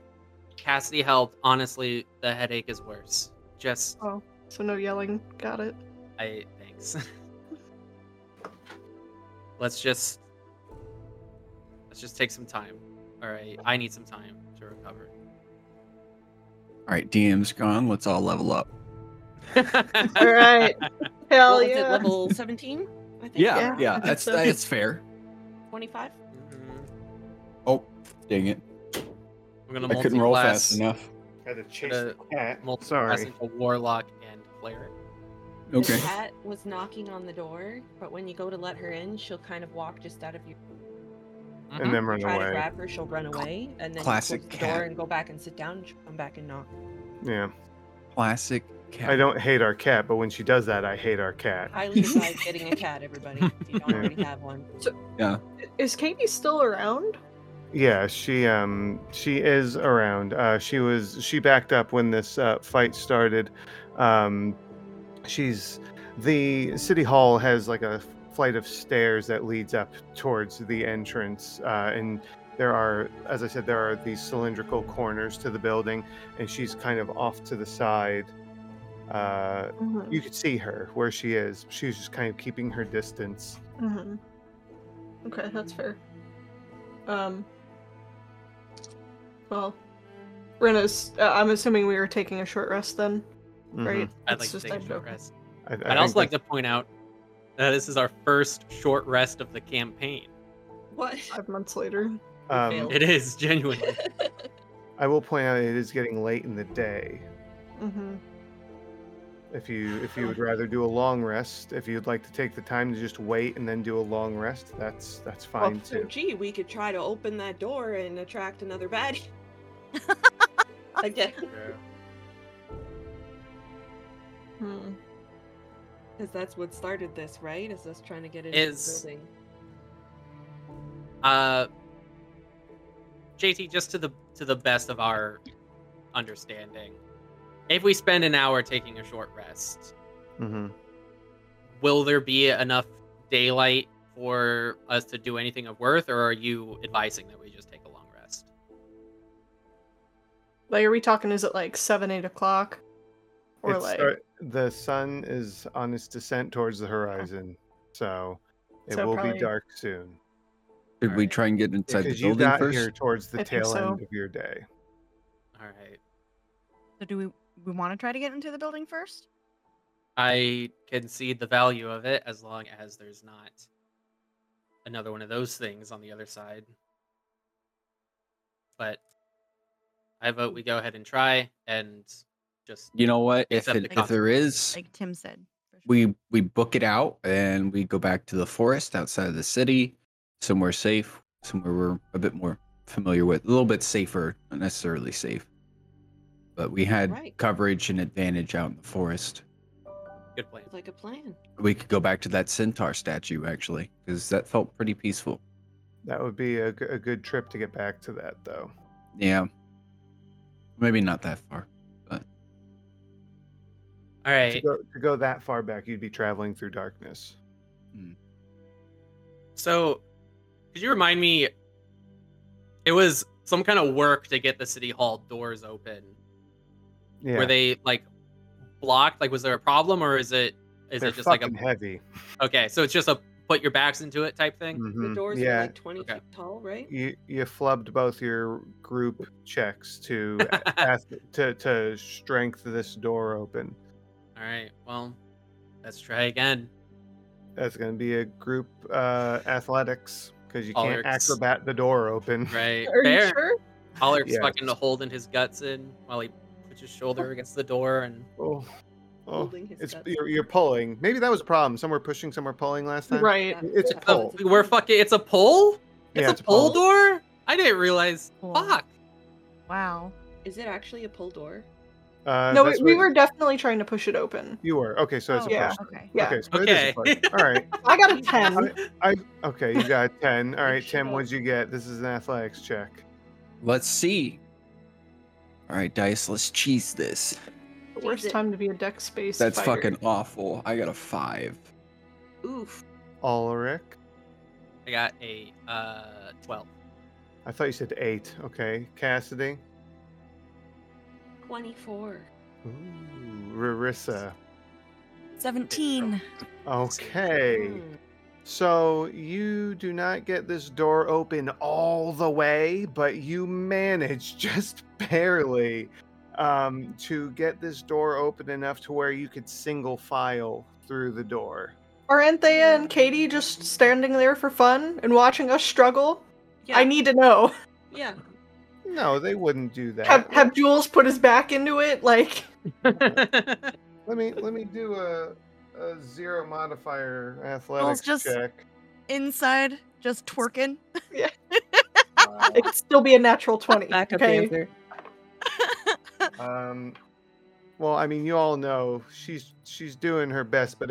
Speaker 5: Cassidy helped. Honestly, the headache is worse. Just
Speaker 6: Oh, so no yelling. Got it.
Speaker 5: I thanks. let's just let's just take some time. All right, I need some time to recover.
Speaker 4: All right, DM's gone. Let's all level up.
Speaker 6: All right.
Speaker 5: Mm-hmm.
Speaker 6: Hell
Speaker 3: What was
Speaker 6: yeah.
Speaker 3: it, level 17? I think.
Speaker 4: Yeah,
Speaker 6: Yeah,
Speaker 4: yeah,
Speaker 6: I think
Speaker 4: that's
Speaker 6: so.
Speaker 4: that's fair.
Speaker 3: 25?
Speaker 4: Oh, dang it!
Speaker 5: I'm
Speaker 4: I
Speaker 5: gonna
Speaker 4: couldn't roll
Speaker 5: multi-class-
Speaker 4: fast enough.
Speaker 2: Had to chase
Speaker 5: gonna
Speaker 2: the cat.
Speaker 5: multi-class
Speaker 2: Sorry.
Speaker 5: into warlock and cleric.
Speaker 4: Okay.
Speaker 3: The cat was knocking on the door, but when you go to let her in, she'll kind of walk just out of your.
Speaker 5: Mm-hmm.
Speaker 2: And then run
Speaker 3: try to
Speaker 2: away.
Speaker 3: grab her, she'll run away, and then you
Speaker 4: Classic
Speaker 3: close the
Speaker 4: cat.
Speaker 3: door and go back and sit down. And she'll come back and knock.
Speaker 2: Yeah.
Speaker 4: Classic cat.
Speaker 2: I don't hate our cat, but when she does that, I hate our cat.
Speaker 3: Highly advise getting a cat, everybody. If you don't
Speaker 2: Yeah.
Speaker 3: already have one.
Speaker 6: Is Katie still around?
Speaker 2: Yeah, she um she is around. Uh, she was she backed up when this uh, fight started. Um, she's the city hall has like a flight of stairs that leads up towards the entrance, uh, and there are, as I said, there are these cylindrical corners to the building, and she's kind of off to the side. Uh,
Speaker 6: Mhm,
Speaker 2: you could see her where she is. She's just kind of keeping her distance.
Speaker 6: mhm. Okay, that's fair. Um. Well, Rena's. Uh, I'm assuming we were taking a short rest then, right?
Speaker 2: Mhm.
Speaker 5: Mm-hmm. I'd
Speaker 6: That's
Speaker 5: like to
Speaker 6: just
Speaker 5: take
Speaker 6: a
Speaker 5: a short
Speaker 6: joke.
Speaker 5: rest.
Speaker 2: I, I
Speaker 5: I'd also
Speaker 2: think
Speaker 5: like
Speaker 2: that-
Speaker 5: to point out that this is our first short rest of the campaign.
Speaker 3: What?
Speaker 6: Five months later.
Speaker 2: um,
Speaker 3: failed.
Speaker 5: It is genuinely.
Speaker 2: I will point out it is getting late in the day.
Speaker 6: Mm-hmm.
Speaker 2: If you if you would rather do a long rest, if you'd like to take the time to just wait and then do a long rest, that's that's fine
Speaker 3: So,
Speaker 2: too.
Speaker 3: gee, we could try to open that door and attract another baddie. Again,
Speaker 6: Hmm.
Speaker 3: because that's what started this, right? Is us trying to get into
Speaker 5: Is-
Speaker 3: the building.
Speaker 5: Uh, JT, just to the to the best of our understanding, if we spend an hour taking a short rest,
Speaker 2: hmm
Speaker 5: will there be enough daylight for us to do anything of worth, or are you advising that we just take a long rest?
Speaker 6: Like, are we talking? Is it like seven, eight o'clock? Or
Speaker 2: It's
Speaker 6: like,
Speaker 2: start- the sun is on its descent towards the horizon, so it
Speaker 6: So
Speaker 2: will
Speaker 6: probably-
Speaker 2: be dark soon.
Speaker 4: Did we
Speaker 5: Alright.
Speaker 4: try and get inside the
Speaker 2: Because you
Speaker 4: building
Speaker 2: got
Speaker 4: first?
Speaker 2: here towards the
Speaker 6: I think
Speaker 2: tail
Speaker 6: so.
Speaker 2: end of your day.
Speaker 5: All right,
Speaker 12: So do we we want to try to get into the building first?
Speaker 5: I concede the value of it as long as there's not another one of those things on the other side. But I vote we go ahead and try and just
Speaker 4: You know what? If
Speaker 5: Except
Speaker 4: it,
Speaker 5: the
Speaker 4: if there is,
Speaker 12: Like Tim said. for sure.
Speaker 4: we we book it out and we go back to the forest outside of the city, somewhere safe, somewhere we're a bit more familiar with, a little bit safer, not necessarily safe. But we had
Speaker 3: Right.
Speaker 4: coverage and advantage out in the forest.
Speaker 5: good plan.
Speaker 3: It's like a plan.
Speaker 4: We could go back to that centaur statue actually, because that felt pretty peaceful.
Speaker 2: That would be a, g- a good trip to get back to that, though.
Speaker 4: Yeah, maybe not that far.
Speaker 5: All
Speaker 2: To
Speaker 5: right.
Speaker 2: go, to go that far back, you'd be traveling through darkness.
Speaker 5: So, could you remind me? It was some kind of work to get the city hall doors open.
Speaker 2: Yeah,
Speaker 5: Were they like blocked? Like, was there a problem, or is it is
Speaker 2: they're
Speaker 5: it just like a
Speaker 2: fucking heavy.
Speaker 5: okay? So it's just a put your backs into it type thing.
Speaker 3: The
Speaker 2: Mhm,
Speaker 3: doors
Speaker 2: yeah,
Speaker 3: are like 20
Speaker 5: Okay.
Speaker 3: feet tall, right?
Speaker 2: you you flubbed both your group checks to a- ath- to to strength this door open.
Speaker 5: All right. Well, let's try again.
Speaker 2: That's going to be a group uh, athletics because you can't
Speaker 5: Alerts.
Speaker 2: acrobat the door open.
Speaker 5: Right.
Speaker 6: are
Speaker 5: Fair.
Speaker 6: you sure?
Speaker 5: Pollard's
Speaker 2: Yes.
Speaker 5: fucking holding his guts in while he puts his shoulder against the door, and
Speaker 2: Oh, oh,
Speaker 3: Holding his
Speaker 2: it's
Speaker 3: guts.
Speaker 2: you're, you're pulling. Maybe that was a problem. Some were pushing, some were pulling last time.
Speaker 6: Right.
Speaker 3: Yeah,
Speaker 2: It's a
Speaker 3: that's how
Speaker 2: pole.
Speaker 3: it's-
Speaker 5: Oh, we're fucking. It's a pole. It's
Speaker 2: Yeah,
Speaker 5: a
Speaker 2: it's a
Speaker 5: pole
Speaker 2: pole.
Speaker 5: door. I didn't realize.
Speaker 12: Pole.
Speaker 5: Fuck.
Speaker 12: Wow.
Speaker 3: Is it actually a pull door?
Speaker 2: Uh,
Speaker 6: no, we,
Speaker 2: that's
Speaker 6: we
Speaker 2: what
Speaker 6: were definitely trying to push it open.
Speaker 2: You were okay. So it's
Speaker 12: Oh,
Speaker 2: a
Speaker 6: yeah.
Speaker 2: push.
Speaker 12: Okay.
Speaker 6: Yeah.
Speaker 2: Okay. So It is a
Speaker 5: Okay.
Speaker 2: push. All right.
Speaker 6: I got a ten.
Speaker 2: I, okay. You got a ten. All right,
Speaker 3: Shut
Speaker 2: Tim.
Speaker 3: up.
Speaker 2: What'd you get? This is an athletics check.
Speaker 4: Let's see. All right, dice. Let's cheese this.
Speaker 6: The worst
Speaker 3: Jesus.
Speaker 6: time to be a deck space.
Speaker 4: That's
Speaker 6: fighter.
Speaker 4: fucking awful. I got a five.
Speaker 3: Oof.
Speaker 2: Ulrich.
Speaker 5: I got a uh twelve.
Speaker 2: I thought you said eight. Okay. Cassidy.
Speaker 3: 24.
Speaker 2: Ooh, Rarissa.
Speaker 12: Seventeen.
Speaker 2: Okay.
Speaker 3: Hmm.
Speaker 2: So you do not get this door open all the way, but you manage just barely. um, to get this door open enough to where you could single file through the door.
Speaker 6: Are Anthea and Katie just standing there for fun and watching us struggle?
Speaker 3: Yeah.
Speaker 6: I need to know.
Speaker 3: Yeah.
Speaker 2: No, they wouldn't do that.
Speaker 6: Have have Jules put his back into it? Like
Speaker 2: let me let me do a, a zero modifier
Speaker 12: Jules
Speaker 2: athletics
Speaker 12: just
Speaker 2: check.
Speaker 12: inside, just twerking.
Speaker 6: it could still be a natural twenty.
Speaker 3: Backup
Speaker 6: okay?
Speaker 3: dancer.
Speaker 2: Um, well, I mean, you all know she's she's doing her best, but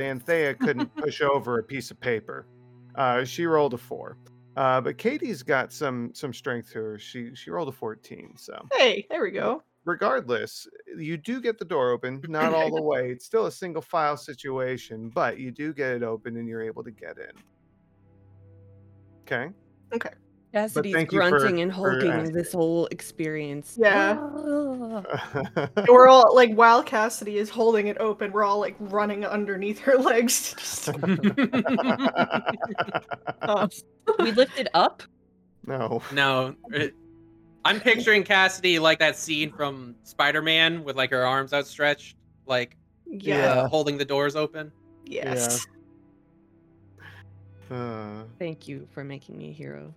Speaker 2: Anthea couldn't push over a piece of paper. Uh, she rolled a four, uh, but Katie's got some some strength to her. She she rolled a fourteen. So
Speaker 6: Hey, there we go.
Speaker 2: regardless, you do get the door open, not all the way. It's still a single file situation, but you do get it open and you're able to get in. Okay.
Speaker 6: Okay.
Speaker 7: Cassidy's
Speaker 2: thank you for-
Speaker 7: grunting and
Speaker 2: for
Speaker 7: hulking
Speaker 2: asking.
Speaker 7: this whole experience.
Speaker 6: Yeah.
Speaker 7: Ah.
Speaker 6: And we're all like while Cassidy is holding it open, we're all like running underneath her legs. Just- Oh.
Speaker 7: we lifted up.
Speaker 2: no.
Speaker 5: No. it- I'm picturing Cassidy like that scene from Spider Man with like her arms outstretched, like
Speaker 6: yeah.
Speaker 5: uh, holding the doors open.
Speaker 6: Yes.
Speaker 2: Uh,
Speaker 7: Thank you for making me a hero.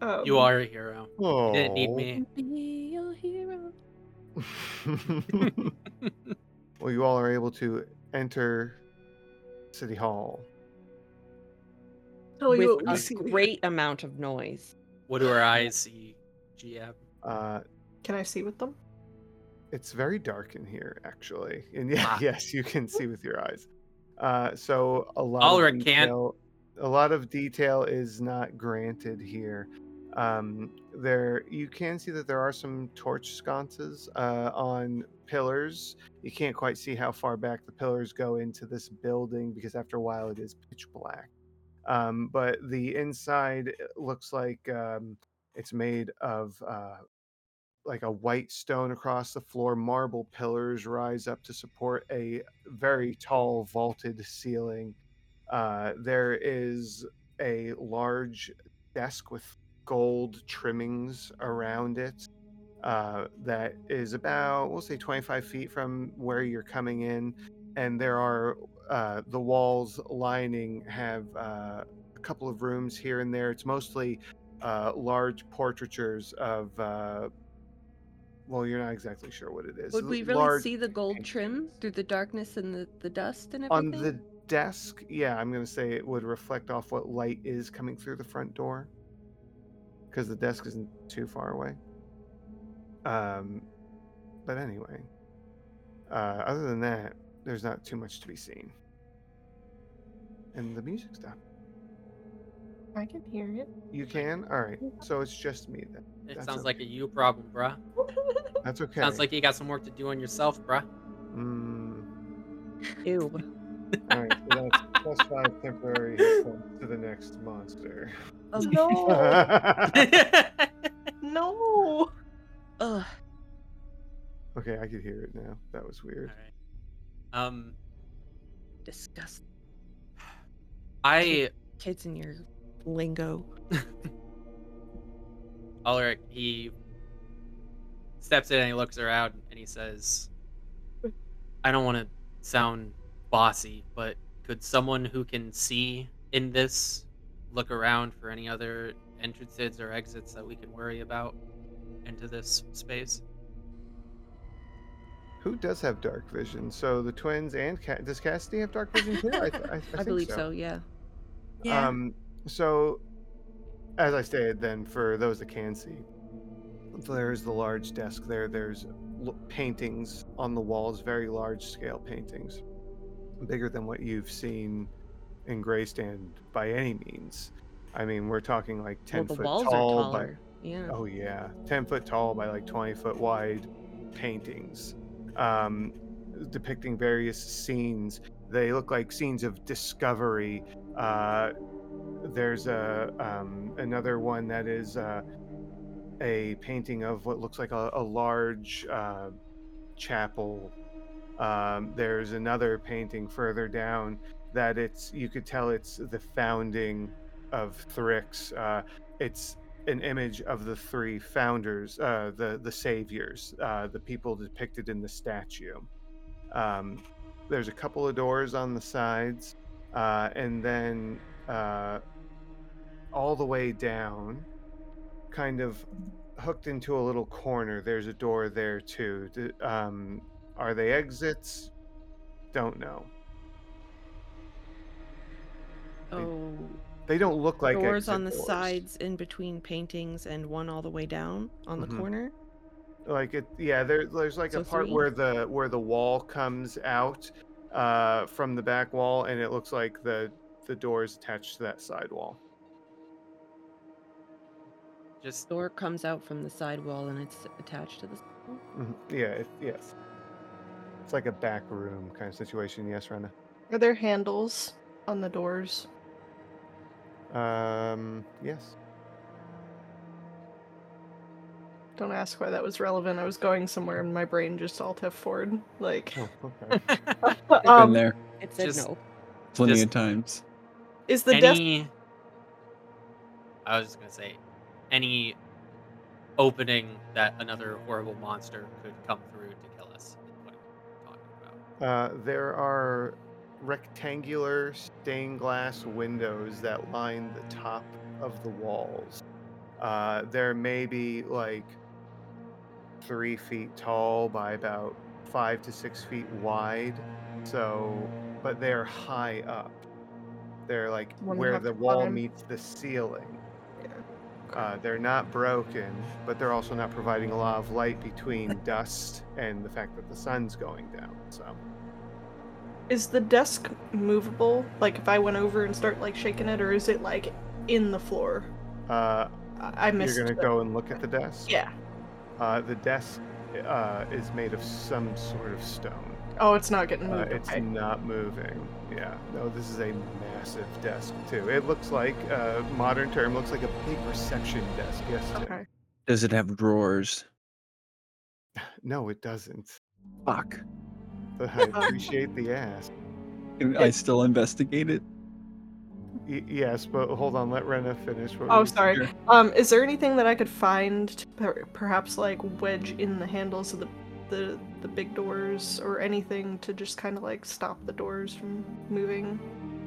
Speaker 6: Um,
Speaker 5: You are a hero.
Speaker 2: oh.
Speaker 5: You didn't need me.
Speaker 7: Be a hero.
Speaker 2: well, you all are able to enter City Hall.
Speaker 6: Tell you
Speaker 7: With
Speaker 6: what we see.
Speaker 7: a great amount of noise.
Speaker 5: What do our eyes see, GM?
Speaker 2: Uh,
Speaker 6: Can I see with them?
Speaker 2: it's very dark in here, actually. And yeah,
Speaker 5: Ah.
Speaker 2: yes, you can see with your eyes. Uh, so a lot.
Speaker 5: Ulrich
Speaker 2: of
Speaker 5: can't.
Speaker 2: detail, A lot of detail is not granted here. Um, there, you can see that there are some torch sconces uh, on pillars. You can't quite see how far back the pillars go into this building because after a while it is pitch black. Um, but the inside looks like um, it's made of uh, like a white stone across the floor. Marble pillars rise up to support a very tall vaulted ceiling. Uh, there is a large desk with gold trimmings around it uh, that is about, we'll say, 25 feet from where you're coming in. And there are uh, the walls lining have uh, a couple of rooms here and there. It's mostly uh, large portraitures of. Uh, well, you're not exactly sure what it is.
Speaker 3: Would
Speaker 2: L-
Speaker 3: we really
Speaker 2: large-
Speaker 3: see the gold trim through the darkness and the, the dust and
Speaker 2: on
Speaker 3: everything?
Speaker 2: the desk yeah i'm going to say it would reflect off what light is coming through the front door because the desk isn't too far away um but anyway uh other than that there's not too much to be seen and the music stopped
Speaker 6: I can hear it.
Speaker 2: you can all right so it's just me then
Speaker 5: It
Speaker 2: That's
Speaker 5: sounds
Speaker 2: a-
Speaker 5: like a you problem, bruh.
Speaker 2: that's okay
Speaker 5: Sounds like you got some work to do on yourself, bruh.
Speaker 2: mm,
Speaker 7: Ew.
Speaker 2: all right so that's plus five temporary hit points to the next monster
Speaker 7: Oh,
Speaker 6: No.
Speaker 2: Oh.
Speaker 6: no.
Speaker 7: Ugh.
Speaker 2: Okay, I could hear it now. That was weird.
Speaker 5: Alright. Um,
Speaker 7: Disgusting.
Speaker 5: I
Speaker 7: Kids and your lingo.
Speaker 5: Ulrich, he steps in and he looks around and he says, I don't want to sound bossy, but could someone who can see in this look around for any other entrances or exits that we can worry about into this space?
Speaker 2: Who does have dark vision? So the twins and Ca- does Cassidy have dark vision too? I, th- I, th- I,
Speaker 3: I,
Speaker 2: think
Speaker 3: believe so. yeah.
Speaker 12: Yeah.
Speaker 2: Um, so, as I stated, then for those that can see, there's the large desk there. There's l- paintings on the walls, very large scale paintings, bigger than what you've seen in Greystand by any means. I mean, we're talking like
Speaker 7: Well,
Speaker 2: ten
Speaker 7: the
Speaker 2: foot
Speaker 7: walls
Speaker 2: tall
Speaker 7: are
Speaker 2: by
Speaker 7: taller. Yeah.
Speaker 2: Oh yeah, ten foot tall by like twenty foot wide paintings, um, depicting various scenes. They look like scenes of discovery. Uh, there's a um, another one that is uh, a painting of what looks like a, a large uh, chapel. Um, there's another painting further down that it's you could tell it's the founding of Thrix. Uh, it's an image of the three founders, uh, the the saviors, uh, the people depicted in the statue. Um, there's a couple of doors on the sides, uh, and then uh, all the way down, kind of hooked into a little corner. There's a door there too. D- um, are they exits? Don't know.
Speaker 7: Oh,
Speaker 2: They don't look like
Speaker 7: doors
Speaker 2: exit
Speaker 7: on the
Speaker 2: doors.
Speaker 7: sides in between paintings and one all the way down on the
Speaker 2: Mhm.
Speaker 7: corner.
Speaker 2: like it yeah there, there's like
Speaker 7: So
Speaker 2: a part
Speaker 7: three.
Speaker 2: where the where the wall comes out uh from the back wall and it looks like the the door is attached to that side wall
Speaker 5: Just
Speaker 7: Door comes out from the side wall and it's attached to the. s-
Speaker 2: Mhm. yeah it, yes it's like a back room kind of situation yes Rena
Speaker 6: Are there handles on the doors?
Speaker 2: um yes
Speaker 6: Don't ask why that was relevant. I was going somewhere and my brain just all to Ford. Like,
Speaker 2: oh, okay.
Speaker 4: Been
Speaker 6: um,
Speaker 4: there
Speaker 7: It
Speaker 5: said Just-
Speaker 7: no.
Speaker 4: plenty
Speaker 5: just-
Speaker 4: of times.
Speaker 6: is the death
Speaker 5: any I was just gonna say any opening that another horrible monster could come through to kill us is what I'm talking about.
Speaker 2: uh there are rectangular stained glass windows that line the top of the walls uh there may be like three feet tall by about five to six feet wide. So, but they're high up. They're like
Speaker 6: One
Speaker 2: where
Speaker 6: have
Speaker 2: the
Speaker 6: to
Speaker 2: wall
Speaker 6: climb.
Speaker 2: meets the ceiling.
Speaker 6: Yeah.
Speaker 2: Uh, they're not broken, but they're also not providing a lot of light between dust and the fact that the sun's going down. So,
Speaker 6: is the desk movable? Like, if I went over and start like shaking it, or is it like in the floor?
Speaker 2: uh,
Speaker 6: I, I missed.
Speaker 2: you're gonna
Speaker 6: the-
Speaker 2: go and look at the desk.
Speaker 6: Yeah.
Speaker 2: Uh, the desk uh, is made of some sort of stone.
Speaker 6: Oh, it's not getting
Speaker 2: Uh,
Speaker 6: moved.
Speaker 2: it's
Speaker 6: okay.
Speaker 2: not moving. Yeah. No, this is a massive desk too. It looks like uh, modern term looks like a big reception desk. Yes. Tim.
Speaker 6: Okay.
Speaker 4: Does it have drawers?
Speaker 2: No, it doesn't.
Speaker 4: Fuck.
Speaker 2: But I appreciate the ask.
Speaker 4: Can I still investigate it?
Speaker 2: Y- yes, but hold on. Let Rena finish. What
Speaker 6: Oh,
Speaker 2: was-
Speaker 6: sorry.
Speaker 4: Sure.
Speaker 6: Um, is there anything that I could find to per- perhaps like wedge in the handles of the the the big doors or anything to just kind of like stop the doors from moving?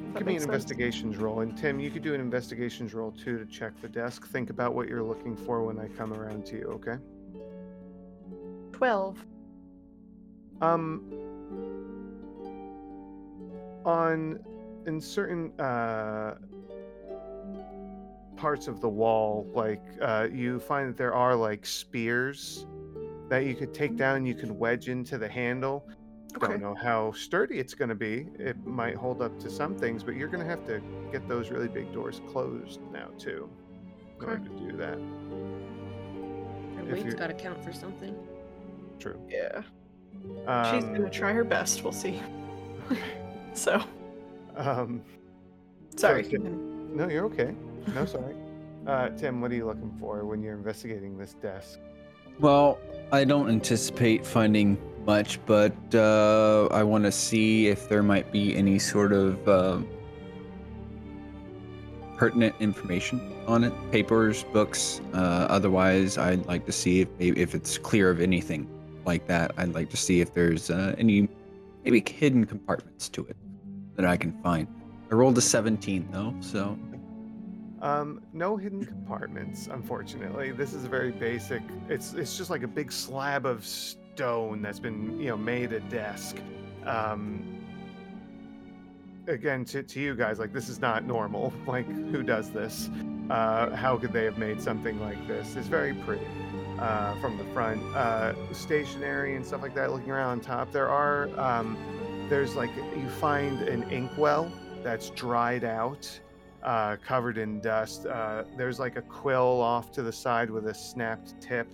Speaker 6: If that
Speaker 2: Give me an
Speaker 6: makes sense.
Speaker 2: investigations roll, and Tim, you could do an investigations roll too to check the desk. Think about what you're looking for when I come around to you. Okay.
Speaker 6: Twelve.
Speaker 2: Um, on in certain uh, parts of the wall, like uh, you find that there are like spears that you could take down. You could wedge into the handle.
Speaker 6: Okay.
Speaker 2: Don't know how sturdy it's going to be. It might hold up to some things, but you're going to have to get those really big doors closed now too in
Speaker 6: Okay.
Speaker 2: order to do that.
Speaker 3: Her
Speaker 2: If
Speaker 3: weight's
Speaker 2: you-
Speaker 3: got to count for something.
Speaker 2: True.
Speaker 6: Yeah.
Speaker 2: Um,
Speaker 6: She's gonna try her best. We'll see. so
Speaker 2: Um,
Speaker 6: sorry.
Speaker 2: Tim- No, you're okay. No, sorry. Uh, Tim, what are you looking for when you're investigating this desk?
Speaker 4: Well, I don't anticipate finding much, but uh, I want to see if there might be any sort of um, pertinent information on it papers, books. Uh, otherwise, I'd like to see if, if it's clear of anything like that. I'd like to see if there's uh, any maybe hidden compartments to it that I can find. I rolled a 17 though, so
Speaker 2: Um, no hidden compartments, unfortunately. This is a very basic. It's it's just like a big slab of stone that's been you know made a desk. Um, again, to to you guys, like this is not normal. Like who does this? Uh, how could they have made something like this? It's very pretty. Uh, from the front, uh, stationery and stuff like that. Looking around on top, there are um, there's like you find an inkwell that's dried out uh, covered in dust. Uh, there's like a quill off to the side with a snapped tip.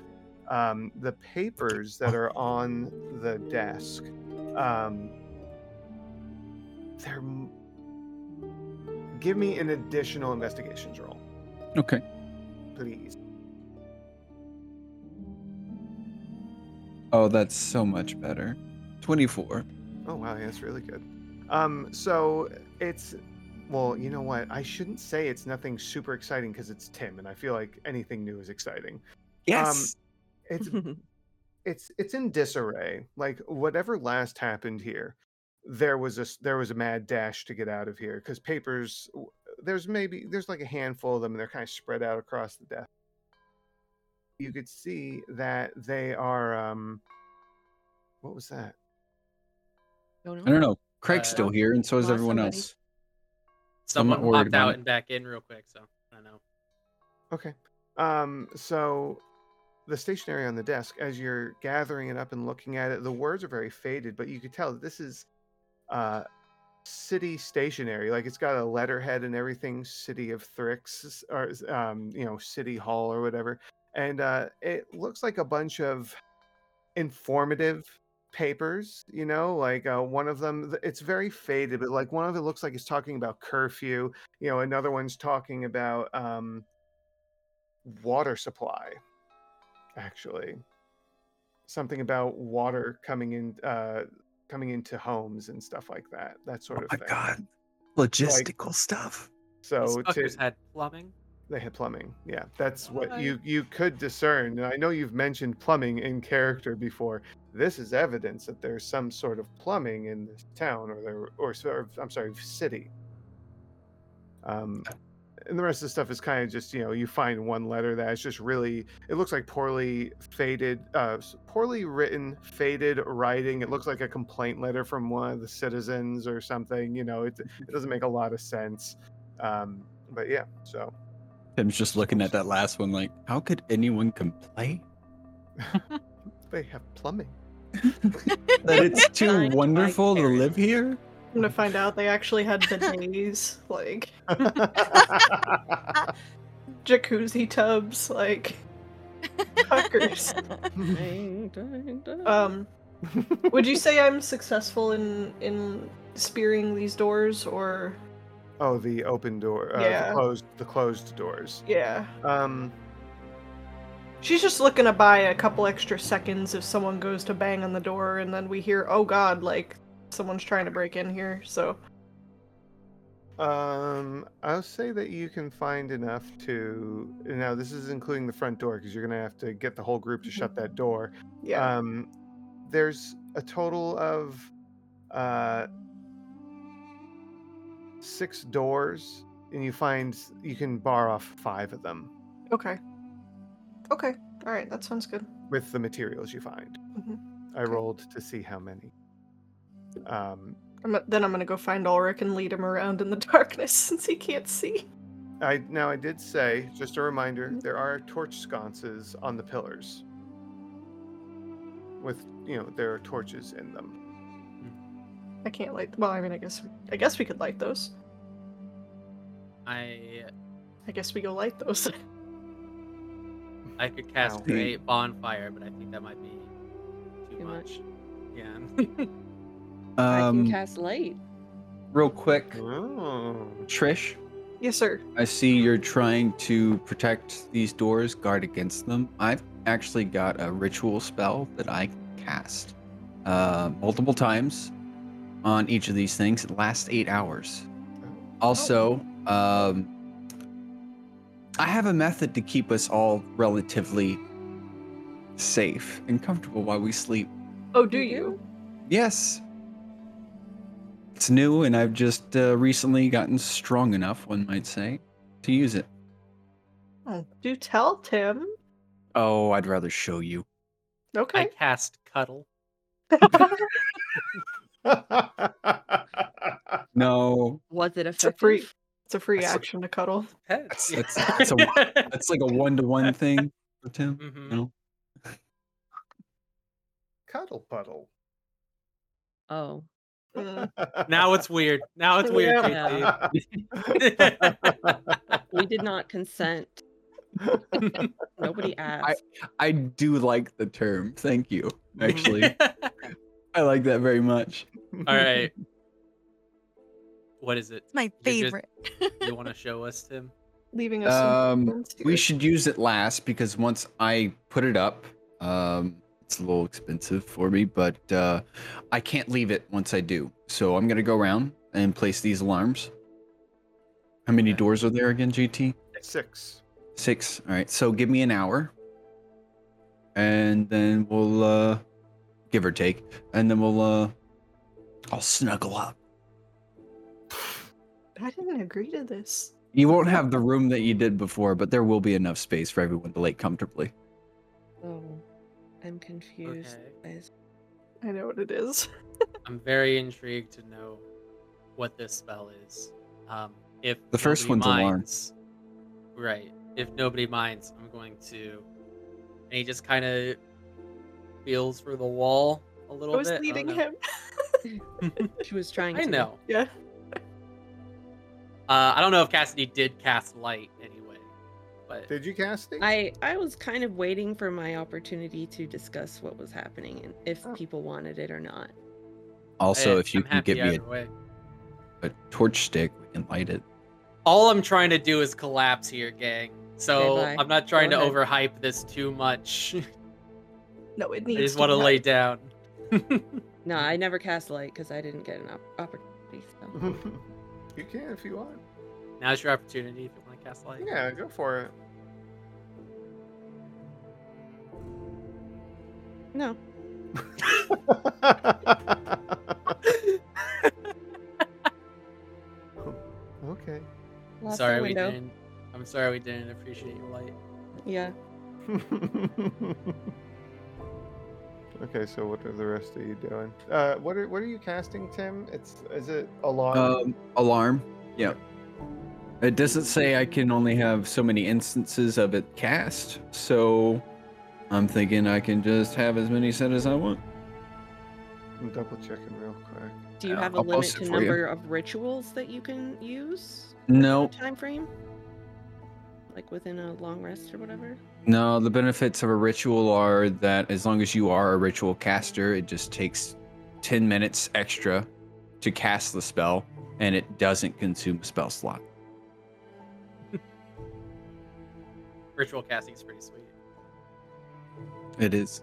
Speaker 2: Um, the papers that are on the desk, um, they're. m- Give me an additional investigations roll,
Speaker 4: okay.
Speaker 2: please.
Speaker 4: Oh, that's so much better. 24.
Speaker 2: Oh wow, yeah, that's really good. Um, so it's Well, you know what? I shouldn't say it's nothing super exciting because it's Tim, and I feel like anything new is exciting.
Speaker 4: Yes.
Speaker 2: Um, it's it's it's in disarray. Like whatever last happened here, there was a s- there was a mad dash to get out of here because papers. w- There's maybe there's like a handful of them, and they're kind of spread out across the desk. You could see that they are. um What was that?
Speaker 4: I don't know. Craig's
Speaker 5: Uh,
Speaker 4: still here, and so is
Speaker 5: lost
Speaker 4: everyone
Speaker 5: somebody.
Speaker 4: else.
Speaker 5: Someone
Speaker 4: worried
Speaker 5: popped
Speaker 4: about
Speaker 5: out
Speaker 4: it.
Speaker 5: and back in real quick, so I don't know.
Speaker 2: Okay. Um, so the stationery on the desk, as you're gathering it up and looking at it, the words are very faded, but you could tell that this is uh, city stationery. Like it's got a letterhead and everything, City of Thrix, or um, you know, City Hall or whatever. And uh, it looks like a bunch of informative papers you know like uh, one of them th- it's very faded but like one of it looks like it's talking about curfew you know another one's talking about um, water supply actually something about water coming in uh coming into homes and stuff like that that sort of
Speaker 4: My
Speaker 2: thing
Speaker 4: God, logistical stuff.
Speaker 2: so
Speaker 5: These fuckers
Speaker 2: to,
Speaker 5: had plumbing.
Speaker 2: they had plumbing yeah that's what
Speaker 5: Alright.
Speaker 2: you you could discern and i know you've mentioned plumbing in character before this is evidence that there's some sort of plumbing in this town or there or, sort of i'm sorry city um and the rest of the stuff is kind of just you know you find one letter that's just really it looks like poorly faded uh s- poorly written faded writing it looks like a complaint letter from one of the citizens or something you know it, it doesn't make a lot of sense um but yeah so
Speaker 4: Tim's just looking at that last one like, how could anyone complain
Speaker 2: they have plumbing
Speaker 4: that it's too
Speaker 3: Fine, fine,
Speaker 4: wonderful to
Speaker 3: Harry.
Speaker 4: live here?
Speaker 6: I'm gonna find out they actually had bidets, like jacuzzi tubs, like hookers.
Speaker 9: Ding, ding, ding.
Speaker 6: Um, would you say I'm successful in in spearing these doors, or
Speaker 2: oh the open door uh,
Speaker 6: Yeah.
Speaker 2: the closed the closed doors
Speaker 6: yeah?
Speaker 2: um
Speaker 6: She's just looking to buy a couple extra seconds if someone goes to bang on the door, and then we hear, "Oh God!" Like someone's trying to break in here. So
Speaker 2: Um, I'll say that you can find enough to. Now, this is including the front door because you're going to have to get the whole group to shut that door.
Speaker 6: Mm-hmm. yeah,
Speaker 2: Um, there's a total of uh, six doors, and you find you can bar off five of them
Speaker 6: okay, okay, all right, that sounds good.
Speaker 2: with the materials you find.
Speaker 3: Mm-hmm.
Speaker 6: Mhm.
Speaker 2: I rolled to see how many. Um,
Speaker 6: I'm, then I'm gonna go find Ulrich and lead him around in the darkness since he can't see.
Speaker 2: I now I did say just a
Speaker 3: Mm-hmm.
Speaker 2: reminder there are torch sconces on the pillars with you know there are torches in them
Speaker 6: I can't light. Well, I mean, I guess I guess we could light those.
Speaker 5: I
Speaker 6: I guess we go light those.
Speaker 5: I could cast
Speaker 2: Ow.
Speaker 5: create bonfire, but I think that might be too,
Speaker 3: Too
Speaker 5: much.
Speaker 3: much.
Speaker 5: Yeah.
Speaker 3: I can
Speaker 4: Um,
Speaker 3: cast light.
Speaker 4: real quick,
Speaker 2: oh
Speaker 4: Trish,
Speaker 6: yes, sir.
Speaker 4: I see you're trying to protect these doors, guard against them. I've actually got a ritual spell that I cast uh, multiple times on each of these things. It lasts eight hours. Also, um, I have a method to keep us all relatively safe and comfortable while we sleep.
Speaker 6: Oh, do you?
Speaker 4: Yes. It's new, and I've just uh, recently gotten strong enough, one might say, to use it.
Speaker 6: Oh, do tell, Tim.
Speaker 4: Oh, I'd rather show you.
Speaker 5: I
Speaker 6: Okay.
Speaker 5: cast cuddle.
Speaker 4: No,
Speaker 3: Was it
Speaker 6: it's a
Speaker 3: effective?
Speaker 6: free. It's a free
Speaker 4: I saw-
Speaker 6: action to cuddle.
Speaker 4: That's- that's- that's a- that's like a one to one thing for Tim.
Speaker 5: Mhm.
Speaker 4: You know?
Speaker 2: cuddle puddle
Speaker 9: Oh.
Speaker 6: Mm.
Speaker 5: Now it's weird. Now it's weird.
Speaker 3: Yeah. We did not consent. Nobody asked.
Speaker 4: I do like the term. Thank you. Actually,
Speaker 5: JT.
Speaker 4: I like that very much.
Speaker 5: All right. What is it?
Speaker 12: It's my
Speaker 5: You're just-
Speaker 12: favorite.
Speaker 5: You want to show us, Tim?
Speaker 6: Leaving us. some
Speaker 4: Um,
Speaker 6: friends
Speaker 4: we
Speaker 6: here.
Speaker 4: should use it last because once I put it up, um, it's a little expensive for me, but uh, I can't leave it once I do. So I'm gonna go around and place these alarms. How many doors are there again, GT?
Speaker 2: Six.
Speaker 4: Six. All right. So give me an hour, and then we'll uh, give or take, and then we'll uh, I'll snuggle up.
Speaker 6: I didn't agree to this.
Speaker 4: You won't have the room that you did before, but there will be enough space for everyone to lay comfortably.
Speaker 3: Oh, I'm confused. as-
Speaker 6: I know what it is.
Speaker 5: I'm very intrigued to know what this spell is. Um, if
Speaker 4: The first
Speaker 5: nobody
Speaker 4: one's alarm.
Speaker 5: minds, right? If nobody minds, I'm going to. And he just kind of feels for the wall a
Speaker 6: I
Speaker 5: little
Speaker 6: was
Speaker 5: bit. don't
Speaker 6: leading
Speaker 5: know.
Speaker 6: him.
Speaker 3: She was trying
Speaker 5: I
Speaker 3: to.
Speaker 5: know.
Speaker 6: Yeah.
Speaker 5: Uh, I don't know if Cassidy did cast light anyway, but
Speaker 2: Did you cast it?
Speaker 3: I I was kind of waiting for my opportunity to discuss what was happening and if people wanted it or not.
Speaker 4: Also,
Speaker 5: eh,
Speaker 4: if you
Speaker 5: I'm
Speaker 4: can
Speaker 5: happy
Speaker 4: give me
Speaker 5: either way.
Speaker 4: a, a torch stick, we can light it.
Speaker 5: All I'm trying to do is collapse here, gang. So
Speaker 3: Okay, bye.
Speaker 5: I'm not trying
Speaker 3: Go
Speaker 5: to
Speaker 3: ahead.
Speaker 5: overhype this too much.
Speaker 6: No, it
Speaker 5: I
Speaker 6: needs.
Speaker 5: just want to
Speaker 6: not-
Speaker 5: lay down.
Speaker 3: No, I never cast light because I didn't get an op- opportunity. So.
Speaker 2: you can if you want.
Speaker 5: Now's your opportunity if you want to cast light.
Speaker 2: Yeah, go for it.
Speaker 3: No.
Speaker 2: okay.
Speaker 3: Lots of
Speaker 5: sorry we
Speaker 3: window.
Speaker 5: didn't. I'm sorry we didn't appreciate your light.
Speaker 3: Yeah.
Speaker 2: okay, so what are the rest of you doing? Uh, what are what are you casting, Tim? It's is it alarm?
Speaker 4: Um, alarm. Yeah. It doesn't say I can only have so many instances of it cast, so I'm thinking I can just have as many set as I want.
Speaker 2: I'm double checking real quick.
Speaker 3: Do you
Speaker 4: Yeah,
Speaker 3: have a
Speaker 4: I'll
Speaker 3: limit
Speaker 4: post it
Speaker 3: to
Speaker 4: for you.
Speaker 3: number of rituals that you can use?
Speaker 4: No,
Speaker 3: Time frame? Like within a long rest or whatever?
Speaker 4: no. The benefits of a ritual are that as long as you are a ritual caster, it just takes ten minutes extra to cast the spell, and it doesn't consume a spell slot.
Speaker 5: Ritual casting is pretty sweet.
Speaker 4: It is.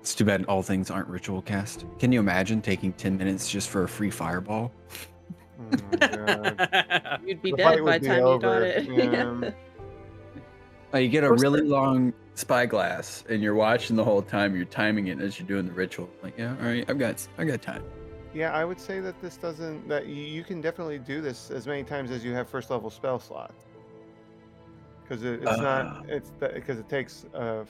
Speaker 4: It's too bad all things aren't ritual cast. Can you imagine taking 10 minutes just for a free fireball?
Speaker 2: Oh my god.
Speaker 3: You'd be
Speaker 2: The fight
Speaker 3: dead by
Speaker 2: would
Speaker 3: the
Speaker 2: be
Speaker 3: time you got
Speaker 2: over,
Speaker 3: it.
Speaker 2: yeah.
Speaker 4: Uh, you get a
Speaker 6: First
Speaker 4: really long spyglass and you're watching the whole time, you're timing it as you're doing the ritual. Like, yeah, all right, I've got I got time.
Speaker 2: Yeah, I would say that this doesn't that you, you can definitely do this as many times as you have first level spell slots. Because it, it's
Speaker 4: Ah.
Speaker 2: not it's because it takes uh,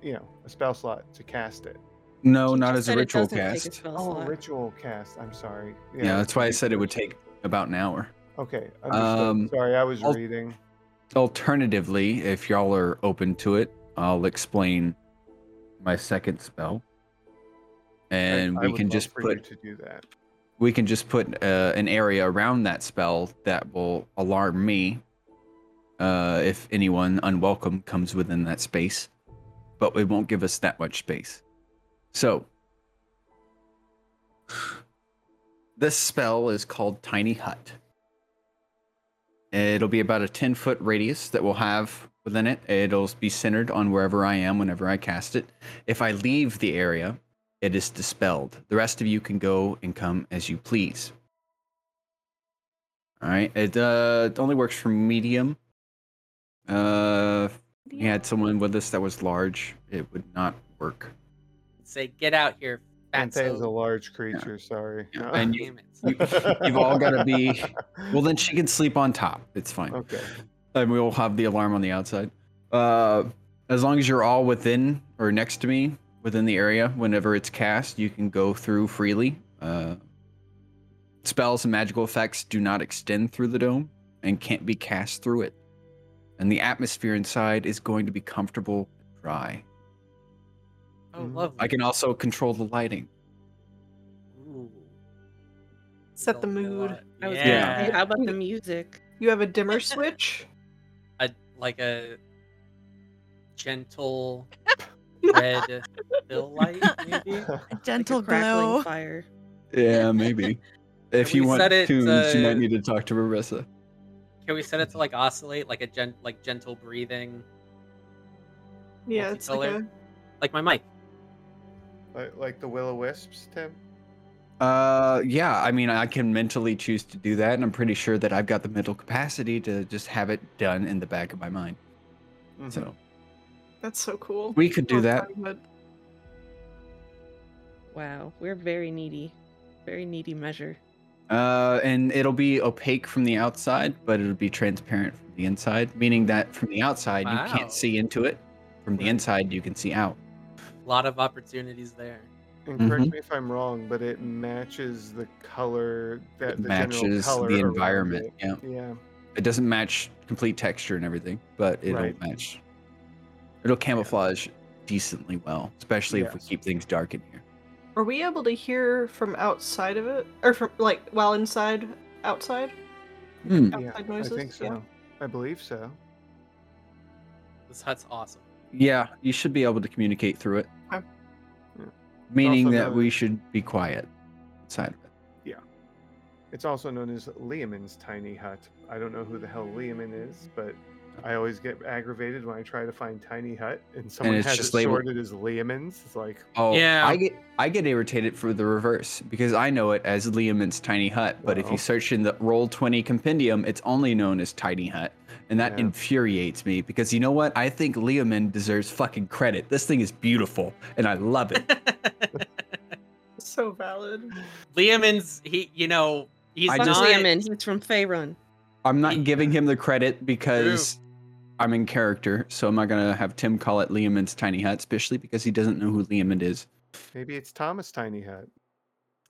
Speaker 2: you know a spell slot to cast it.
Speaker 4: No,
Speaker 3: She
Speaker 4: not
Speaker 3: just
Speaker 4: as a
Speaker 3: said it
Speaker 4: ritual
Speaker 3: doesn't take a
Speaker 4: cast.
Speaker 3: spell
Speaker 2: Oh,
Speaker 3: slot.
Speaker 2: ritual cast. I'm sorry.
Speaker 4: yeah, that's why I said it would take about an hour.
Speaker 2: Okay,
Speaker 4: Um,
Speaker 2: understood. sorry, I was
Speaker 4: I'll-
Speaker 2: reading.
Speaker 4: Alternatively, if y'all are open to it, I'll explain my second spell.
Speaker 2: I-
Speaker 4: And
Speaker 2: I
Speaker 4: we
Speaker 2: would
Speaker 4: can
Speaker 2: love
Speaker 4: just
Speaker 2: for
Speaker 4: put
Speaker 2: you to do that.
Speaker 4: we can just put uh, an area around that spell that will alarm me uh, if anyone unwelcome comes within that space, but it won't give us that much space. So, this spell is called Tiny Hut. It'll be about a 10 foot radius that we'll have within it. It'll be centered on wherever I am whenever I cast it. If I leave the area, it is dispelled. The rest of you can go and come as you please. All right. It uh, it only works for medium. Uh, if we had someone with us that was large, it would not work.
Speaker 5: Say, get out here,
Speaker 2: Dante is a
Speaker 5: fatso.
Speaker 2: large creature. Sorry.
Speaker 4: Yeah,
Speaker 2: No.
Speaker 4: and
Speaker 5: Damn
Speaker 4: You,
Speaker 5: it.
Speaker 4: you've all got to be. Well, then she can sleep on top. It's fine.
Speaker 2: Okay.
Speaker 4: And we'll have the alarm on the outside. Uh, as long as you're all within or next to me, within the area, whenever it's cast, you can go through freely. Uh, spells and magical effects do not extend through the dome and can't be cast through it. And the atmosphere inside is going to be comfortable and dry.
Speaker 5: Oh, lovely.
Speaker 4: I can also control the lighting.
Speaker 5: Ooh.
Speaker 6: Set the
Speaker 5: Helps me a
Speaker 6: mood.
Speaker 5: lot.
Speaker 3: I was gonna
Speaker 5: yeah.
Speaker 3: say, How about the music?
Speaker 6: You have a dimmer switch.
Speaker 5: A, like a gentle red bill light, maybe.
Speaker 12: A
Speaker 3: Like
Speaker 12: gentle
Speaker 3: a crackling
Speaker 12: glow.
Speaker 3: fire.
Speaker 4: Yeah, maybe. if
Speaker 5: Can
Speaker 4: you
Speaker 5: we
Speaker 4: want
Speaker 5: set it,
Speaker 4: tunes, you
Speaker 5: uh,
Speaker 4: might need to talk to Marissa.
Speaker 5: Can we set it to like oscillate, like a gen, like gentle breathing,
Speaker 6: Yeah, it's like
Speaker 5: Multicolor.
Speaker 6: a
Speaker 5: like my mic?
Speaker 2: Like, like the will o wisps, Tim?
Speaker 4: Uh, yeah. I mean, I can mentally choose to do that, and I'm pretty sure that I've got the mental capacity to just have it done in the back of my mind.
Speaker 2: Mhm.
Speaker 4: So
Speaker 6: That's so
Speaker 2: Mm-hmm.
Speaker 6: cool.
Speaker 4: We could do
Speaker 6: Love
Speaker 4: that.
Speaker 6: talking about-
Speaker 7: Wow, we're very needy. Very needy measure.
Speaker 4: Uh, and it'll be opaque from the outside, but it'll be transparent from the inside, meaning that from the outside you
Speaker 5: Wow.
Speaker 4: can't see into it. From the inside you can see out.
Speaker 5: A lot of opportunities there.
Speaker 2: And correct
Speaker 4: Mhm.
Speaker 2: me if I'm wrong, but it matches the color that
Speaker 4: It
Speaker 2: the general
Speaker 4: matches
Speaker 2: color
Speaker 4: the
Speaker 2: around
Speaker 4: environment.
Speaker 2: it.
Speaker 4: Yeah.
Speaker 2: Yeah.
Speaker 4: It doesn't match complete texture and everything, but it'll
Speaker 2: Right.
Speaker 4: match. It'll camouflage decently well, especially if we
Speaker 2: Yes.
Speaker 4: keep things dark in here.
Speaker 6: Are we able to hear from outside of it, or from like while inside, outside,
Speaker 4: Hmm.
Speaker 2: Yeah,
Speaker 6: outside
Speaker 2: I
Speaker 6: noises?
Speaker 2: think so.
Speaker 6: Yeah.
Speaker 2: I believe so.
Speaker 5: This hut's awesome.
Speaker 4: Yeah, you should be able to communicate through it.
Speaker 6: Okay.
Speaker 2: Yeah.
Speaker 4: Meaning
Speaker 2: Also
Speaker 4: that
Speaker 2: known-
Speaker 4: we should be quiet inside of it.
Speaker 2: It's also known as Liamin's tiny hut. I don't know who the hell Liamin is, but I always get aggravated when I try to find tiny hut and someone
Speaker 4: it's
Speaker 2: has
Speaker 4: just
Speaker 2: it
Speaker 4: labeled-
Speaker 2: sorted as Liamin's. It's like,
Speaker 4: Oh,
Speaker 5: Yeah.
Speaker 4: I get I get irritated for the reverse because I know it as Liamin's Tiny Hut, but if
Speaker 2: Wow.
Speaker 4: you search in the Roll Twenty compendium, it's only known as Tiny Hut, and that
Speaker 2: Yeah.
Speaker 4: infuriates me because you know what? I think Liamin deserves fucking credit. This thing is beautiful, and I love it.
Speaker 6: So valid.
Speaker 5: Liamin's he you know, he's
Speaker 4: I
Speaker 7: Fuck
Speaker 5: not
Speaker 4: just-
Speaker 7: Liamin, he's from Faerun.
Speaker 4: I'm not giving him the credit because I'm in character, so I'm not gonna have Tim call it Liamin's Tiny Hut, especially because he doesn't know who Liamin is.
Speaker 2: maybe it's Thomas' tiny hut.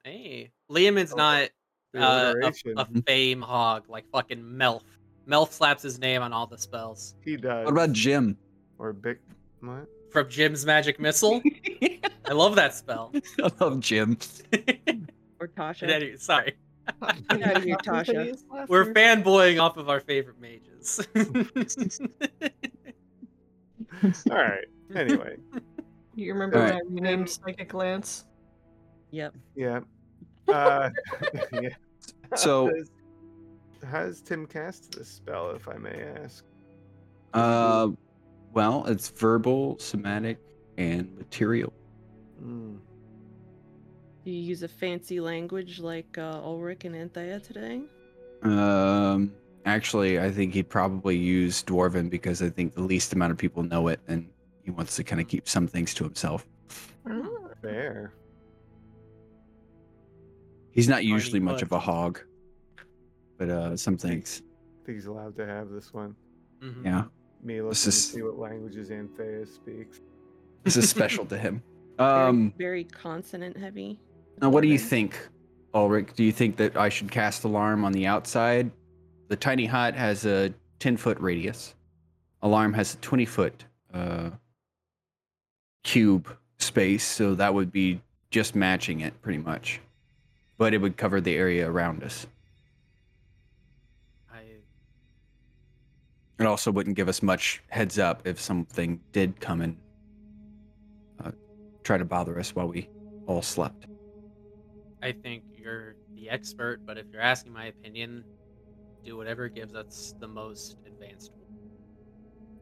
Speaker 5: Hey. Liamin's
Speaker 2: Oh,
Speaker 5: not
Speaker 2: The
Speaker 5: uh, a,
Speaker 2: alliteration.
Speaker 5: a fame hog like fucking Melf. Melf slaps his name on all the spells.
Speaker 2: he does.
Speaker 4: What about Jim?
Speaker 2: Or Bic. What?
Speaker 5: From Jim's magic missile. I love that spell.
Speaker 4: I love Jim.
Speaker 7: Or Tasha.
Speaker 5: Anyway, Sorry.
Speaker 7: Get out of here, Tasha.
Speaker 5: We're fanboying off of our favorite mages.
Speaker 2: All right. Anyway.
Speaker 6: You remember
Speaker 4: Alright.
Speaker 6: when I renamed Psychic Lance?
Speaker 7: Yep.
Speaker 2: Yeah. Uh, yeah.
Speaker 4: So-
Speaker 2: How does- how does Tim cast this spell, if I may ask?
Speaker 4: Uh, well, it's verbal, somatic, and material.
Speaker 2: Mm.
Speaker 7: Do you use a fancy language like uh, Ulrich and Anthea today?
Speaker 4: Um, actually, I think he'd probably use dwarven because I think the least amount of people know it, and he wants to kind of keep some things to himself.
Speaker 2: Fair.
Speaker 4: He's not
Speaker 5: Tiny
Speaker 4: usually much
Speaker 5: butt.
Speaker 4: of a hog, but uh, some things,
Speaker 2: I think he's allowed to have this one.
Speaker 5: Mhm.
Speaker 4: yeah,
Speaker 2: Me looking
Speaker 4: This
Speaker 2: to
Speaker 4: is-
Speaker 2: see what languages Anthea speaks.
Speaker 4: this is special to him.
Speaker 7: Very,
Speaker 4: Um,
Speaker 7: very consonant heavy.
Speaker 4: now what do you
Speaker 7: Okay.
Speaker 4: think, Ulrich? Do you think that I should cast alarm on the outside? The tiny hut has a ten foot radius. Alarm has a twenty foot uh, cube space, so that would be just matching it pretty much. But it would cover the area around us.
Speaker 5: I
Speaker 4: It also wouldn't give us much heads up if something did come and uh, try to bother us while we all slept.
Speaker 5: I think you're the expert, but if you're asking my opinion, do whatever gives us the most advanced.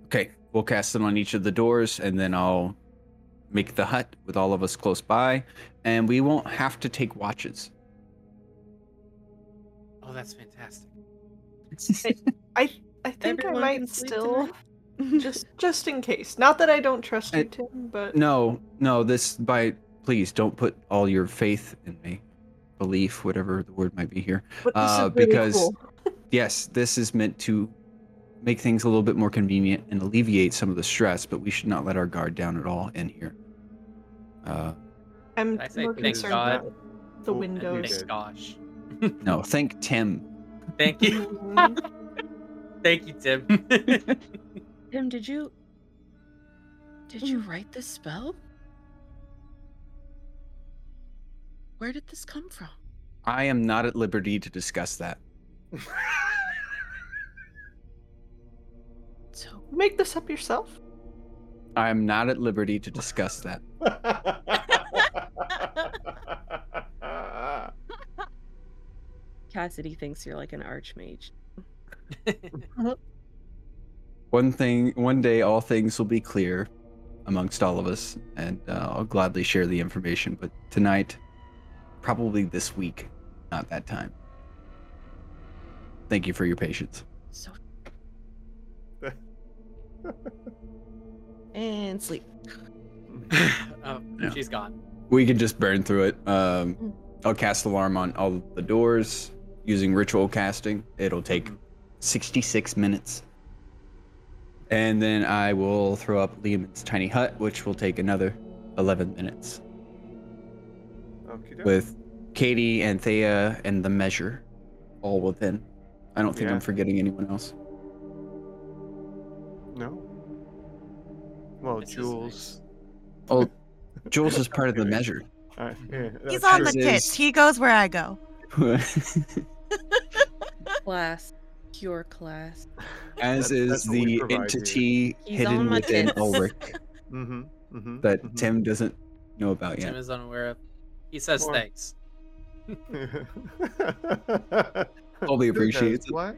Speaker 4: Okay, we'll cast them on each of the doors, and then I'll make the hut with all of us close by, and we won't have to take watches.
Speaker 5: Oh, that's fantastic.
Speaker 6: I I think
Speaker 7: Everyone
Speaker 6: I
Speaker 7: can
Speaker 6: might
Speaker 7: sleep
Speaker 6: still
Speaker 7: tonight?
Speaker 6: just just in case. Not that I don't trust you,
Speaker 4: I-
Speaker 6: Tim, but
Speaker 4: No, no, this by please don't put all your faith in me, belief, whatever the word might be here.
Speaker 6: but this
Speaker 4: uh,
Speaker 6: is really
Speaker 4: because-
Speaker 6: cool.
Speaker 4: yes, this is meant to make things a little bit more convenient and alleviate some of the stress, but we should not let our guard down at all in here. Uh,
Speaker 6: I'm
Speaker 5: I say
Speaker 6: more
Speaker 5: thank
Speaker 6: concerned
Speaker 5: God.
Speaker 6: about the
Speaker 2: Oh, and
Speaker 5: Thank
Speaker 6: windows.
Speaker 2: Good.
Speaker 5: gosh.
Speaker 4: no, thank Tim.
Speaker 5: Thank you.
Speaker 6: Mhm.
Speaker 5: Thank you, Tim.
Speaker 3: Tim, did you did you
Speaker 7: Hmm.
Speaker 3: write this spell? Where did this come from?
Speaker 4: I am not at liberty to discuss that.
Speaker 3: So
Speaker 6: Make this up yourself.
Speaker 4: I am not at liberty to discuss that.
Speaker 7: Cassidy thinks you're like an archmage.
Speaker 4: One thing, one day, all things will be clear amongst all of us, and uh, I'll gladly share the information. But tonight, probably this week, not that time. Thank you for your patience.
Speaker 3: So
Speaker 7: and sleep.
Speaker 5: Oh,
Speaker 4: No.
Speaker 5: she's gone.
Speaker 4: We could just burn through it. Um, I'll cast alarm on all the doors using ritual casting. It'll take 66 minutes. And then I will throw up Liam's tiny hut, which will take another 11 minutes
Speaker 2: Okey-doke.
Speaker 4: with Katie and Thea and the measure all within. I don't think
Speaker 2: Yeah.
Speaker 4: I'm forgetting anyone else.
Speaker 2: No. Well,
Speaker 5: This is
Speaker 2: Jules.
Speaker 4: Oh, Jules is part of the measure.
Speaker 2: Uh, yeah,
Speaker 12: He's
Speaker 2: that's
Speaker 12: on
Speaker 2: true.
Speaker 12: the
Speaker 4: This
Speaker 12: kit.
Speaker 4: is-
Speaker 12: He goes where I go.
Speaker 3: class, your class.
Speaker 4: As
Speaker 2: That's-
Speaker 4: is
Speaker 2: that's what we
Speaker 4: the
Speaker 2: provide you.
Speaker 4: entity
Speaker 3: He's
Speaker 4: hidden
Speaker 3: on my
Speaker 4: within
Speaker 3: tits.
Speaker 4: Ulrich
Speaker 2: Mhm, mhm,
Speaker 4: that
Speaker 2: mhm.
Speaker 4: Tim doesn't know about
Speaker 5: Tim
Speaker 4: yet.
Speaker 5: is unaware of. He says
Speaker 2: Or-
Speaker 5: thanks.
Speaker 4: Probably
Speaker 2: Who does
Speaker 4: appreciates it.
Speaker 2: What?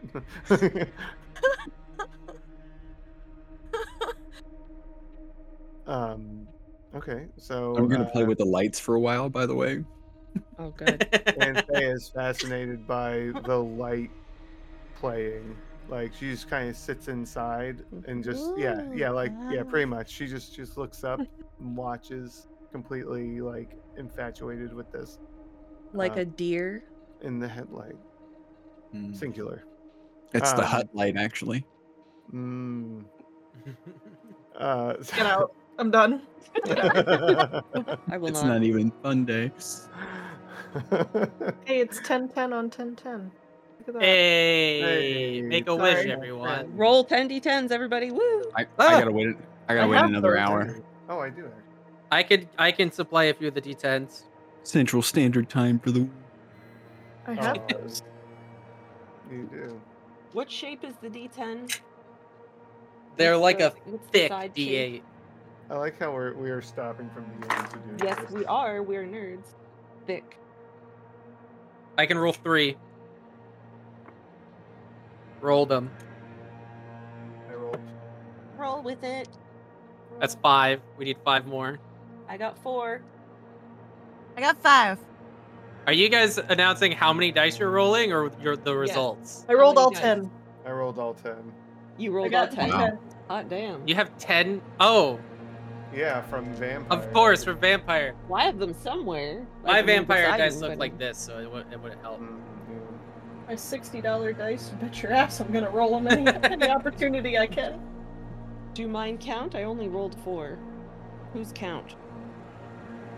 Speaker 2: um. Okay, so
Speaker 4: I'm gonna play
Speaker 2: uh,
Speaker 4: with the lights for a while, by the way.
Speaker 7: Oh, good.
Speaker 2: Anthea is fascinated by the light playing. Like she just kind of sits inside and just yeah yeah
Speaker 12: Ooh,
Speaker 2: like yeah
Speaker 12: wow.
Speaker 2: pretty much she just just looks up and watches completely like infatuated with this
Speaker 3: Like
Speaker 2: Uh,
Speaker 3: a deer.
Speaker 2: in the headlight
Speaker 4: Mm.
Speaker 2: singular.
Speaker 4: It's the
Speaker 2: Um,
Speaker 4: hut light, actually.
Speaker 2: Mm. Uh,
Speaker 6: Get out. I'm done.
Speaker 3: I will
Speaker 4: It's
Speaker 3: not.
Speaker 4: not even Sunday.
Speaker 6: Hey, it's 1010 on 1010. Look at that.
Speaker 5: Hey,
Speaker 2: Hey,
Speaker 5: make a
Speaker 6: sorry,
Speaker 5: wish,
Speaker 6: my
Speaker 5: everyone.
Speaker 2: friend.
Speaker 3: Roll pendy tens, everybody. Woo!
Speaker 4: I,
Speaker 5: Ah!
Speaker 4: I gotta wait. I gotta
Speaker 6: I
Speaker 4: wait
Speaker 6: have
Speaker 4: another
Speaker 6: those
Speaker 4: hour.
Speaker 2: oh, I do. actually.
Speaker 5: I could I can supply a few of the d10s.
Speaker 4: Central Standard Time for the.
Speaker 6: I have
Speaker 2: Oh,
Speaker 6: those.
Speaker 2: You do.
Speaker 3: What shape is the D10?
Speaker 5: They're
Speaker 3: What's
Speaker 5: like
Speaker 3: the-
Speaker 5: a
Speaker 3: what's the
Speaker 5: thick
Speaker 3: side shape?
Speaker 5: d8.
Speaker 2: I like how we're we are stopping from the end to do
Speaker 3: Yes,
Speaker 2: this.
Speaker 3: we are. We're nerds. Thick.
Speaker 5: I can roll three. Roll them.
Speaker 2: I rolled.
Speaker 3: Roll with it.
Speaker 5: That's
Speaker 3: Roll.
Speaker 5: five. We need five more.
Speaker 3: I got four.
Speaker 12: I got five.
Speaker 5: Are you guys announcing how many dice you're rolling or your the results?
Speaker 6: I rolled
Speaker 3: How
Speaker 6: all
Speaker 3: many
Speaker 6: 10.
Speaker 2: I rolled all ten.
Speaker 3: You
Speaker 6: I
Speaker 3: rolled all
Speaker 6: got
Speaker 3: ten.
Speaker 4: Wow.
Speaker 3: Hot damn.
Speaker 5: You have ten. Oh,
Speaker 2: Yeah, from vampire.
Speaker 5: of course, for vampire.
Speaker 3: Well, I have them somewhere.
Speaker 5: My
Speaker 3: Like, I mean,
Speaker 5: vampire
Speaker 3: beside
Speaker 5: dice
Speaker 3: you,
Speaker 5: look
Speaker 3: but-
Speaker 5: like this, so it would it would help.
Speaker 2: Mm,
Speaker 6: My $60 dice, you bet your ass I'm gonna roll them any, any opportunity I can.
Speaker 3: Do mine count? I only rolled four. Who's count?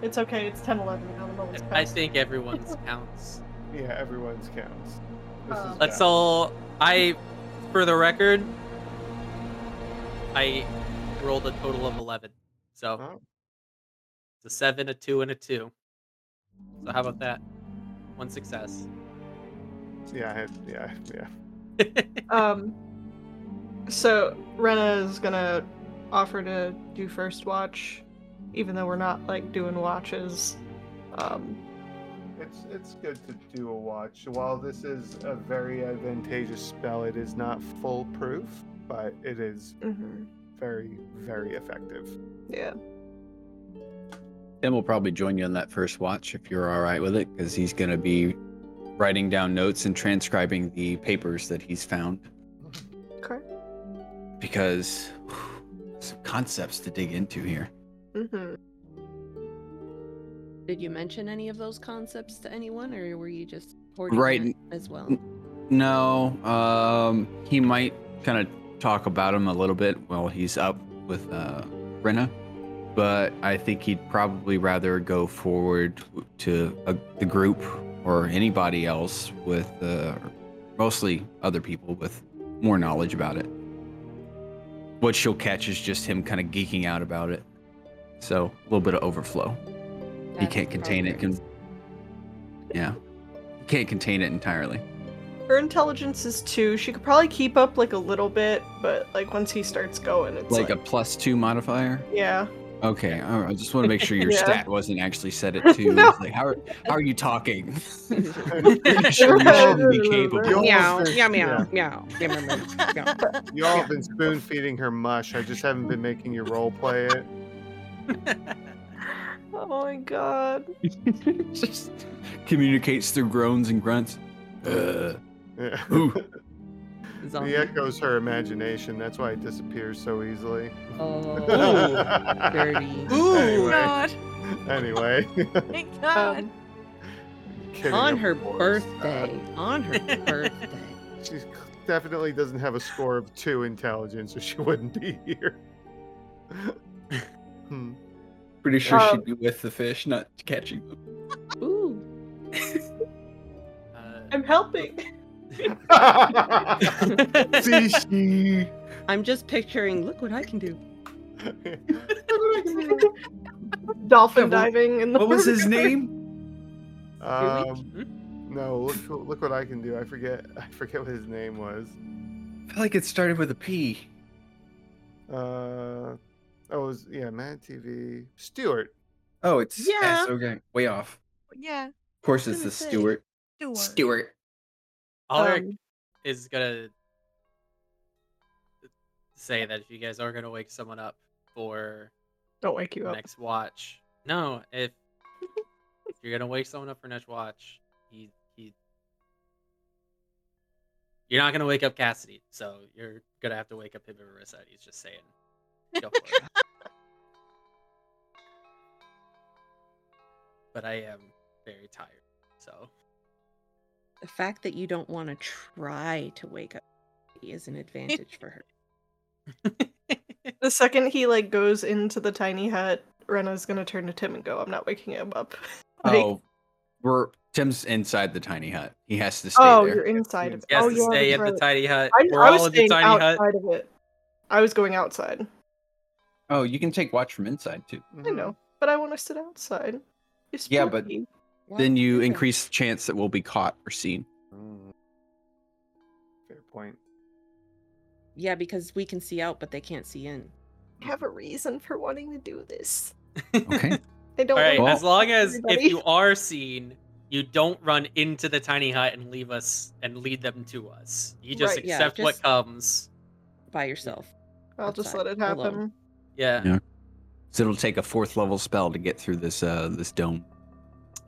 Speaker 6: It's okay, it's 10 11. Now the moment's
Speaker 5: I
Speaker 6: passed.
Speaker 5: think everyone's counts.
Speaker 2: yeah. Yeah, everyone's counts. This
Speaker 6: Uh,
Speaker 2: is
Speaker 5: Let's
Speaker 2: bad.
Speaker 5: all. I, for the record, I rolled a total of eleven. So
Speaker 2: Oh.
Speaker 5: it's a seven, a two, and a two. So how about that? One success.
Speaker 2: Yeah, I had, yeah, yeah.
Speaker 6: Um, so Rena is gonna offer to do first watch, even though we're not like doing watches. Um,
Speaker 2: It's it's good to do a watch. While this is a very advantageous spell, it is not foolproof, but it is
Speaker 7: Mm-hmm.
Speaker 2: very very effective.
Speaker 6: yeah.
Speaker 4: Tim will probably join you on that first watch if you're all right with it, because he's gonna be writing down notes and transcribing the papers that he's found.
Speaker 6: Okay.
Speaker 4: Because whew, some concepts to dig into here.
Speaker 6: Mm-hmm.
Speaker 3: Did you mention any of those concepts to anyone, or were you just hoarding
Speaker 4: Right
Speaker 3: that as well?
Speaker 4: No, um, he might kind of talk about him a little bit while he's up with uh, Renna, but I think he'd probably rather go forward to a, the group or anybody else with uh, mostly other people with more knowledge about it. What she'll catch is just him kind of geeking out about it. So a little bit of overflow. he
Speaker 3: That's
Speaker 4: can't contain it.
Speaker 3: progress.
Speaker 4: Can, yeah, he can't contain it entirely.
Speaker 6: Her intelligence is two. She could probably keep up like a little bit, but like once he starts going, it's
Speaker 4: like
Speaker 6: like,
Speaker 4: a plus two modifier.
Speaker 6: yeah.
Speaker 4: Okay, all right, I just want to make sure your
Speaker 6: Yeah.
Speaker 4: stat wasn't actually set at two.
Speaker 6: No.
Speaker 4: It's Like, how are, how are you talking?
Speaker 5: Pretty
Speaker 4: sure you should be capable.
Speaker 2: You all
Speaker 7: Meow,
Speaker 2: have been-
Speaker 7: meow,
Speaker 2: yeah,
Speaker 7: meow, meow, meow, meow, meow, meow.
Speaker 2: You all have been spoon feeding her mush. I just haven't been making you role play it.
Speaker 6: Oh my god.
Speaker 4: just communicates through groans and grunts. Uh,
Speaker 2: Yeah.
Speaker 4: ooh.
Speaker 9: Zombie.
Speaker 2: He echoes her imagination. That's why it disappears so easily.
Speaker 9: Oh, dirty.
Speaker 12: Ooh,
Speaker 2: Anyway.
Speaker 12: God.
Speaker 2: Anyway.
Speaker 12: Thank God.
Speaker 6: Um,
Speaker 2: Kidding,
Speaker 9: on
Speaker 2: of
Speaker 9: her
Speaker 2: course.
Speaker 9: birthday. On her birthday.
Speaker 2: Uh, she definitely doesn't have a score of two intelligence, or she wouldn't be here. Hmm.
Speaker 4: Pretty sure
Speaker 6: Um,
Speaker 4: she'd be with the fish, not catching them.
Speaker 9: Ooh.
Speaker 5: Uh,
Speaker 6: I'm helping.
Speaker 2: See, she.
Speaker 9: I'm just picturing, look what I can do.
Speaker 6: Dolphin
Speaker 4: Yeah, what-
Speaker 6: diving in the
Speaker 4: What was
Speaker 6: river.
Speaker 4: his name?
Speaker 2: Um, no, look, look what I can do. I forget. I forget what his name was.
Speaker 4: I feel like it started with a P.
Speaker 2: Uh, oh, it was yeah, Mad TV. Stewart.
Speaker 4: Oh, it's
Speaker 12: Yeah.
Speaker 4: S, okay. Way off.
Speaker 12: Yeah.
Speaker 4: Of course, it's the
Speaker 12: gonna say.
Speaker 4: Stewart.
Speaker 12: Stuart.
Speaker 4: Stewart.
Speaker 5: Ulrich
Speaker 6: Um,
Speaker 5: is gonna say that if you guys are gonna wake someone up for
Speaker 6: Don't wake you up.
Speaker 5: next watch, no, if if you're gonna wake someone up for next watch, he he, you're not gonna wake up Cassidy, so you're gonna have to wake up him and Marissa. He's just saying. Go for it. but I am very tired, so
Speaker 3: The fact that you don't want to try to wake up is an advantage for her.
Speaker 6: Oh, The second he like goes into the tiny hut, Rena's gonna turn to Tim and go, "I'm not waking him up." Like-
Speaker 4: Oh, we're Tim's inside the tiny hut. He has to stay
Speaker 6: oh,
Speaker 4: there.
Speaker 6: you're inside of it.
Speaker 5: He has
Speaker 6: oh,
Speaker 5: to
Speaker 6: yeah,
Speaker 5: stay
Speaker 6: that's
Speaker 5: in the
Speaker 6: right.
Speaker 5: tiny hut.
Speaker 6: I,
Speaker 5: We're
Speaker 6: I was
Speaker 5: all in the
Speaker 6: staying
Speaker 5: tiny
Speaker 6: outside
Speaker 5: hut.
Speaker 6: of it. I was going outside.
Speaker 4: Oh, you can take watch from inside too.
Speaker 6: I
Speaker 5: Hmm.
Speaker 6: know, but I want to sit outside. It's
Speaker 4: Yeah, but-
Speaker 6: spooky.
Speaker 3: Why
Speaker 4: Then
Speaker 3: would
Speaker 4: you
Speaker 3: do that?
Speaker 4: increase the chance that we'll be caught or seen.
Speaker 2: Mhm. Fair point.
Speaker 3: Yeah, because we can see out, but they can't see in.
Speaker 6: I have a reason for wanting to do this.
Speaker 4: Okay.
Speaker 6: I don't.
Speaker 5: All right.
Speaker 6: wanna-
Speaker 4: Well-
Speaker 5: as long as
Speaker 6: Everybody.
Speaker 5: if you are seen, you don't run into the tiny hut and leave us and lead them to us. You just
Speaker 6: Right,
Speaker 3: yeah,
Speaker 5: accept what
Speaker 3: just-
Speaker 5: comes.
Speaker 3: By yourself.
Speaker 6: I'll just
Speaker 3: outside,
Speaker 6: let it
Speaker 3: alone.
Speaker 6: happen.
Speaker 5: Yeah,
Speaker 4: Yeah. So it'll take a fourth level spell to get through this uh this dome.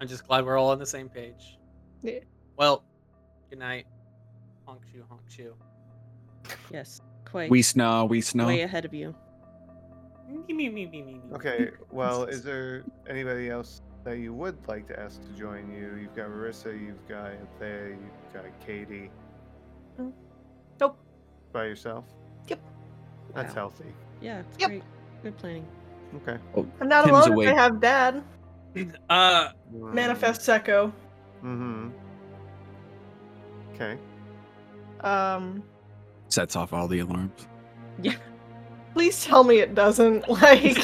Speaker 5: I'm just glad we're all on the same page.
Speaker 6: Yeah.
Speaker 5: Well, good night. Honk you, honk you.
Speaker 3: Yes. Quite
Speaker 4: We snaw, we snaw.
Speaker 3: way ahead of you.
Speaker 5: Me, me, me, me, me, me.
Speaker 2: Okay. Well, is there anybody else that you would like to ask to join you? You've got Marissa. You've got Anthea. You've got Katie.
Speaker 4: Mm.
Speaker 6: Nope.
Speaker 2: By yourself.
Speaker 6: Yep.
Speaker 2: That's
Speaker 3: Wow.
Speaker 2: healthy.
Speaker 3: Yeah, it's
Speaker 6: Yep.
Speaker 3: great. Good planning.
Speaker 2: Okay.
Speaker 6: I'm not
Speaker 4: Tim's
Speaker 6: alone.
Speaker 4: awake.
Speaker 6: If I have Dad.
Speaker 5: Uh,
Speaker 6: Manifest Echo.
Speaker 2: Mm-hmm. Okay.
Speaker 6: Um,
Speaker 4: Sets off all the alarms.
Speaker 6: please tell me it doesn't. Like,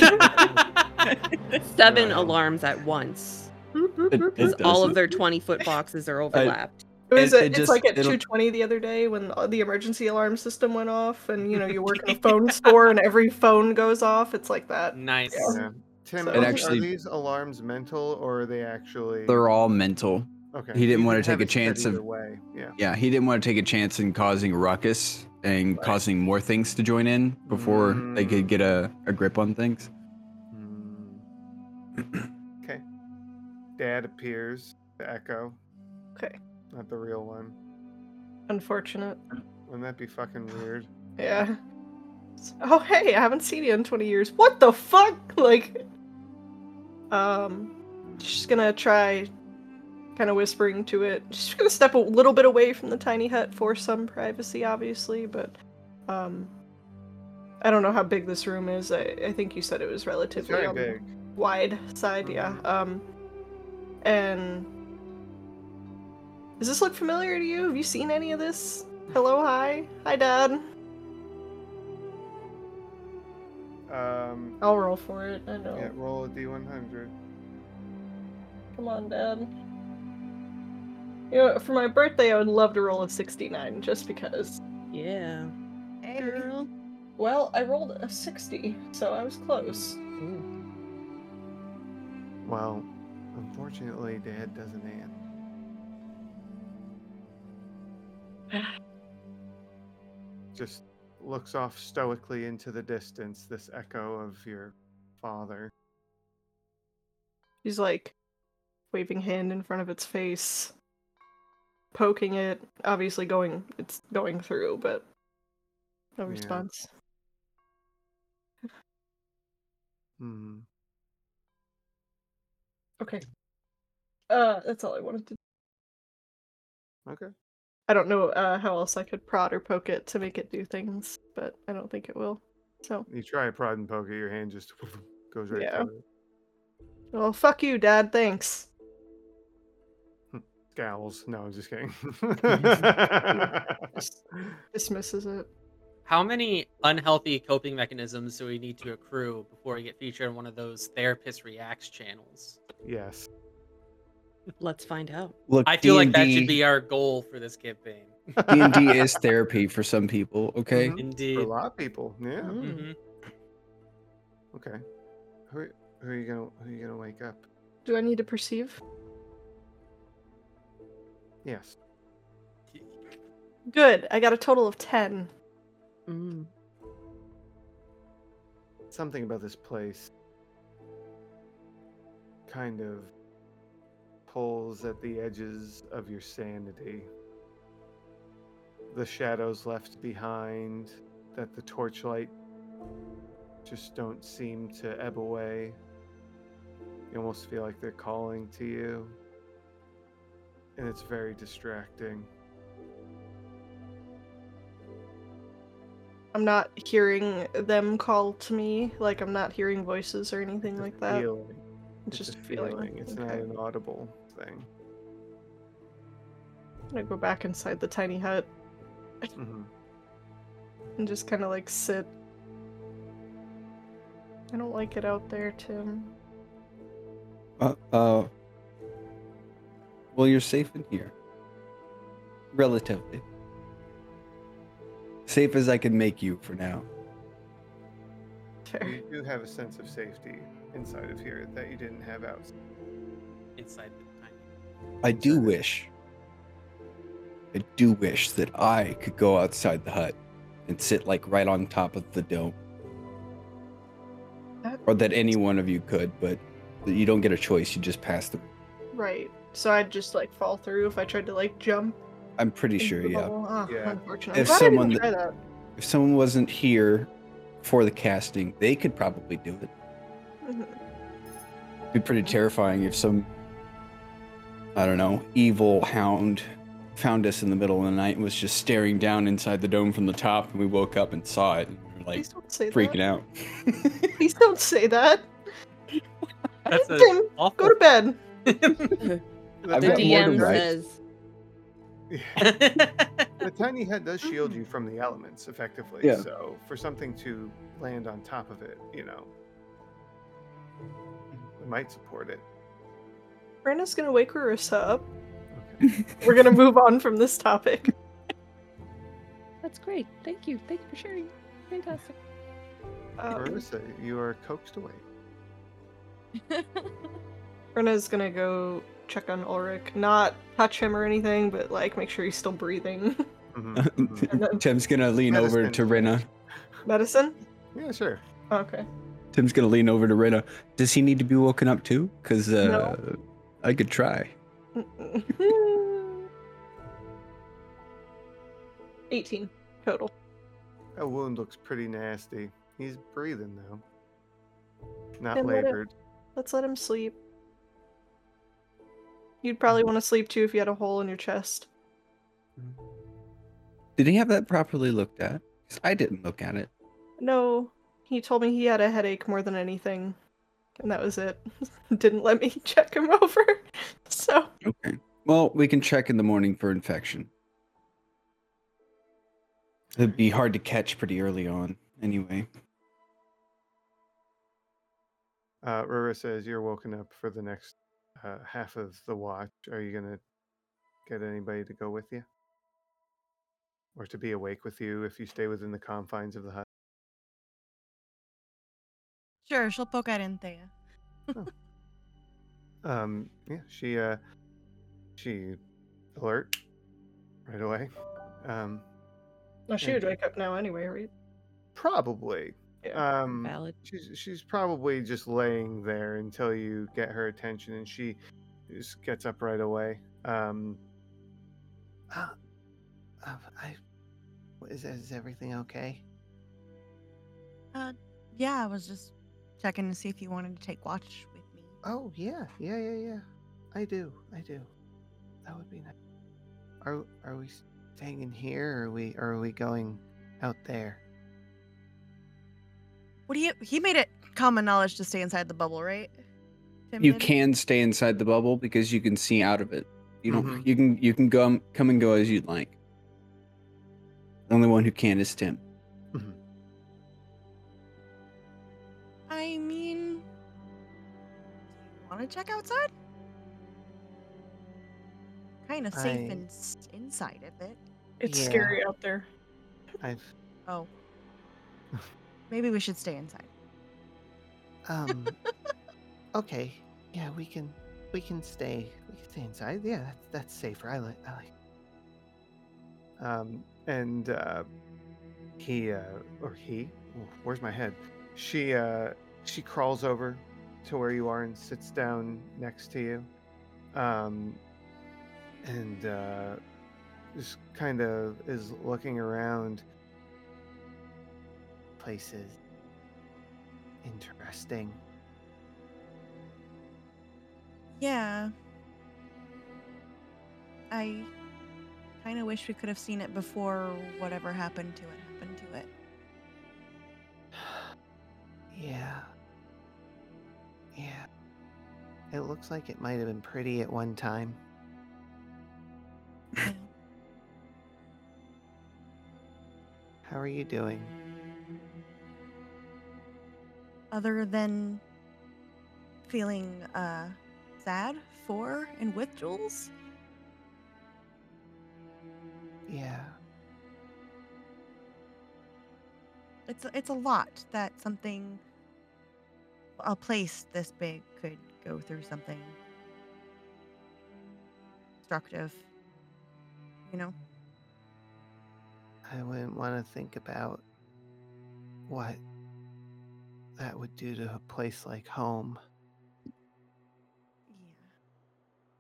Speaker 3: Seven
Speaker 2: Right.
Speaker 3: alarms at once.
Speaker 4: It-
Speaker 3: Because
Speaker 4: it
Speaker 3: all
Speaker 4: doesn't.
Speaker 3: of their 20 foot boxes are overlapped.
Speaker 6: It was
Speaker 4: It-
Speaker 6: a-
Speaker 4: it
Speaker 6: it's
Speaker 4: just-
Speaker 6: like at
Speaker 4: it'll-
Speaker 6: 2:20 the other day when uh, the emergency alarm system went off, and you know you work in a phone store and every phone goes off. It's like that.
Speaker 5: nice.
Speaker 2: Yeah. Tim,
Speaker 6: So-
Speaker 4: It
Speaker 2: are,
Speaker 4: actually-
Speaker 2: are these alarms mental or are they actually?
Speaker 4: They're all mental.
Speaker 2: okay.
Speaker 4: he didn't
Speaker 2: you
Speaker 4: wanna
Speaker 2: can have
Speaker 4: take
Speaker 2: it
Speaker 4: a
Speaker 2: said
Speaker 4: chance of-
Speaker 2: either way. Yeah.
Speaker 4: Yeah, he didn't want to take a chance in causing a ruckus and
Speaker 2: Right.
Speaker 4: causing more things to join in before they could get a, a grip on things.
Speaker 2: okay. Dad appears. The echo.
Speaker 6: Okay.
Speaker 2: Not the real one.
Speaker 6: Unfortunate.
Speaker 2: Wouldn't that be fucking weird?
Speaker 6: Yeah. S- Oh hey, I haven't seen you in 20 years. What the fuck? Like, um, she's gonna try, kind of whispering to it. She's gonna step a little bit away from the tiny hut for some privacy, obviously, but, um. I don't know how big this room is. I, I think you said it was
Speaker 2: It's
Speaker 6: relatively
Speaker 2: very
Speaker 6: on the-
Speaker 2: big.
Speaker 6: wide side, yeah. Um, and does this look familiar to you? Have you seen any of this? Hello, hi, hi, Dad.
Speaker 2: Um,
Speaker 6: I'll roll for it. I know.
Speaker 2: yeah, roll a d100.
Speaker 6: Come on, Dad. You know, for my birthday, I would love to roll a 69, just because.
Speaker 3: Yeah. Girl.
Speaker 6: Well, I rolled a 60, so I was close.
Speaker 2: Well, unfortunately, Dad doesn't answer. Just looks off stoically into the distance, this echo of your father.
Speaker 6: She's like, waving hand in front of its face, poking it. Obviously, going it's going through, but no
Speaker 2: Yeah.
Speaker 6: response.
Speaker 2: Hmm.
Speaker 6: Okay. Uh, that's all I wanted to.
Speaker 2: Okay.
Speaker 6: I don't know uh, how else I could prod or poke it to make it do things, but I don't think it will. So,
Speaker 2: You try a prod and poke at your hand, just goes right
Speaker 6: Yeah.
Speaker 2: through it.
Speaker 6: well, fuck you, Dad. Thanks.
Speaker 2: Scowls. No, I'm just kidding.
Speaker 6: Dis- dismisses it.
Speaker 5: How many unhealthy coping mechanisms do we need to accrue before we get featured in one of those therapist reacts channels?
Speaker 2: yes.
Speaker 7: Let's find out.
Speaker 4: Look,
Speaker 5: I feel like that
Speaker 4: D&D
Speaker 5: should be our goal for this campaign.
Speaker 4: D&D is therapy for some people, okay?
Speaker 2: Mhm.
Speaker 5: Indeed.
Speaker 2: For a lot of people. Yeah.
Speaker 6: Mm-hmm.
Speaker 5: Mhm.
Speaker 2: Okay. Who, who are you gonna who are you gonna wake up?
Speaker 6: Do I need to perceive?
Speaker 2: Yes.
Speaker 6: Good. I got a total of 10.
Speaker 7: Mm.
Speaker 2: Something about this place kind of pulls at the edges of your sanity. The shadows left behind that the torchlight just don't seem to ebb away. You almost feel like they're calling to you. And it's very distracting.
Speaker 6: I'm not hearing them call to me. Like, I'm not hearing voices or anything like that.
Speaker 2: Feeling.
Speaker 6: It's just feeling.
Speaker 2: It's
Speaker 6: okay.
Speaker 2: not an audible thing.
Speaker 6: I'm gonna go back inside the tiny hut
Speaker 2: Mhm.
Speaker 6: and just kind of like sit. I don't like it out there, Tim.
Speaker 4: Uh, uh, well, you're safe in here. Relatively. Safe as I can make you for now.
Speaker 6: Fair.
Speaker 2: You do have a sense of safety inside of here that you didn't have out.
Speaker 5: Inside the time.
Speaker 4: I do wish. I do wish that I could go outside the hut and sit like right on top of the dome.
Speaker 6: That-
Speaker 4: Or that any one of you could, but you don't get a choice. You just pass the.
Speaker 6: Right. So I'd just like fall through if I tried to like jump.
Speaker 4: I'm pretty
Speaker 6: into
Speaker 4: sure,
Speaker 6: the
Speaker 4: yeah.
Speaker 6: bubble. Ah,
Speaker 2: Yeah.
Speaker 6: Unfortunate. I'm
Speaker 4: If
Speaker 6: glad
Speaker 4: someone
Speaker 6: I didn't
Speaker 4: that-
Speaker 6: try that.
Speaker 4: If someone wasn't here for the casting, they could probably do it.
Speaker 6: Mhm.
Speaker 4: be pretty terrifying if some I don't know, evil hound found us in the middle of the night and was just staring down inside the dome from the top and we woke up and saw it and we were like
Speaker 6: Please don't say
Speaker 4: freaking
Speaker 6: that.
Speaker 4: out.
Speaker 6: Please don't say that.
Speaker 5: That's a
Speaker 6: Tim,
Speaker 5: awful.
Speaker 6: Go to bed.
Speaker 2: The
Speaker 4: I've
Speaker 3: The
Speaker 4: got
Speaker 2: tiny,
Speaker 4: more to
Speaker 3: DM
Speaker 4: write.
Speaker 3: says
Speaker 2: the tiny head does
Speaker 6: Mm.
Speaker 2: shield you from the elements effectively.
Speaker 4: Yeah.
Speaker 2: So for something to land on top of it, you know, it might support it.
Speaker 6: Brenna's gonna wake Marissa up.
Speaker 2: Okay.
Speaker 6: We're gonna move on from this topic.
Speaker 7: That's great. Thank you. Thank you for sharing. Fantastic.
Speaker 6: Um,
Speaker 2: Marissa, you are coaxed away.
Speaker 6: Brenna's gonna go check on Ulrich, not touch him or anything, but like make sure he's still breathing.
Speaker 2: Mhm, mhm.
Speaker 6: and then
Speaker 4: Tim's gonna lean over
Speaker 2: Medicine.
Speaker 4: to Rena.
Speaker 6: medicine.
Speaker 2: yeah, sure.
Speaker 6: Okay.
Speaker 4: Tim's gonna lean over to Rena. Does he need to be woken up too? Cause uh
Speaker 6: No.
Speaker 4: I could try.
Speaker 6: 18 total.
Speaker 2: That wound looks pretty nasty. He's breathing though. Not
Speaker 6: Then let it-
Speaker 2: labored.
Speaker 6: Let's let him sleep. You'd probably want to sleep too if you had a hole in your chest.
Speaker 4: Did he have that properly looked at? 'Cause I didn't look at it.
Speaker 6: No, he told me he had a headache more than anything, and that was it. Didn't let me check him over. So,
Speaker 4: Okay. Well, we can check in the morning for infection. It'd be hard to catch pretty early on, anyway.
Speaker 2: Uh, Rora says you're woken up for the next uh, half of the watch. Are you gonna get anybody to go with you, or to be awake with you if you stay within the confines of the hut?
Speaker 12: Sure, she'll poke at Anthea.
Speaker 2: Um, yeah, she uh, she alert right away. Um,
Speaker 6: well, Oh, she
Speaker 2: Yeah.
Speaker 6: would wake up now anyway, right?
Speaker 2: probably.
Speaker 6: Yeah,
Speaker 4: Mm.
Speaker 2: um,
Speaker 7: Valid.
Speaker 2: She's she's probably just laying there until you get her attention, and she
Speaker 16: just gets up right away. Um, uh, uh, I, is, is everything okay?
Speaker 12: Uh, yeah, I was just checking to see if you wanted to take watch with me.
Speaker 16: Oh yeah, yeah, yeah, yeah. I do, I do. That would be nice. Are are we staying in here, or are we or are we going out there?
Speaker 12: What do you? He made it common knowledge to stay inside the bubble, right? Ten
Speaker 4: You
Speaker 12: minutes?
Speaker 4: can stay inside the bubble because you can see out of it. You don't.
Speaker 16: Mhm.
Speaker 4: You can. You can go come and go as you'd like. The only one who can is Tim.
Speaker 12: I mean, do you want to check outside? Kind of safe
Speaker 16: I-
Speaker 12: and s- inside of it.
Speaker 6: It's
Speaker 16: Yeah.
Speaker 6: scary out there.
Speaker 16: I've
Speaker 12: Oh, maybe we should stay inside.
Speaker 16: um. okay, yeah, we can we can stay we can stay inside. Yeah, that's that's safer. I like I like. Um, and uh, he uh, or he, ooh, where's my head? She uh, she crawls over to where you are and sits down next to you, um, and uh, just kind of is looking around. Places interesting.
Speaker 12: Yeah. I kind of wish we could have seen it before whatever happened to it happened to it.
Speaker 16: Yeah. Yeah. It looks like it might have been pretty at one time. How are you doing?
Speaker 12: Other than feeling uh sad for and with Jules,
Speaker 16: Yeah.
Speaker 12: it's it's a lot that something a place this big could go through something destructive, you know?
Speaker 16: I wouldn't want to think about what that would do to a place like home.
Speaker 12: Yeah.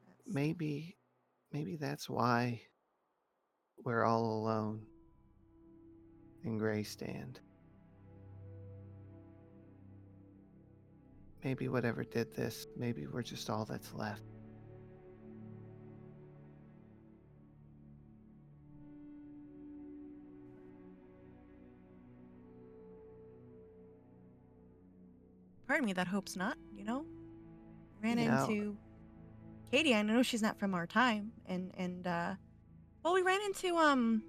Speaker 12: That's-
Speaker 16: Maybe maybe that's why we're all alone in Greystand. Maybe whatever did this, maybe we're just all that's left.
Speaker 12: part of me that hopes not, you know? Ran
Speaker 16: You know-
Speaker 12: into Katie, I know she's not from our time, and and uh well we ran into um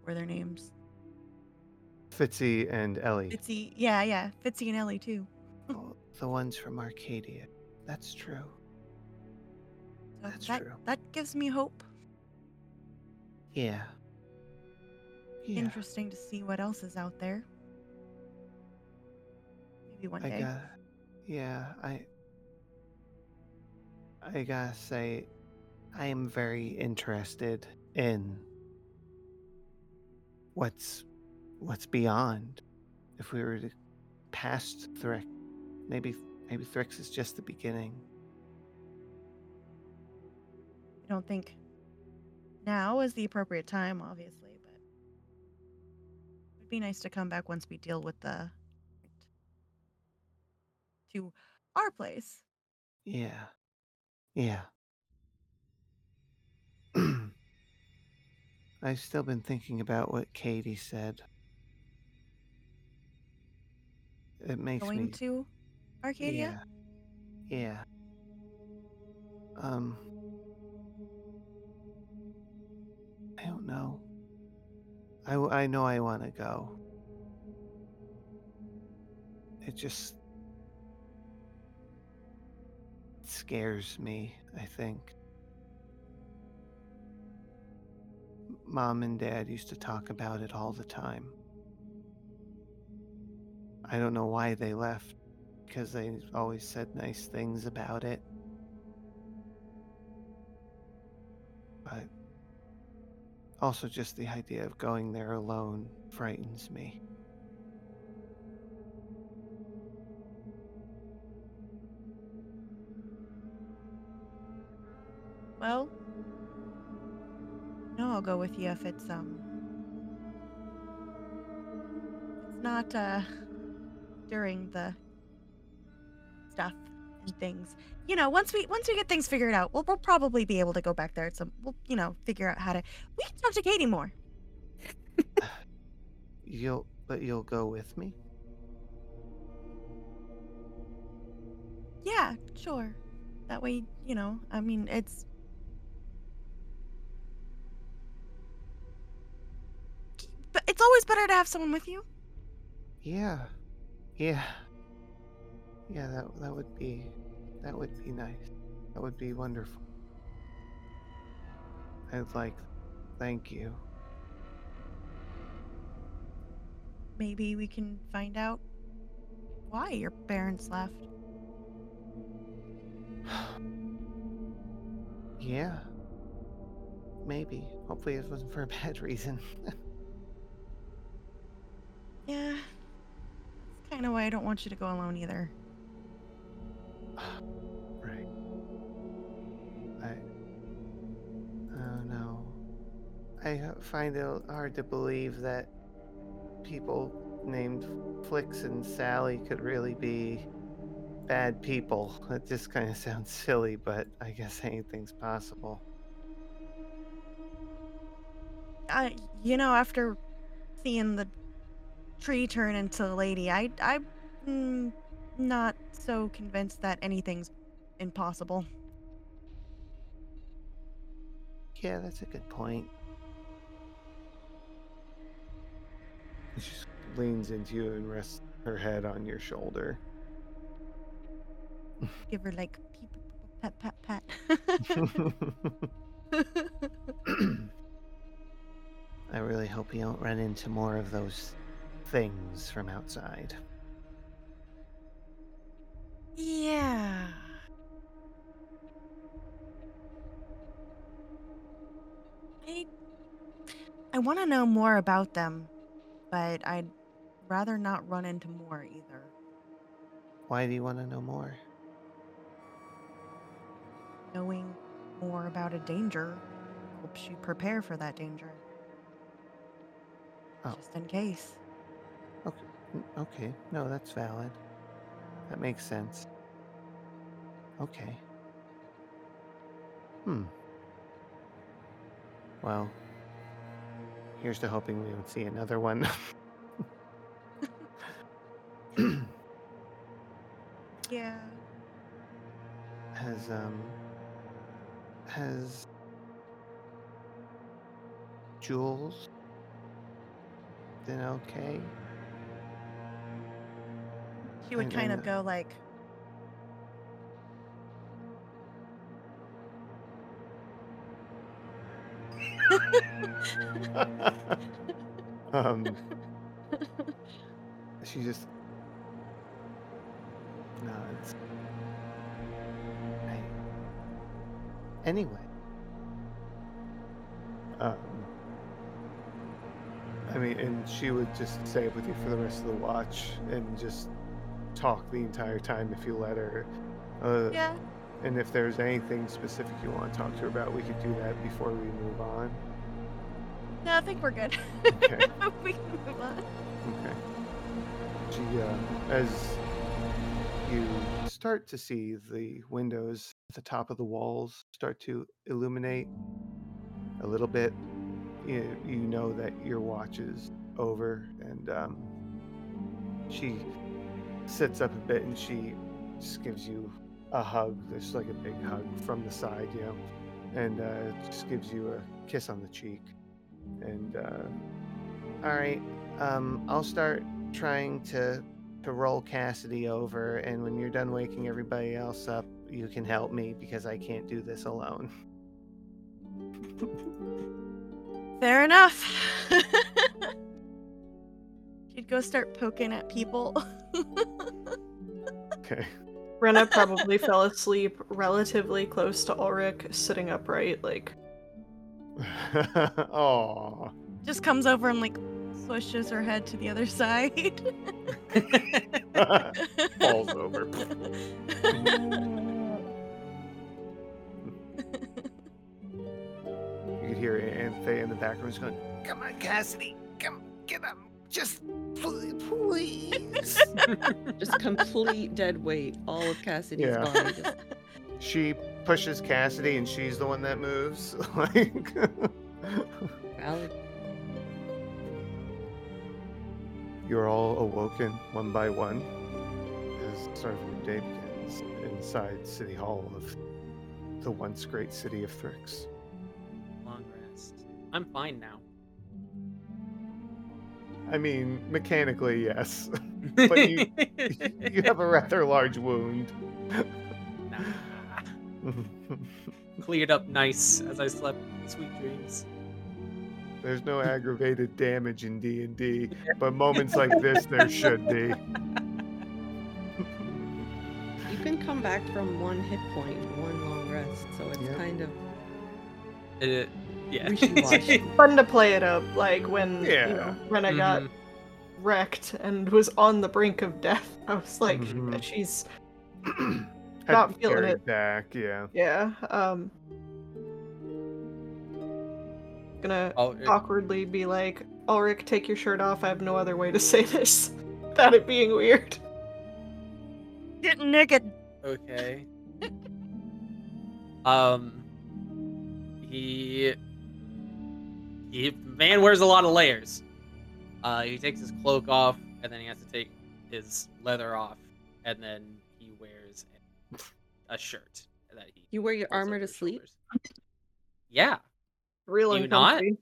Speaker 12: what were their names?
Speaker 16: Fitzy and Ellie.
Speaker 12: Fitzy yeah, yeah, Fitzy and Ellie too.
Speaker 16: Oh, the ones from Arcadia. That's true.
Speaker 12: So
Speaker 16: That's
Speaker 12: that
Speaker 16: true.
Speaker 12: that gives me hope.
Speaker 16: Yeah. Yeah.
Speaker 12: Interesting to see what else is out there. Maybe one
Speaker 16: I
Speaker 12: day.
Speaker 16: got Yeah, I I gotta say I am very interested in what's what's beyond. If we were to past Thrix, maybe maybe Thrix is just the beginning.
Speaker 12: I don't think now is the appropriate time, obviously, but it would be nice to come back once we deal with the to our place.
Speaker 16: Yeah. Yeah. I've still been thinking about what Katie said. It makes
Speaker 12: going
Speaker 16: me
Speaker 12: to Arcadia?
Speaker 16: Yeah. Yeah. Um I don't know. I, w- I know I want to go. It just scares me, I think. Mom and Dad used to talk about it all the time. I don't know why they left, because they always said nice things about it. But also, just the idea of going there alone frightens me.
Speaker 12: Well, no, I'll go with you if it's um, it's not uh, during the stuff and things. You know, once we once we get things figured out, we'll, we'll probably be able to go back there. At some, we'll you know figure out how to. We can talk to Katie more.
Speaker 16: You'll but you'll go with me.
Speaker 12: Yeah, sure. That way, you know, I mean, it's. But it's always better to have someone with you.
Speaker 16: Yeah, yeah, yeah. That that would be that would be nice. That would be wonderful. I'd like. Thank you.
Speaker 12: Maybe we can find out why your parents left.
Speaker 16: Yeah. Maybe. Hopefully, it wasn't for a bad reason.
Speaker 12: Yeah. That's kind of why I don't want you to go alone either.
Speaker 16: right. I. Oh no. I h- find it hard to believe that people named Flix and Sally could really be bad people. It just kind of sounds silly, but I guess anything's possible.
Speaker 12: I, you know, after seeing the tree turn into a lady, I, I'm mm, not so convinced that anything's impossible.
Speaker 16: Yeah, that's a good point. She just leans into you and rests her head on your shoulder.
Speaker 12: Give her like peep, pat, pat, pat.
Speaker 16: I really hope you don't run into more of those things from outside.
Speaker 12: yeah. I, I want to know more about them, but I'd rather not run into more either.
Speaker 16: Why do you want to know more?
Speaker 12: Knowing more about a danger helps you prepare for that danger.
Speaker 16: Oh.
Speaker 12: Just in case.
Speaker 16: N- Okay, no, that's valid. That makes sense. Okay. Hmm. Well, here's to hoping we don't see another one.
Speaker 12: Yeah.
Speaker 16: has um has Jules been okay?
Speaker 12: She would
Speaker 16: And-
Speaker 12: kind
Speaker 16: and, uh,
Speaker 12: of go like,
Speaker 16: um, she just nods. Right. Anyway, um, I mean, and she would just stay with you for the rest of the watch and just talk the entire time if you let her. Uh,
Speaker 12: yeah.
Speaker 16: And if there's anything specific you want to talk to her about, we could do that before we move on.
Speaker 12: No, I think we're good.
Speaker 16: Okay.
Speaker 12: we can move on.
Speaker 16: Okay. She, uh, as you start to see the windows at the top of the walls start to illuminate a little bit, you, you know that your watch is over, and um, she sits up a bit and she just gives you a hug. There's like a big hug from the side, you know, and uh, just gives you a kiss on the cheek. And, uh, all right, um, I'll start trying to to roll Cassidy over, and when you're done waking everybody else up, you can help me because I can't do this alone.
Speaker 12: Fair enough. She'd go start poking at people.
Speaker 16: Okay.
Speaker 6: Rena probably fell asleep relatively close to Ulrich, sitting upright, like
Speaker 16: Aw.
Speaker 12: Just comes over and like swishes her head to the other side.
Speaker 16: Falls over.
Speaker 2: Faye in the back room is going, Come on, Cassidy. Come get up. Just pl- please.
Speaker 3: Just complete dead weight. All of Cassidy's
Speaker 2: Yeah.
Speaker 3: body. Just...
Speaker 2: she pushes Cassidy, and she's the one that moves. like,
Speaker 3: Valid.
Speaker 2: you're all awoken one by one as the start of your day begins inside City Hall of the once great city of Thrix.
Speaker 5: Long rest. I'm fine now.
Speaker 2: I mean, mechanically, yes, but you you have a rather large wound.
Speaker 5: Nah. Cleared up nice as I slept. Sweet dreams.
Speaker 2: There's no aggravated damage in D and D, but moments like this there should be.
Speaker 3: You can come back from one hit point, one long rest, so it's
Speaker 2: Yeah.
Speaker 3: kind of
Speaker 5: It, Uh, yeah.
Speaker 3: wishy-washy.
Speaker 6: Fun to play it up, like when you
Speaker 2: Yeah.
Speaker 6: know, Rena got
Speaker 5: Mhm.
Speaker 6: wrecked and was on the brink of death. I was like,
Speaker 2: Mhm.
Speaker 6: she's
Speaker 2: Had
Speaker 6: Not
Speaker 2: to
Speaker 6: feeling
Speaker 2: carry
Speaker 6: it.
Speaker 2: Back, yeah.
Speaker 6: yeah. Um, gonna
Speaker 5: Oh, it-
Speaker 6: awkwardly be like, Ulrich, take your shirt off. I have no other way to say this without it being weird.
Speaker 12: Get naked.
Speaker 5: Okay. um. He. He man wears a lot of layers. Uh, he takes his cloak off, and then he has to take his leather off, and then he wears a, a shirt that he.
Speaker 3: You wear your
Speaker 5: pulls
Speaker 3: armor
Speaker 5: over
Speaker 3: to
Speaker 5: his
Speaker 3: sleep?
Speaker 5: shoulders. Yeah.
Speaker 6: Real
Speaker 5: You not?
Speaker 6: uncomfy.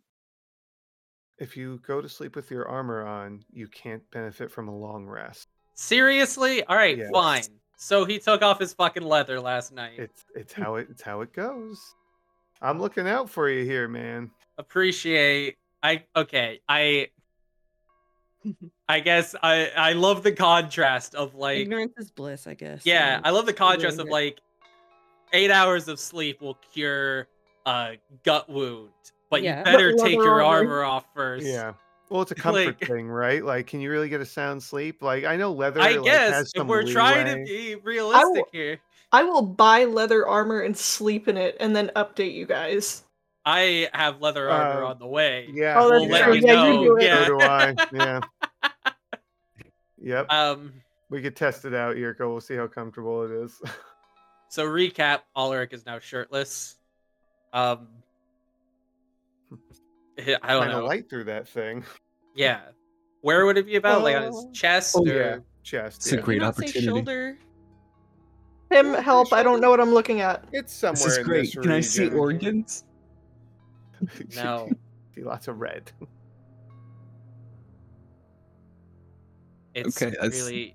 Speaker 2: If you go to sleep with your armor on, you can't benefit from a long rest.
Speaker 5: Seriously? All right,
Speaker 2: Yes.
Speaker 5: fine. So he took off his fucking leather last night.
Speaker 2: It's it's how it it's how it goes. I'm looking out for you here, man.
Speaker 5: Appreciate. I okay. I. I guess I I love the contrast of like
Speaker 3: ignorance is bliss, I guess.
Speaker 5: yeah
Speaker 3: and
Speaker 5: I love the contrast of
Speaker 3: it.
Speaker 5: like eight hours of sleep will cure a gut wound, but
Speaker 3: Yeah.
Speaker 5: you
Speaker 3: But
Speaker 5: better
Speaker 6: leather
Speaker 5: take your
Speaker 6: armor.
Speaker 5: armor off first.
Speaker 2: Yeah. Well, it's a comfort
Speaker 5: Like-
Speaker 2: thing, right? Like, can you really get a sound sleep? Like, I know leather.
Speaker 5: I
Speaker 2: like,
Speaker 5: guess
Speaker 2: has
Speaker 5: if
Speaker 2: some
Speaker 5: we're trying to be
Speaker 2: leeway.
Speaker 5: realistic here,
Speaker 6: I will buy leather armor and sleep in it, and then update you guys.
Speaker 5: I have leather armor
Speaker 2: Um,
Speaker 5: on the way.
Speaker 2: yeah,
Speaker 6: Oh,
Speaker 5: we'll
Speaker 6: that's
Speaker 5: let
Speaker 6: true.
Speaker 5: you
Speaker 6: Yeah, you
Speaker 5: know.
Speaker 6: do it.
Speaker 5: yeah.
Speaker 2: So do I. Yeah. yep.
Speaker 5: Um.
Speaker 2: we could test it out, Yurko. We'll see how comfortable it is.
Speaker 5: So recap: Alaric is now shirtless. Um, I don't
Speaker 2: Kind
Speaker 5: know.
Speaker 2: of light through that thing.
Speaker 5: yeah, where would it be about? Like on his
Speaker 3: Oh.
Speaker 5: chest?
Speaker 2: Oh,
Speaker 5: or...
Speaker 2: Chest.
Speaker 4: It's a
Speaker 2: yeah.
Speaker 4: great
Speaker 3: not say
Speaker 4: opportunity.
Speaker 3: shoulder.
Speaker 6: Tim, help! I don't know what I'm looking at.
Speaker 2: It's somewhere
Speaker 4: This is
Speaker 2: in
Speaker 4: great.
Speaker 2: this
Speaker 4: Can I see
Speaker 2: region.
Speaker 4: organs?
Speaker 5: No,
Speaker 2: see lots of red.
Speaker 5: it's
Speaker 4: Okay, that's-
Speaker 5: really.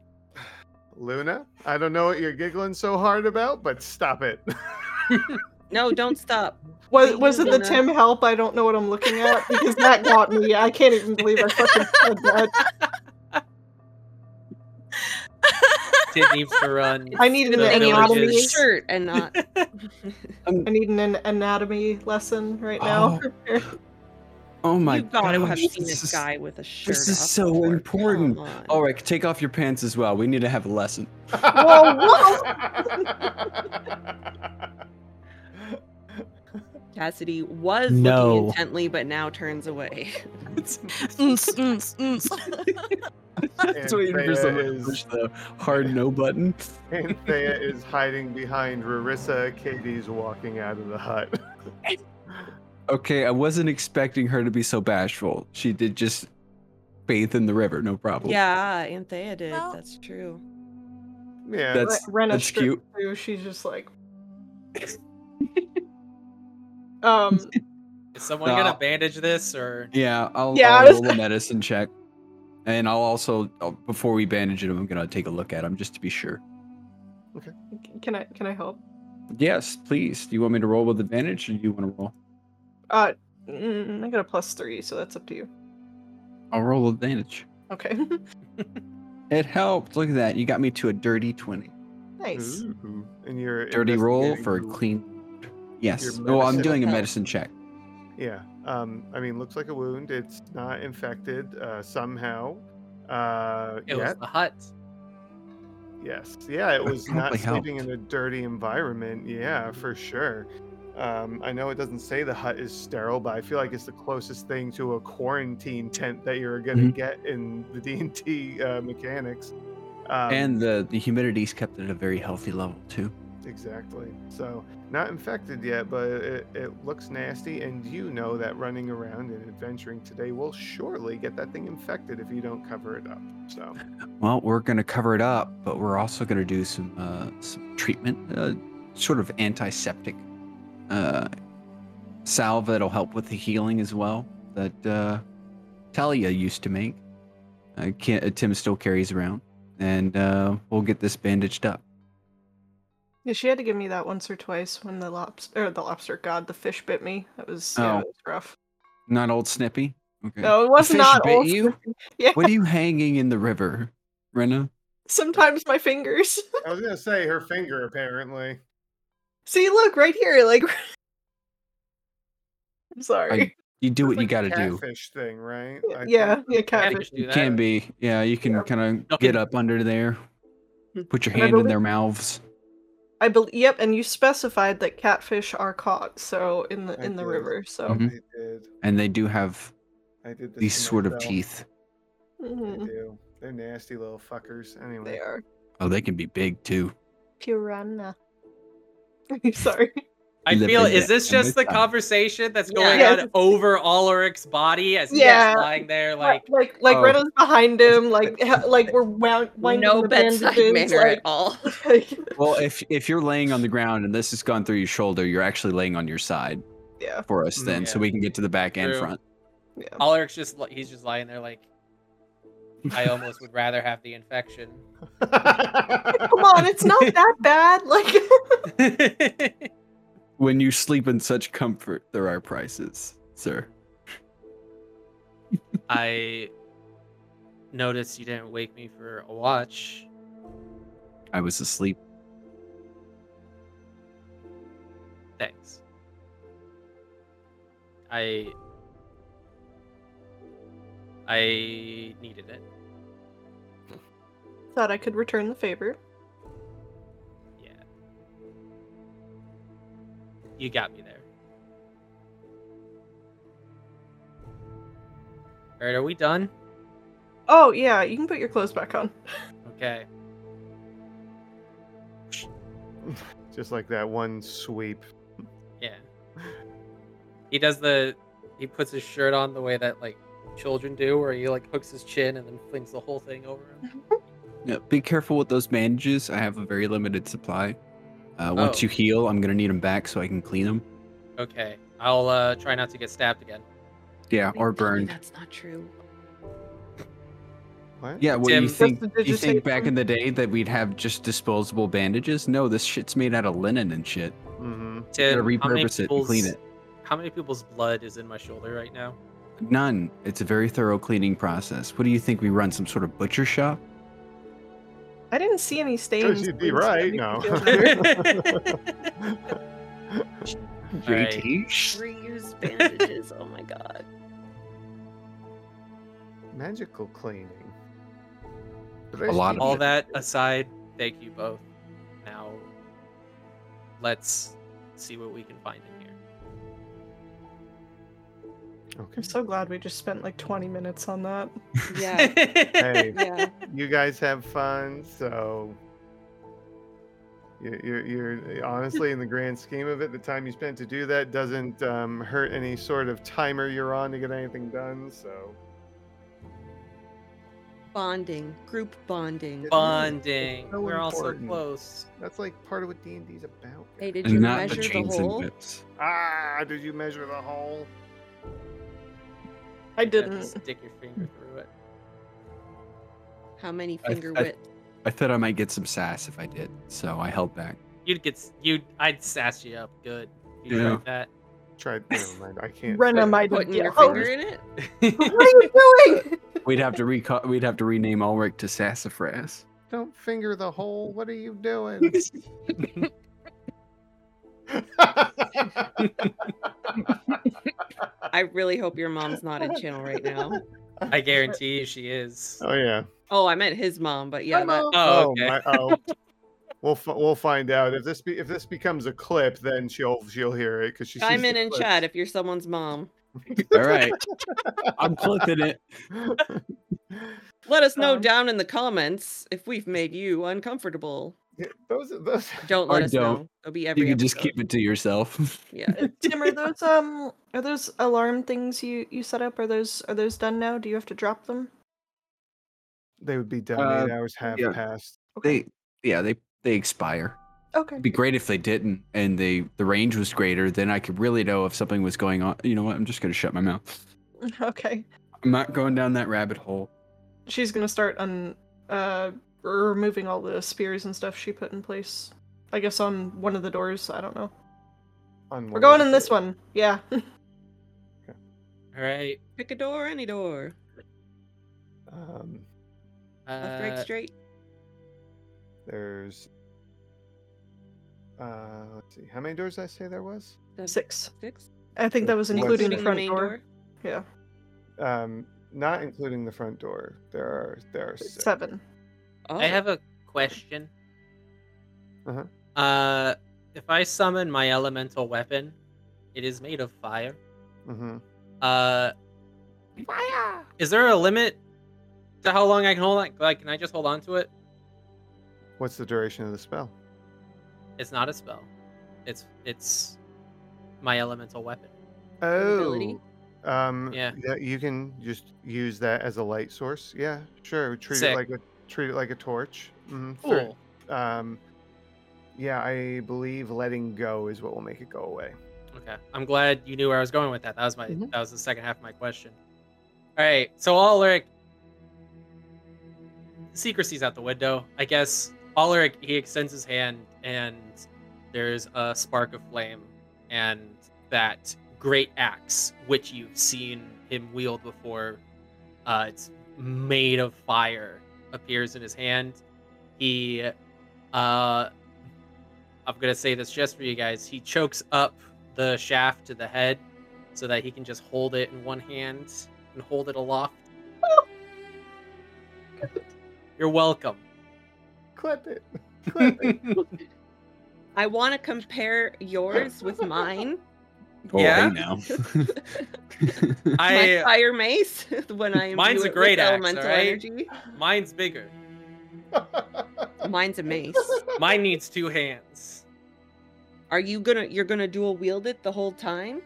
Speaker 2: Luna, I don't know what you're giggling so hard about, but stop it.
Speaker 3: No, don't stop.
Speaker 6: Was
Speaker 3: Wait,
Speaker 6: was
Speaker 3: you
Speaker 6: it the
Speaker 3: wanna-
Speaker 6: Tim help? I don't know what I'm looking at because that got me. I can't even believe I fucking said that.
Speaker 5: Tid needs to run.
Speaker 6: I need an
Speaker 5: The
Speaker 6: anatomy.
Speaker 5: villages.
Speaker 3: shirt and not.
Speaker 6: I need an anatomy lesson right now.
Speaker 4: Oh my
Speaker 3: you gotta
Speaker 4: gosh,
Speaker 3: have seen
Speaker 4: this
Speaker 3: this
Speaker 4: is-
Speaker 3: guy with a shirt.
Speaker 4: this is
Speaker 3: off
Speaker 4: so
Speaker 3: before.
Speaker 4: important.
Speaker 3: Come on.
Speaker 4: Ulrich, take off your pants as well. We need to have a lesson.
Speaker 6: Whoa, whoa!
Speaker 3: Cassidy was
Speaker 4: No.
Speaker 3: looking intently, but now turns away.
Speaker 4: That's
Speaker 2: And
Speaker 4: what for
Speaker 2: Freya
Speaker 4: someone to
Speaker 2: is-
Speaker 4: push the hard no button.
Speaker 2: and Thea is hiding behind Rarissa. Katie's walking out of the hut.
Speaker 4: Okay, I wasn't expecting her to be so bashful. She did just bathe in the river, no problem.
Speaker 3: yeah, Anthea did.
Speaker 12: Well-
Speaker 3: That's true.
Speaker 2: Yeah.
Speaker 4: That's-
Speaker 6: Rena
Speaker 4: that's
Speaker 6: stripped
Speaker 4: cute.
Speaker 6: through. She's just like, um,
Speaker 5: Is someone
Speaker 4: Nah.
Speaker 5: gonna bandage this or?
Speaker 4: Yeah, I'll,
Speaker 6: Yeah, I
Speaker 4: I'll
Speaker 6: was-
Speaker 4: roll the medicine check. And I'll also, I'll- before we bandage it, I'm going to take a look at him just to be sure.
Speaker 6: can I can I help?
Speaker 4: Yes, please. Do you want me to roll with advantage or do you want to roll?
Speaker 6: Uh, mm, I got a plus three, so that's up to you.
Speaker 4: I'll roll with advantage.
Speaker 6: Okay,
Speaker 4: It helped. Look at that. You got me to a dirty 20.
Speaker 6: nice.
Speaker 2: Ooh. And you're
Speaker 4: Dirty roll for a
Speaker 2: investigating-
Speaker 4: clean. Yes.
Speaker 2: your
Speaker 4: Oh, I'm
Speaker 2: medicine.
Speaker 4: doing a
Speaker 3: Help.
Speaker 4: medicine check.
Speaker 2: Yeah. Um, I mean, looks like a wound. It's not infected uh, somehow. Uh,
Speaker 5: It
Speaker 2: yet.
Speaker 5: was the hut.
Speaker 2: Yes. Yeah, it
Speaker 4: That
Speaker 2: was not
Speaker 4: probably
Speaker 2: sleeping in a dirty environment. Yeah, for sure. Um, I know it doesn't say the hut is sterile, but I feel like it's the closest thing to a quarantine tent that you're gonna
Speaker 4: Mhm.
Speaker 2: get in the D and T uh, mechanics. Um,
Speaker 4: and the the humidity's kept at a very healthy level too.
Speaker 2: Exactly. So, not infected yet, but it, it looks nasty. And you know that running around and adventuring today will surely get that thing infected if you don't cover it up. So,
Speaker 4: Well, we're gonna cover it up, but we're also gonna do some uh, some treatment, uh, sort of antiseptic uh, salve that'll help with the healing as well. That uh, Talia used to make. Uh, can uh, Tim still carries around, and uh, we'll get this bandaged up.
Speaker 6: Yeah, she had to give me that once or twice when the lobster, or the lobster god, the fish bit me. That was, yeah,
Speaker 4: Oh.
Speaker 6: that was rough.
Speaker 4: Not old Snippy. Okay.
Speaker 6: No, it
Speaker 4: The
Speaker 6: was
Speaker 4: fish
Speaker 6: not
Speaker 4: bit
Speaker 6: old
Speaker 4: you?
Speaker 6: Yeah,
Speaker 4: What are you hanging in the river, Renna?
Speaker 6: sometimes my fingers.
Speaker 2: I was gonna say her finger apparently.
Speaker 6: See, look right here. Like, I'm sorry.
Speaker 4: I- you do what you
Speaker 2: Like the
Speaker 4: got to do.
Speaker 2: Catfish thing, right? I think.
Speaker 6: yeah, yeah, catfish.
Speaker 5: do that.
Speaker 4: Can be. Yeah, you can kind of get up under there, put your
Speaker 6: And I
Speaker 4: hand in
Speaker 6: believe-
Speaker 4: their mouths.
Speaker 6: I believe. Yep, and you specified that catfish are caught. So in the
Speaker 2: I
Speaker 6: in the
Speaker 2: did.
Speaker 6: river. So.
Speaker 4: Mhm.
Speaker 2: I did.
Speaker 4: And they do have
Speaker 2: I did this
Speaker 4: these
Speaker 2: to
Speaker 4: sort of
Speaker 2: myself.
Speaker 4: teeth.
Speaker 2: They
Speaker 6: Mhm,
Speaker 2: do. They're nasty little fuckers. Anyway,
Speaker 6: They are
Speaker 4: Oh, they can be big too.
Speaker 6: piranha. sorry.
Speaker 5: I
Speaker 4: Live
Speaker 5: feel
Speaker 4: in
Speaker 5: is
Speaker 4: the-
Speaker 5: this
Speaker 4: in the
Speaker 5: just the
Speaker 4: time.
Speaker 5: conversation that's
Speaker 3: Yeah.
Speaker 5: going
Speaker 6: Yes.
Speaker 5: on over Ulrich's body as
Speaker 6: Yeah.
Speaker 5: he's lying there
Speaker 6: Right,
Speaker 5: like
Speaker 6: like like
Speaker 4: Oh.
Speaker 6: Rena's behind him, like ha- like we're wound winding
Speaker 3: no
Speaker 6: the
Speaker 3: bedside
Speaker 6: bandages,
Speaker 3: manner
Speaker 6: like,
Speaker 3: at all.
Speaker 6: like,
Speaker 4: Well, if if you're laying on the ground and this has gone through your shoulder, you're actually laying on your side
Speaker 6: yeah,
Speaker 4: for us
Speaker 2: Mm,
Speaker 4: then, so
Speaker 5: yeah.
Speaker 4: we can get to the back and
Speaker 5: True.
Speaker 4: front.
Speaker 6: yeah.
Speaker 5: Ulrich's just li- he's just lying there like I almost would rather have the infection.
Speaker 6: Come on, it's not that bad. Like
Speaker 4: When you sleep in such comfort, there are prices, sir.
Speaker 5: I noticed you didn't wake me for a watch.
Speaker 4: I was asleep.
Speaker 5: Thanks. I I needed it.
Speaker 6: thought I could return the favor.
Speaker 5: Yeah. You got me there. Alright, are we done?
Speaker 6: Oh yeah, you can put your clothes back on.
Speaker 5: Okay.
Speaker 2: just like that one sweep.
Speaker 5: Yeah. He does the he puts his shirt on the way that like children do where he like hooks his chin and then flings the whole thing over him.
Speaker 4: Yeah, be careful with those bandages. I have a very limited supply. Uh, once
Speaker 5: Oh.
Speaker 4: you heal, I'm gonna need them back so I can clean them.
Speaker 5: Okay. I'll uh try not to get stabbed again.
Speaker 4: Yeah,
Speaker 3: Wait, tell
Speaker 4: or
Speaker 3: me
Speaker 4: burned.
Speaker 3: That's not true.
Speaker 2: What?
Speaker 4: Yeah, well,
Speaker 5: Tim,
Speaker 4: you
Speaker 5: Just
Speaker 4: think
Speaker 6: the
Speaker 4: you think back
Speaker 6: digitation.
Speaker 4: in the day that we'd have just disposable bandages? No, this shit's made out of linen and shit.
Speaker 2: Mm-hmm.
Speaker 4: You gotta
Speaker 5: Tim, how many
Speaker 4: repurpose it, and clean
Speaker 5: people's-
Speaker 4: it.
Speaker 5: How many people's blood is in my shoulder right now?
Speaker 4: None. It's a very thorough cleaning process. What do you think? We run some sort of butcher shop?
Speaker 6: I didn't see any stains.
Speaker 2: you'd be
Speaker 6: please, that
Speaker 2: right,
Speaker 6: make me
Speaker 2: no.
Speaker 6: feel better.
Speaker 5: JT?
Speaker 3: Reused bandages. oh my god.
Speaker 2: Magical cleaning.
Speaker 4: A lot of
Speaker 5: All that aside, thank you both. Now, let's see what we can find in here.
Speaker 2: Okay.
Speaker 6: I'm so glad we just spent like 20 minutes on that.
Speaker 3: Yeah.
Speaker 2: Hey,
Speaker 3: Yeah.
Speaker 2: you guys have fun. So you're, you're, you're honestly, in the grand scheme of it, the time you spent to do that doesn't um, hurt any sort of timer you're on to get anything done. So
Speaker 3: Bonding. Group bonding.
Speaker 5: Bonding.
Speaker 2: so
Speaker 5: We're all so
Speaker 2: important.
Speaker 5: close.
Speaker 2: that's like part of what D and D's about.
Speaker 3: Hey, did
Speaker 4: And
Speaker 3: you
Speaker 4: not the
Speaker 3: measure the,
Speaker 4: chains
Speaker 3: hole?
Speaker 4: and whips.
Speaker 2: Ah, did you measure the hole?
Speaker 6: I
Speaker 5: You have to
Speaker 6: didn't.
Speaker 5: stick your finger through it.
Speaker 3: How many
Speaker 4: I-
Speaker 3: finger
Speaker 4: I-
Speaker 3: width?
Speaker 4: I thought I might get some sass if I did, so I held back.
Speaker 5: You'd get s- you'd I'd sass you up good. if You
Speaker 4: Yeah.
Speaker 5: tried that.
Speaker 2: Try. Never mind. I can't.
Speaker 6: Rena
Speaker 2: say.
Speaker 6: might have.
Speaker 3: Putting
Speaker 6: Yeah.
Speaker 3: your
Speaker 6: Oh,
Speaker 3: finger in it?
Speaker 6: what are you doing?
Speaker 4: We'd have to reco- We'd have to rename Ulrich to Sassafras.
Speaker 2: Don't finger the hole. What are you doing?
Speaker 3: I really hope your mom's not in channel right now.
Speaker 5: I guarantee you she is.
Speaker 2: Oh yeah.
Speaker 3: Oh, I meant his mom, but yeah, that,
Speaker 5: Oh, okay.
Speaker 2: my, oh. We'll f- we'll find out if this be- if this becomes a clip, then she'll she'll hear it because she.
Speaker 3: Chime
Speaker 2: sees
Speaker 3: in
Speaker 2: the
Speaker 3: and
Speaker 2: clips.
Speaker 3: chat if you're someone's mom.
Speaker 4: All right. I'm clipping it.
Speaker 3: Let us know down in the comments if we've made you uncomfortable.
Speaker 2: Yeah, Those those
Speaker 3: Don't
Speaker 4: Or
Speaker 3: let us know.
Speaker 4: don't.
Speaker 3: It'll be
Speaker 4: You
Speaker 3: every.
Speaker 4: can just
Speaker 3: episode.
Speaker 4: keep it to yourself.
Speaker 3: Yeah.
Speaker 6: uh, Tim, are those um are those alarm things you you set up? Are those are those done now? Do you have to drop them?
Speaker 2: they would be done.
Speaker 4: Uh,
Speaker 2: Eight hours have
Speaker 4: yeah.
Speaker 2: passed.
Speaker 4: They yeah, they they expire.
Speaker 6: Okay.
Speaker 4: It'd be great if they didn't and they the range was greater, then I could really know if something was going on. You know what? I'm just gonna shut my mouth.
Speaker 6: Okay.
Speaker 4: I'm not going down that rabbit hole.
Speaker 6: She's gonna start on uh removing all the spears and stuff she put in place. I guess on one of the doors. I don't know.
Speaker 2: On
Speaker 6: We're going in this one. Yeah.
Speaker 5: All right.
Speaker 3: Pick a door, any door.
Speaker 2: Um,
Speaker 3: Left, right,
Speaker 5: Uh,
Speaker 3: straight.
Speaker 2: there's. Uh, let's see. How many doors did I say there was?
Speaker 6: Six.
Speaker 3: Six.
Speaker 6: I think that was
Speaker 2: What's
Speaker 6: including the
Speaker 2: the-
Speaker 6: front
Speaker 3: main
Speaker 6: door.
Speaker 3: door?
Speaker 6: Yeah.
Speaker 2: Um, not including the front door. There are there are six.
Speaker 6: Seven.
Speaker 3: Oh.
Speaker 5: I have a question.
Speaker 2: Uh-huh.
Speaker 5: Uh, if I summon my elemental weapon, it is made of fire.
Speaker 2: Mm-hmm.
Speaker 5: Uh, fire. Is there a limit to how long I can hold on? Like, can I just hold on to it?
Speaker 2: What's the duration of the spell?
Speaker 5: It's not a spell. It's it's my elemental weapon.
Speaker 2: Oh.
Speaker 3: ability?
Speaker 2: Um, yeah.
Speaker 5: Yeah.
Speaker 2: You can just use that as a light source. Yeah, sure. Treat it
Speaker 5: Sick.
Speaker 2: like a treat it like a torch. Mhm, for-
Speaker 5: Cool.
Speaker 2: um, yeah, I believe letting go is what will make it go away.
Speaker 5: Okay. I'm glad you knew where I was going with that. That was my
Speaker 2: Mhm.
Speaker 5: that was the second half of my question. All right. So Ulrich secrecy's out the window. I guess Ulrich he extends his hand and there's a spark of flame and that great axe which you've seen him wield before uh, it's made of fire appears in his hand he uh i'm gonna say this just for you guys he chokes up the shaft to the head so that he can just hold it in one hand and hold it aloft you're welcome
Speaker 2: Clip it. Clip it.
Speaker 3: I want to compare yours with mine.
Speaker 4: Oh,
Speaker 5: Yeah?
Speaker 4: I know.
Speaker 3: My
Speaker 5: i
Speaker 3: fire mace. when I
Speaker 5: Mine's
Speaker 3: imbue
Speaker 5: a
Speaker 3: it with
Speaker 5: great axe,
Speaker 3: elemental
Speaker 5: alright?
Speaker 3: energy.
Speaker 5: mine's bigger
Speaker 3: Mine's a mace.
Speaker 5: mine needs two hands
Speaker 3: Are you gonna? You're gonna dual wield it the whole time?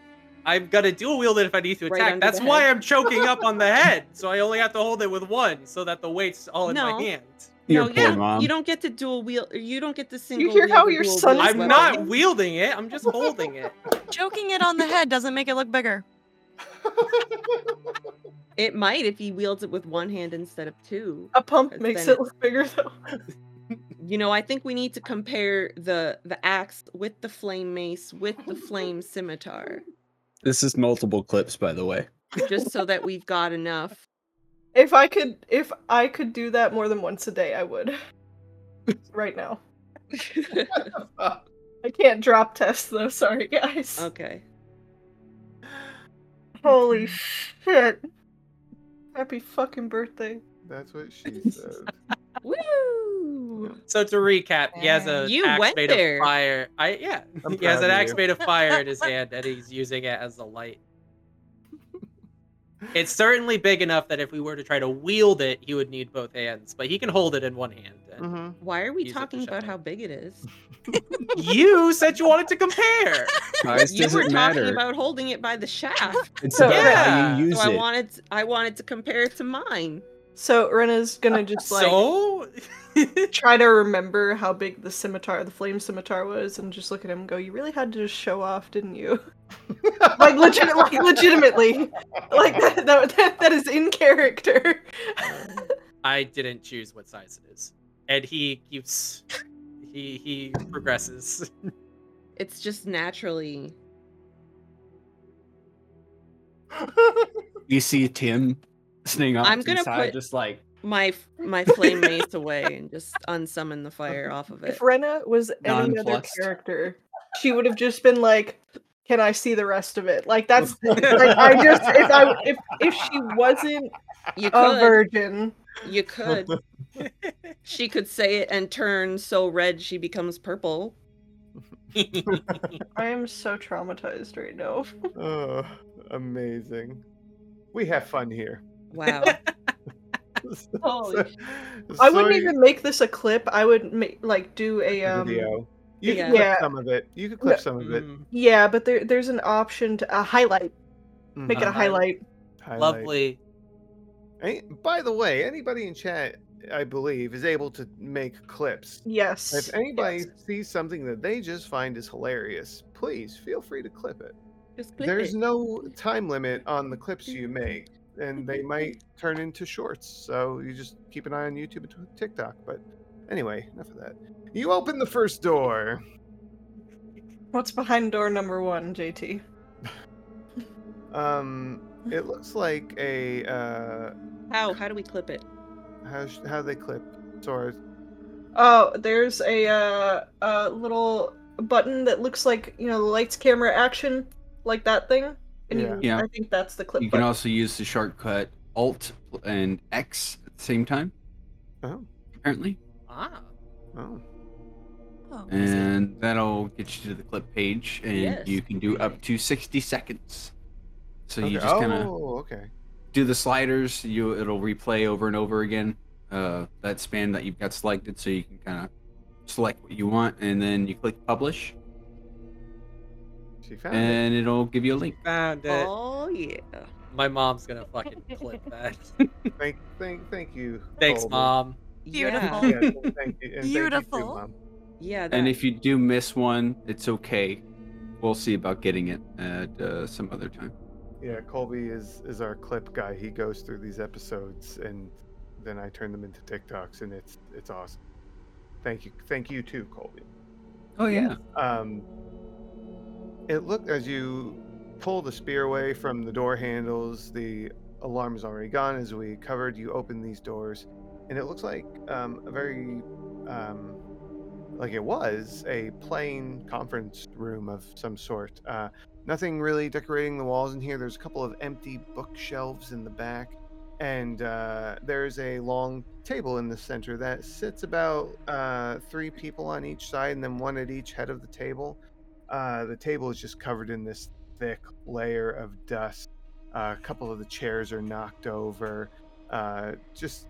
Speaker 5: i'm gonna dual wield it if i need to
Speaker 3: Right
Speaker 5: attack
Speaker 3: under
Speaker 5: that's
Speaker 3: the
Speaker 5: why
Speaker 3: head.
Speaker 5: i'm choking up on the head so i only have to hold it with one so that the weight's all in
Speaker 3: No.
Speaker 5: my hand
Speaker 4: Your
Speaker 3: no,
Speaker 4: poor
Speaker 3: yeah.
Speaker 4: mom.
Speaker 3: You don't get to dual wield. You don't get to single.
Speaker 6: hear
Speaker 3: wield
Speaker 6: how
Speaker 3: the
Speaker 6: your
Speaker 3: dual
Speaker 6: son
Speaker 3: wield
Speaker 6: is
Speaker 5: i'm
Speaker 3: weapon.
Speaker 5: not wielding it i'm just holding it
Speaker 12: Choking it on the head doesn't make it look bigger.
Speaker 3: It might if he wields it with one hand instead of two.
Speaker 6: A pump
Speaker 3: That's
Speaker 6: makes
Speaker 3: been-
Speaker 6: it look bigger though.
Speaker 3: You know, I think we need to compare the the axe with the flame mace with the flame scimitar,
Speaker 4: This is multiple clips, by the way.
Speaker 3: just so that we've got enough.
Speaker 6: If I could if I could do that more than once a day, I would. right now. I can't drop test though, sorry guys.
Speaker 15: Uh,
Speaker 3: okay.
Speaker 6: Holy shit. Happy fucking birthday.
Speaker 2: That's what she said.
Speaker 3: Woo!
Speaker 5: So to recap, he has a
Speaker 3: You
Speaker 5: axe
Speaker 3: went
Speaker 5: made
Speaker 3: there.
Speaker 5: of fire. I yeah,
Speaker 2: I'm
Speaker 5: he has
Speaker 2: proud
Speaker 5: an
Speaker 2: of
Speaker 5: axe
Speaker 2: you.
Speaker 5: made of fire in his hand, and he's using it as a light. It's certainly big enough that if we were to try to wield it, he would need both hands. But he can hold it in one hand. And
Speaker 6: Mm-hmm.
Speaker 2: Mhm.
Speaker 3: Why are we
Speaker 5: Use it to
Speaker 3: talking about
Speaker 5: shine.
Speaker 3: how big it is?
Speaker 2: Mm-hmm.
Speaker 5: you said you wanted to compare.
Speaker 4: Size
Speaker 3: you were
Speaker 4: doesn't
Speaker 3: talking
Speaker 4: matter.
Speaker 3: about holding it by the shaft,
Speaker 4: It's about
Speaker 5: Yeah.
Speaker 4: how you use
Speaker 3: so I
Speaker 4: it.
Speaker 3: wanted I wanted to compare it to mine.
Speaker 6: So Rena's gonna just like
Speaker 5: so
Speaker 6: try to remember how big the scimitar, the flame scimitar was, and just look at him and go, "You really had to just show off, didn't you?" like legit, like legitimately, like that, that, that, that is in character.
Speaker 5: I didn't choose what size it is, and he keeps he he progresses.
Speaker 3: It's just naturally.
Speaker 4: You see Tim sitting on
Speaker 3: I'm gonna put-
Speaker 4: just like
Speaker 3: My my flame mace away and just unsummon the fire off of it.
Speaker 6: if Rena was any other
Speaker 4: Nonplussed.
Speaker 6: character, she would have just been like, "Can I see the rest of it?" Like that's like I just if I if if she wasn't
Speaker 3: You
Speaker 6: a
Speaker 3: could,
Speaker 6: virgin,
Speaker 3: you could. she could say it and turn so red she becomes purple.
Speaker 6: I am so traumatized right now.
Speaker 2: Oh, amazing. We have fun here.
Speaker 3: Wow.
Speaker 6: Holy I wouldn't even make this a clip. I would make like do a um
Speaker 2: video. You
Speaker 6: yeah.
Speaker 2: can clip
Speaker 6: Yeah.
Speaker 2: some of it. You can clip
Speaker 6: No.
Speaker 2: some of it.
Speaker 5: Mm,
Speaker 6: yeah, but there there's an option to a highlight. Mm-hmm. Make it a
Speaker 2: Mhm.
Speaker 6: highlight.
Speaker 2: Highlight.
Speaker 5: Lovely.
Speaker 2: Any- by the way, anybody in chat, I believe, is able to make clips.
Speaker 6: Yes.
Speaker 2: If anybody sees something that they just find is hilarious, please feel free to clip it.
Speaker 3: Just click
Speaker 2: There's
Speaker 3: it.
Speaker 2: no time limit on the clips you make, and they might turn into shorts. So you just keep an eye on YouTube and t- TikTok. But anyway, enough of that. You open the first door.
Speaker 6: What's behind door number one, JT?
Speaker 2: Um, it looks like a uh,
Speaker 3: How? How do we clip it?
Speaker 2: how sh- how they clip Sora's
Speaker 6: Oh, there's a uh, uh, little button that looks like you know the lights, camera, action, like that thing. And you,
Speaker 4: Yeah. Yeah.
Speaker 6: I think that's the clip.
Speaker 4: You can
Speaker 6: button.
Speaker 4: also use the shortcut Alt and X at the same time.
Speaker 2: Oh.
Speaker 4: Apparently.
Speaker 5: Ah.
Speaker 2: Oh.
Speaker 12: Oh,
Speaker 2: Eh.
Speaker 12: I see.
Speaker 4: And that'll get you to the clip page, and
Speaker 12: Yes.
Speaker 4: you can do up to 60 seconds. So you
Speaker 2: Okay.
Speaker 4: just kind of
Speaker 2: Oh, okay.
Speaker 4: do the sliders. You it'll replay over and over again uh, that span that you've got selected, so you can kind of select what you want, and then you click publish,
Speaker 2: She found it.
Speaker 4: and it'll give you a link.
Speaker 5: Found it.
Speaker 3: Oh yeah.
Speaker 5: My mom's gonna fucking clip that.
Speaker 2: Thank, thank, thank you.
Speaker 5: Thanks,
Speaker 2: Cole.
Speaker 5: mom.
Speaker 3: Yeah.
Speaker 2: Yes, well, thank you, and thank you too,
Speaker 12: Beautiful.
Speaker 2: Mom.
Speaker 3: Yeah. that-
Speaker 4: And if you do miss one, it's okay. We'll see about getting it at uh, some other time.
Speaker 2: Yeah, Colby is is our clip guy. He goes through these episodes, and then I turn them into TikToks, and it's it's awesome. Thank you, thank you too, Colby.
Speaker 4: Oh yeah.
Speaker 2: Um, it looked as you pull the spear away from the door handles. The alarm is already gone, as we covered. You open these doors, and it looks like um, a very, um, like it was a plain conference room of some sort. Uh, nothing really decorating the walls in here. There's a couple of empty bookshelves in the back, and uh, there's a long table in the center that sits about uh, three people on each side, and then one at each head of the table. Uh, the table is just covered in this thick layer of dust. Uh, a couple of the chairs are knocked over. Uh, just,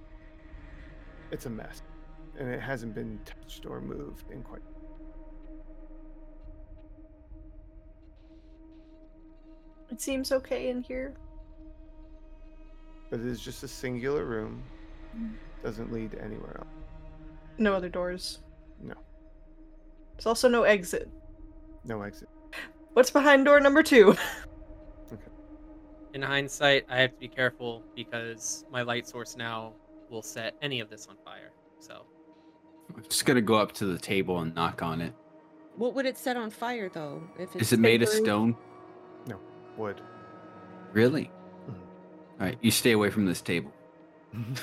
Speaker 2: it's a mess, and it hasn't been touched or moved in quite.
Speaker 6: It seems okay in here.
Speaker 2: But it is just a singular room.
Speaker 12: Mm.
Speaker 2: Doesn't lead anywhere else.
Speaker 6: No other doors.
Speaker 2: No.
Speaker 6: There's also no exit.
Speaker 2: No exit.
Speaker 6: What's behind door number two?
Speaker 5: In hindsight, I have to be careful because my light source now will set any of this on fire. So
Speaker 4: I'm just gonna go up to the table and knock on it.
Speaker 3: What would it set on fire though? If it's
Speaker 4: Is it made of
Speaker 3: paper?
Speaker 4: stone?
Speaker 2: Wood.
Speaker 4: Really?
Speaker 2: Mhm.
Speaker 4: All right, you stay away from this table.
Speaker 6: Tim's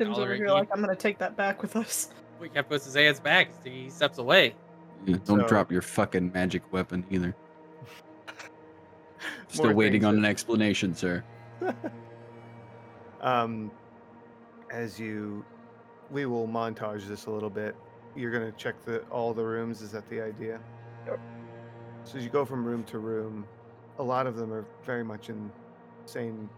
Speaker 6: over
Speaker 5: Alright,
Speaker 6: here
Speaker 5: you-
Speaker 6: like I'm gonna take that back with us.
Speaker 5: we kept with Zayas back. He steps away.
Speaker 4: Yeah, don't
Speaker 2: So-
Speaker 4: drop your fucking magic weapon either. Still
Speaker 2: More
Speaker 4: waiting
Speaker 2: things
Speaker 4: on
Speaker 2: that-
Speaker 4: an explanation, sir.
Speaker 2: um, as you, we will montage this a little bit. You're gonna check the all the rooms. Is that the idea?
Speaker 6: Yep.
Speaker 2: So as you go from room to room, a lot of them are very much in same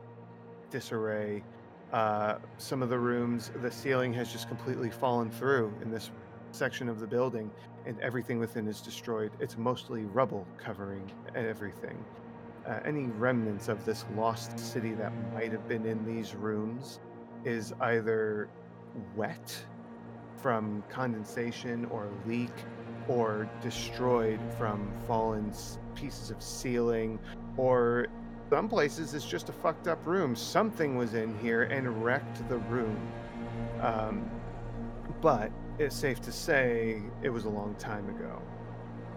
Speaker 2: disarray. Uh, some of the rooms, the ceiling has just completely fallen through in this section of the building, and everything within is destroyed. It's mostly rubble covering everything uh, any remnants of this lost city that might have been in these rooms is either wet from condensation or leak or destroyed from fallen s- pieces of ceiling or some places it's just a fucked up room something was in here and wrecked the room um, but it's safe to say it was a long time ago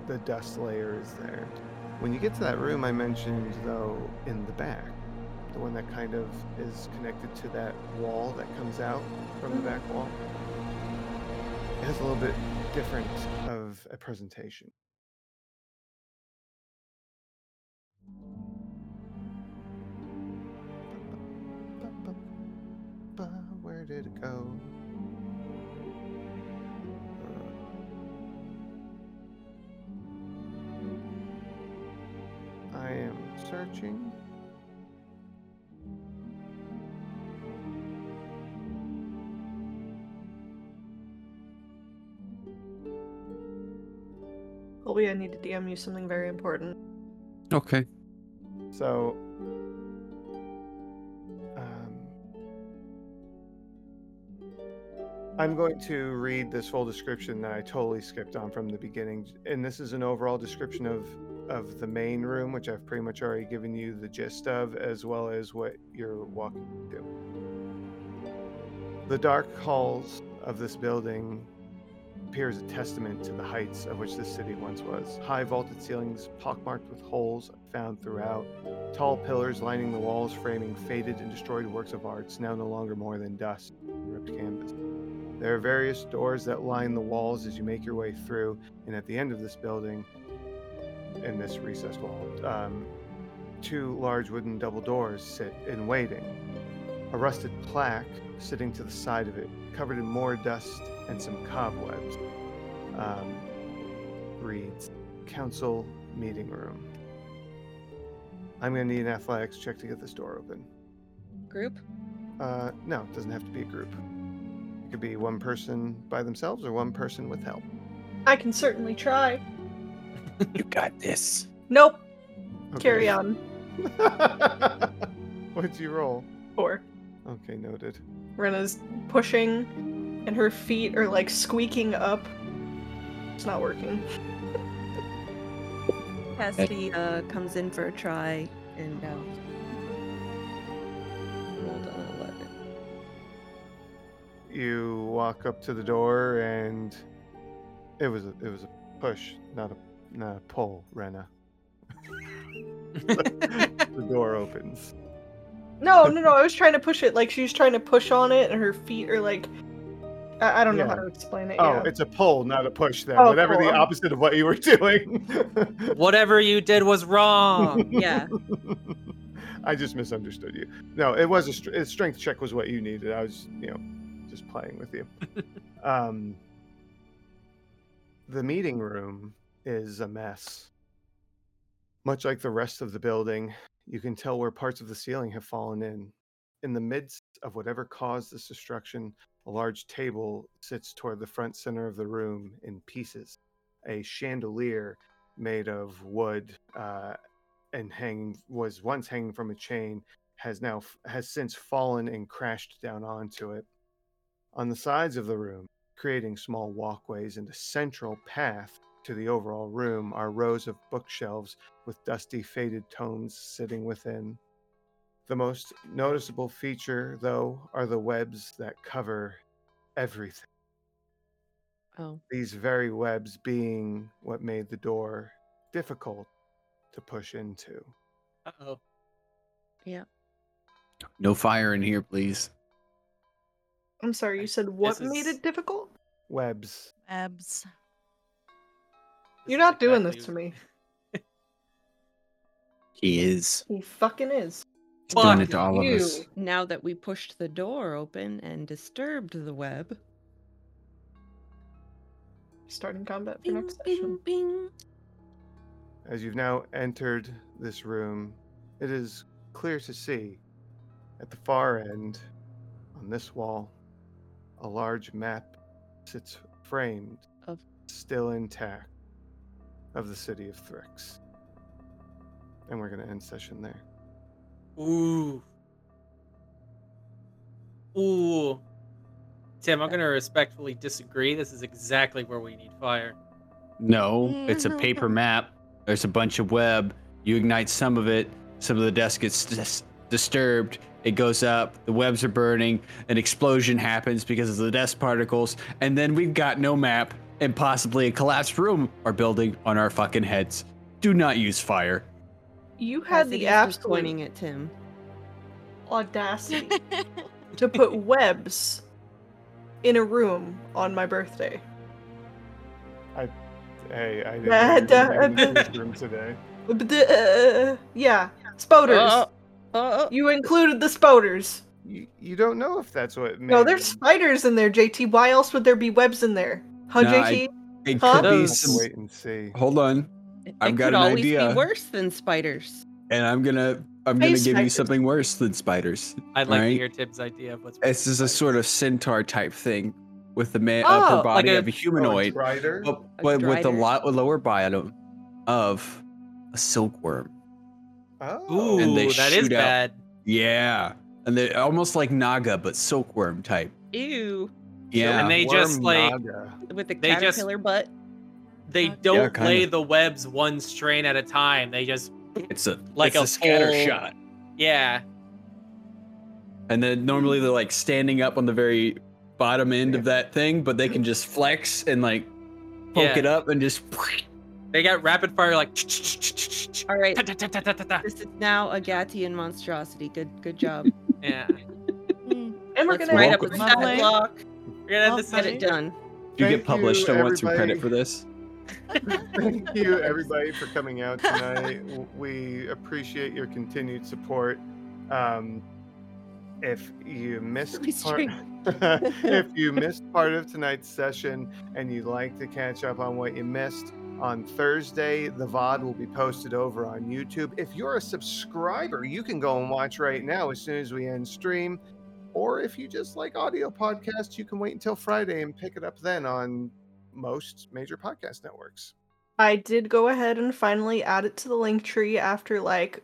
Speaker 2: the dust layer is there when you get to that room I mentioned, though, in the back, the one that kind of is connected to that wall that comes out from the back wall, it has a little bit different of a presentation. Where did it go? Uh, I am searching.
Speaker 6: Colby, I need to DM you something very important.
Speaker 4: Okay.
Speaker 2: So, um, I'm going to read this full description that I totally skipped on from the beginning, and this is an overall description of of the main room, which I've pretty much already given you the gist of, as well as what you're walking through. The dark halls of this building appears a testament to the heights of which this city once was. High vaulted ceilings, pockmarked with holes found throughout, tall pillars lining the walls, framing faded and destroyed works of arts, now no longer more than dust and ripped canvas. There are various doors that line the walls as you make your way through, and at the end of this building, in this recessed wall, um, two large wooden double doors sit in waiting. A rusted plaque sitting to the side of it, covered in more dust and some cobwebs, um, reads Council Meeting Room. I'm going to need an athletics check to get this door open.
Speaker 3: Group?
Speaker 2: Uh, no, it doesn't have to be a group. It could be one person by themselves or one person with help.
Speaker 6: I can certainly try.
Speaker 4: You got this.
Speaker 6: Nope.
Speaker 2: Okay.
Speaker 6: Carry on.
Speaker 2: What'd you roll?
Speaker 6: Four.
Speaker 2: Okay, noted.
Speaker 6: Rena's pushing, and her feet are like squeaking up. It's not working.
Speaker 3: Cassidy uh, comes in for a try and uh, rolled an 11.
Speaker 2: You walk up to the door, and it was a, it was a push, not a not a pull, Rena. the door opens.
Speaker 6: No, no, no. I was trying to push it. Like she was trying to push on it, and her feet are like. I, I don't know how
Speaker 2: Yeah.
Speaker 6: to explain it.
Speaker 2: Oh,
Speaker 6: yeah.
Speaker 2: it's a pull, not a push. Then
Speaker 6: Oh,
Speaker 2: whatever
Speaker 6: pull.
Speaker 2: the opposite of what you were doing.
Speaker 5: Whatever you did was wrong.
Speaker 3: Yeah.
Speaker 2: I just misunderstood you. No, it was a, str- a strength check was what you needed. I was, you know, just playing with you. um, the meeting room is a mess. Much like the rest of the building, you can tell where parts of the ceiling have fallen in. In the midst of whatever caused this destruction, a large table sits toward the front center of the room in pieces. A chandelier made of wood uh, and hanging was once hanging from a chain has now f- has since fallen and crashed down onto it on the sides of the room creating small walkways and a central path to the overall room are rows of bookshelves with dusty faded tomes sitting within the most noticeable feature though are the webs that cover everything
Speaker 9: Oh.
Speaker 2: these very webs being what made the door difficult to push into.
Speaker 5: Uh oh.
Speaker 4: No fire in here, please.
Speaker 6: I'm sorry. You said what
Speaker 5: This
Speaker 6: made
Speaker 5: is-
Speaker 6: it difficult?
Speaker 2: Webs.
Speaker 12: Abs.
Speaker 6: You're not doing this to me.
Speaker 4: He is.
Speaker 6: He fucking is.
Speaker 4: Done
Speaker 5: Fuck
Speaker 4: it to all of us.
Speaker 3: You, now that we pushed the door open and disturbed the web.
Speaker 6: Starting combat for
Speaker 3: Bing,
Speaker 6: next
Speaker 3: bing,
Speaker 6: session.
Speaker 3: bing.
Speaker 2: As you've now entered this room, it is clear to see at the far end on this wall a large map sits framed
Speaker 9: Of-
Speaker 2: still intact of the city of Thrix. And we're going to end session there.
Speaker 5: Ooh. Ooh. Tim, I'm gonna respectfully disagree. This is exactly where we need fire.
Speaker 4: No, it's a paper map. There's a bunch of web. You ignite some of it. Some of the dust gets dis- disturbed. It goes up. The webs are burning. An explosion happens because of the dust particles. And then we've got no map and possibly a collapsed room or building on our fucking heads. Do not use fire.
Speaker 6: You had
Speaker 3: Cassidy's
Speaker 6: the
Speaker 3: just
Speaker 6: absolute
Speaker 3: pointing at Tim.
Speaker 6: audacity to put webs in a room on my birthday.
Speaker 2: Hey, I
Speaker 6: Yeah,
Speaker 2: didn't know you were in
Speaker 5: duh.
Speaker 2: this room today.
Speaker 6: But the- uh, yeah, spoders.
Speaker 9: Uh, uh,
Speaker 6: You included the spoders.
Speaker 2: You, you don't know if that's what.
Speaker 6: No,
Speaker 2: made
Speaker 6: there's
Speaker 2: them-
Speaker 6: spiders in there, JT. Why else would there be webs in there? Huh,
Speaker 4: No, I-
Speaker 6: JT?
Speaker 4: It
Speaker 6: Huh?
Speaker 4: could be
Speaker 9: Those-
Speaker 4: some.
Speaker 2: Wait and see.
Speaker 4: Hold on,
Speaker 3: It, it
Speaker 4: I've got
Speaker 3: could
Speaker 4: an
Speaker 3: always
Speaker 4: idea.
Speaker 3: be worse than spiders.
Speaker 4: and I'm gonna I'm
Speaker 6: Hey,
Speaker 4: gonna give you
Speaker 6: spiders.
Speaker 4: something worse than spiders.
Speaker 5: I'd like to
Speaker 4: Right.
Speaker 5: hear Tim's idea of what's.
Speaker 4: This is a sort of centaur type thing, with the man
Speaker 6: Oh,
Speaker 4: upper
Speaker 6: like
Speaker 4: body
Speaker 5: a-
Speaker 4: of
Speaker 2: Oh,
Speaker 4: a
Speaker 2: a
Speaker 4: humanoid,
Speaker 2: Drider?
Speaker 4: but, but with the
Speaker 3: drider.
Speaker 4: lot lower biome of a silkworm.
Speaker 2: Oh.
Speaker 5: Ooh,
Speaker 4: And they
Speaker 5: that is
Speaker 4: shoot out.
Speaker 5: bad.
Speaker 4: Yeah, and they're almost like Naga, but silkworm type.
Speaker 3: Ew,
Speaker 4: Yeah,
Speaker 5: And they just,
Speaker 2: Worm
Speaker 5: like-
Speaker 2: Naga.
Speaker 3: with the
Speaker 5: They just-
Speaker 3: caterpillar butt.
Speaker 5: They
Speaker 12: Yeah,
Speaker 5: don't
Speaker 4: kinda.
Speaker 5: lay the webs one strain at a time. They just
Speaker 4: it's a
Speaker 5: like
Speaker 4: it's
Speaker 5: a
Speaker 4: scatter
Speaker 5: full-
Speaker 4: shot.
Speaker 5: yeah.
Speaker 4: And then normally they're like standing up on the very bottom end of that thing, but they can just flex and like poke
Speaker 5: Yeah.
Speaker 4: it up and just.
Speaker 5: They got rapid fire like.
Speaker 3: All right,
Speaker 5: ta-ta-ta-ta-ta-ta.
Speaker 3: this is now a Gatian monstrosity. Good, good job.
Speaker 5: Yeah.
Speaker 6: And we're
Speaker 3: Let's
Speaker 6: gonna
Speaker 3: write
Speaker 4: walk
Speaker 3: up a
Speaker 4: with-
Speaker 3: stat
Speaker 12: Lovely.
Speaker 3: block.
Speaker 5: We're gonna have this
Speaker 3: Get it done.
Speaker 4: Do you
Speaker 2: Thank
Speaker 4: get published?
Speaker 2: you,
Speaker 4: I want some credit
Speaker 2: everybody.
Speaker 4: for this.
Speaker 2: Thank you, everybody, for coming out tonight. W- we appreciate your continued support. Um, if you missed part, if you missed part of tonight's session and you'd like to catch up on what you missed on Thursday, the VOD will be posted over on YouTube. If you're a subscriber, you can go and watch right now as soon as we end stream. Or if you just like audio podcasts, you can wait until Friday and pick it up then on most major podcast networks.
Speaker 6: I did go ahead and finally add it to the link tree after like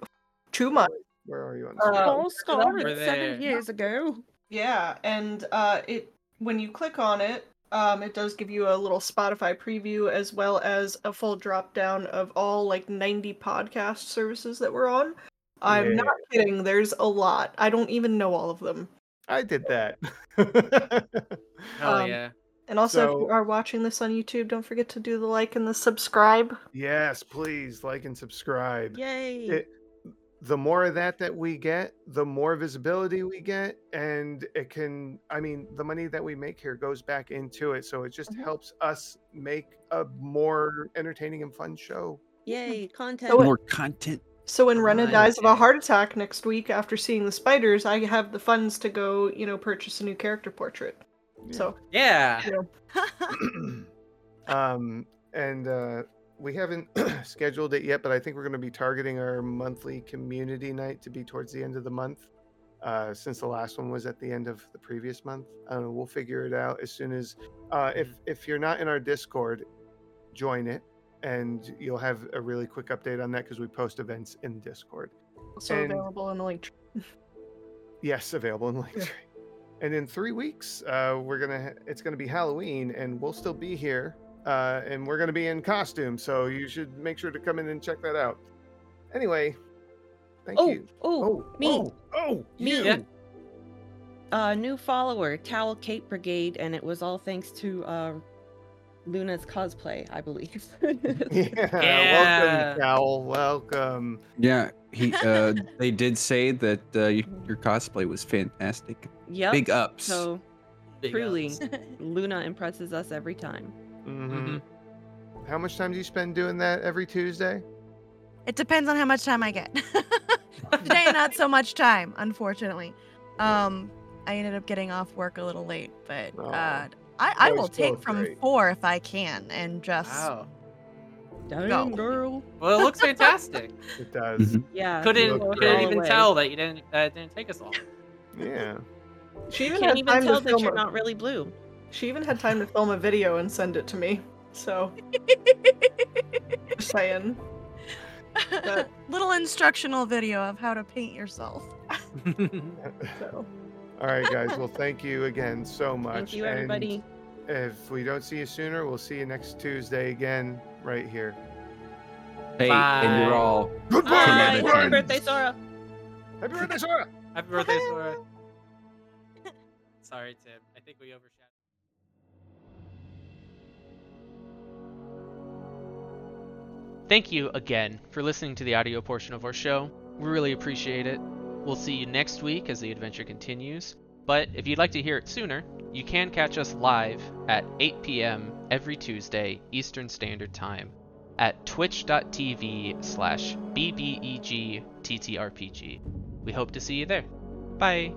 Speaker 6: two months.
Speaker 2: Where are you on?
Speaker 6: Uh,
Speaker 15: Um,
Speaker 2: Spotify?
Speaker 3: All started
Speaker 5: Over there.
Speaker 3: Oh, seven years ago.
Speaker 6: Yeah, and uh, it when you click on it, um, it does give you a little Spotify preview as well as a full drop down of all like 90 podcast services that we're on. I'm
Speaker 2: Yeah.
Speaker 6: not kidding. There's a lot. I don't even know all of them.
Speaker 2: I did that.
Speaker 5: Hell
Speaker 6: Um,
Speaker 5: yeah.
Speaker 6: And also, if you
Speaker 2: So-
Speaker 6: are watching this on YouTube, don't forget to do the like and the subscribe.
Speaker 2: yes, please like and subscribe.
Speaker 3: Yay!
Speaker 2: It- the more of that that we get, the more visibility we get, and it can. I mean, the money that we make here goes back into it, so it just helps us make a more entertaining and fun show.
Speaker 3: Yay! Content.
Speaker 6: So it-
Speaker 4: More content.
Speaker 6: So when Rena
Speaker 5: Right.
Speaker 6: dies of a heart attack next week after seeing the spiders, I have the funds to go, you know, purchase a new character portrait. So
Speaker 5: Yeah.
Speaker 2: um, and uh, we haven't scheduled it yet, but I think we're going to be targeting our monthly community night to be towards the end of the month. Uh, since the last one was at the end of the previous month, I don't know. We'll figure it out as soon as. Uh, if if you're not in our Discord, join it, and you'll have a really quick update on that because we post events in Discord.
Speaker 6: also
Speaker 2: And-
Speaker 6: available in the link. tree.
Speaker 2: Yes, available in Linktree. And in three weeks, uh, we're gonna ha- it's gonna be Halloween, and we'll still be here, uh, and we're gonna be in costume. So you should make sure to come in and check that out. Anyway, thank
Speaker 3: oh,
Speaker 2: you.
Speaker 3: oh, me.
Speaker 2: Oh, oh,
Speaker 3: Me.
Speaker 2: you.
Speaker 5: Yeah.
Speaker 3: uh, new follower, Towel Cape Brigade, and it was all thanks to uh, Luna's cosplay, I believe.
Speaker 2: Yeah.
Speaker 5: Yeah.
Speaker 2: Welcome, Cowl. Welcome.
Speaker 4: Yeah, he. Uh, they did say that uh, y- your cosplay was fantastic.
Speaker 3: yep.
Speaker 4: Big ups.
Speaker 3: so
Speaker 5: Big
Speaker 3: truly,
Speaker 5: ups.
Speaker 3: Luna impresses us every time.
Speaker 2: hmm
Speaker 5: Mhm.
Speaker 2: How much time do you spend doing that every Tuesday?
Speaker 12: It depends on how much time I get. Today, not so much time, unfortunately. Um, I ended up getting off work a little late, but
Speaker 2: Oh.
Speaker 12: uh, I, I
Speaker 2: Well,
Speaker 12: will
Speaker 2: it's still
Speaker 12: take from
Speaker 2: great.
Speaker 12: four if I can and just
Speaker 5: Wow.
Speaker 3: Dang
Speaker 12: No.
Speaker 3: girl.
Speaker 5: Well, it looks fantastic.
Speaker 2: It does.
Speaker 4: Mhm.
Speaker 3: Yeah.
Speaker 5: couldn't
Speaker 2: look
Speaker 5: couldn't
Speaker 2: great.
Speaker 5: even tell that you didn't that it didn't take us long.
Speaker 2: yeah.
Speaker 6: She even
Speaker 3: Can't
Speaker 6: had
Speaker 3: even
Speaker 6: time
Speaker 3: tell
Speaker 6: to
Speaker 3: that
Speaker 6: film.
Speaker 3: you're
Speaker 6: a-
Speaker 3: not really blue.
Speaker 6: She even had time to film a video and send it to me. So just saying. But-
Speaker 12: little instructional video of how to paint yourself.
Speaker 6: So.
Speaker 2: All right, guys. Well, thank you again so much.
Speaker 3: Thank you,
Speaker 2: and-
Speaker 3: everybody.
Speaker 2: If we don't see you sooner, we'll see you next Tuesday again, right here.
Speaker 4: Hey, and you're
Speaker 5: Bye.
Speaker 4: all.
Speaker 3: Bye.
Speaker 4: Bye.
Speaker 3: Happy birthday, Sora.
Speaker 2: Happy birthday, Sora!
Speaker 5: Happy birthday, Sora. Sorry, Tim. I think we overshadowed.
Speaker 1: Thank you again for listening to the audio portion of our show. We really appreciate it. We'll see you next week as the adventure continues. But if you'd like to hear it sooner, you can catch us live at 8 p.m. every Tuesday Eastern Standard Time at twitch.tv E slash bbegttrpg. We hope to see you there. Bye.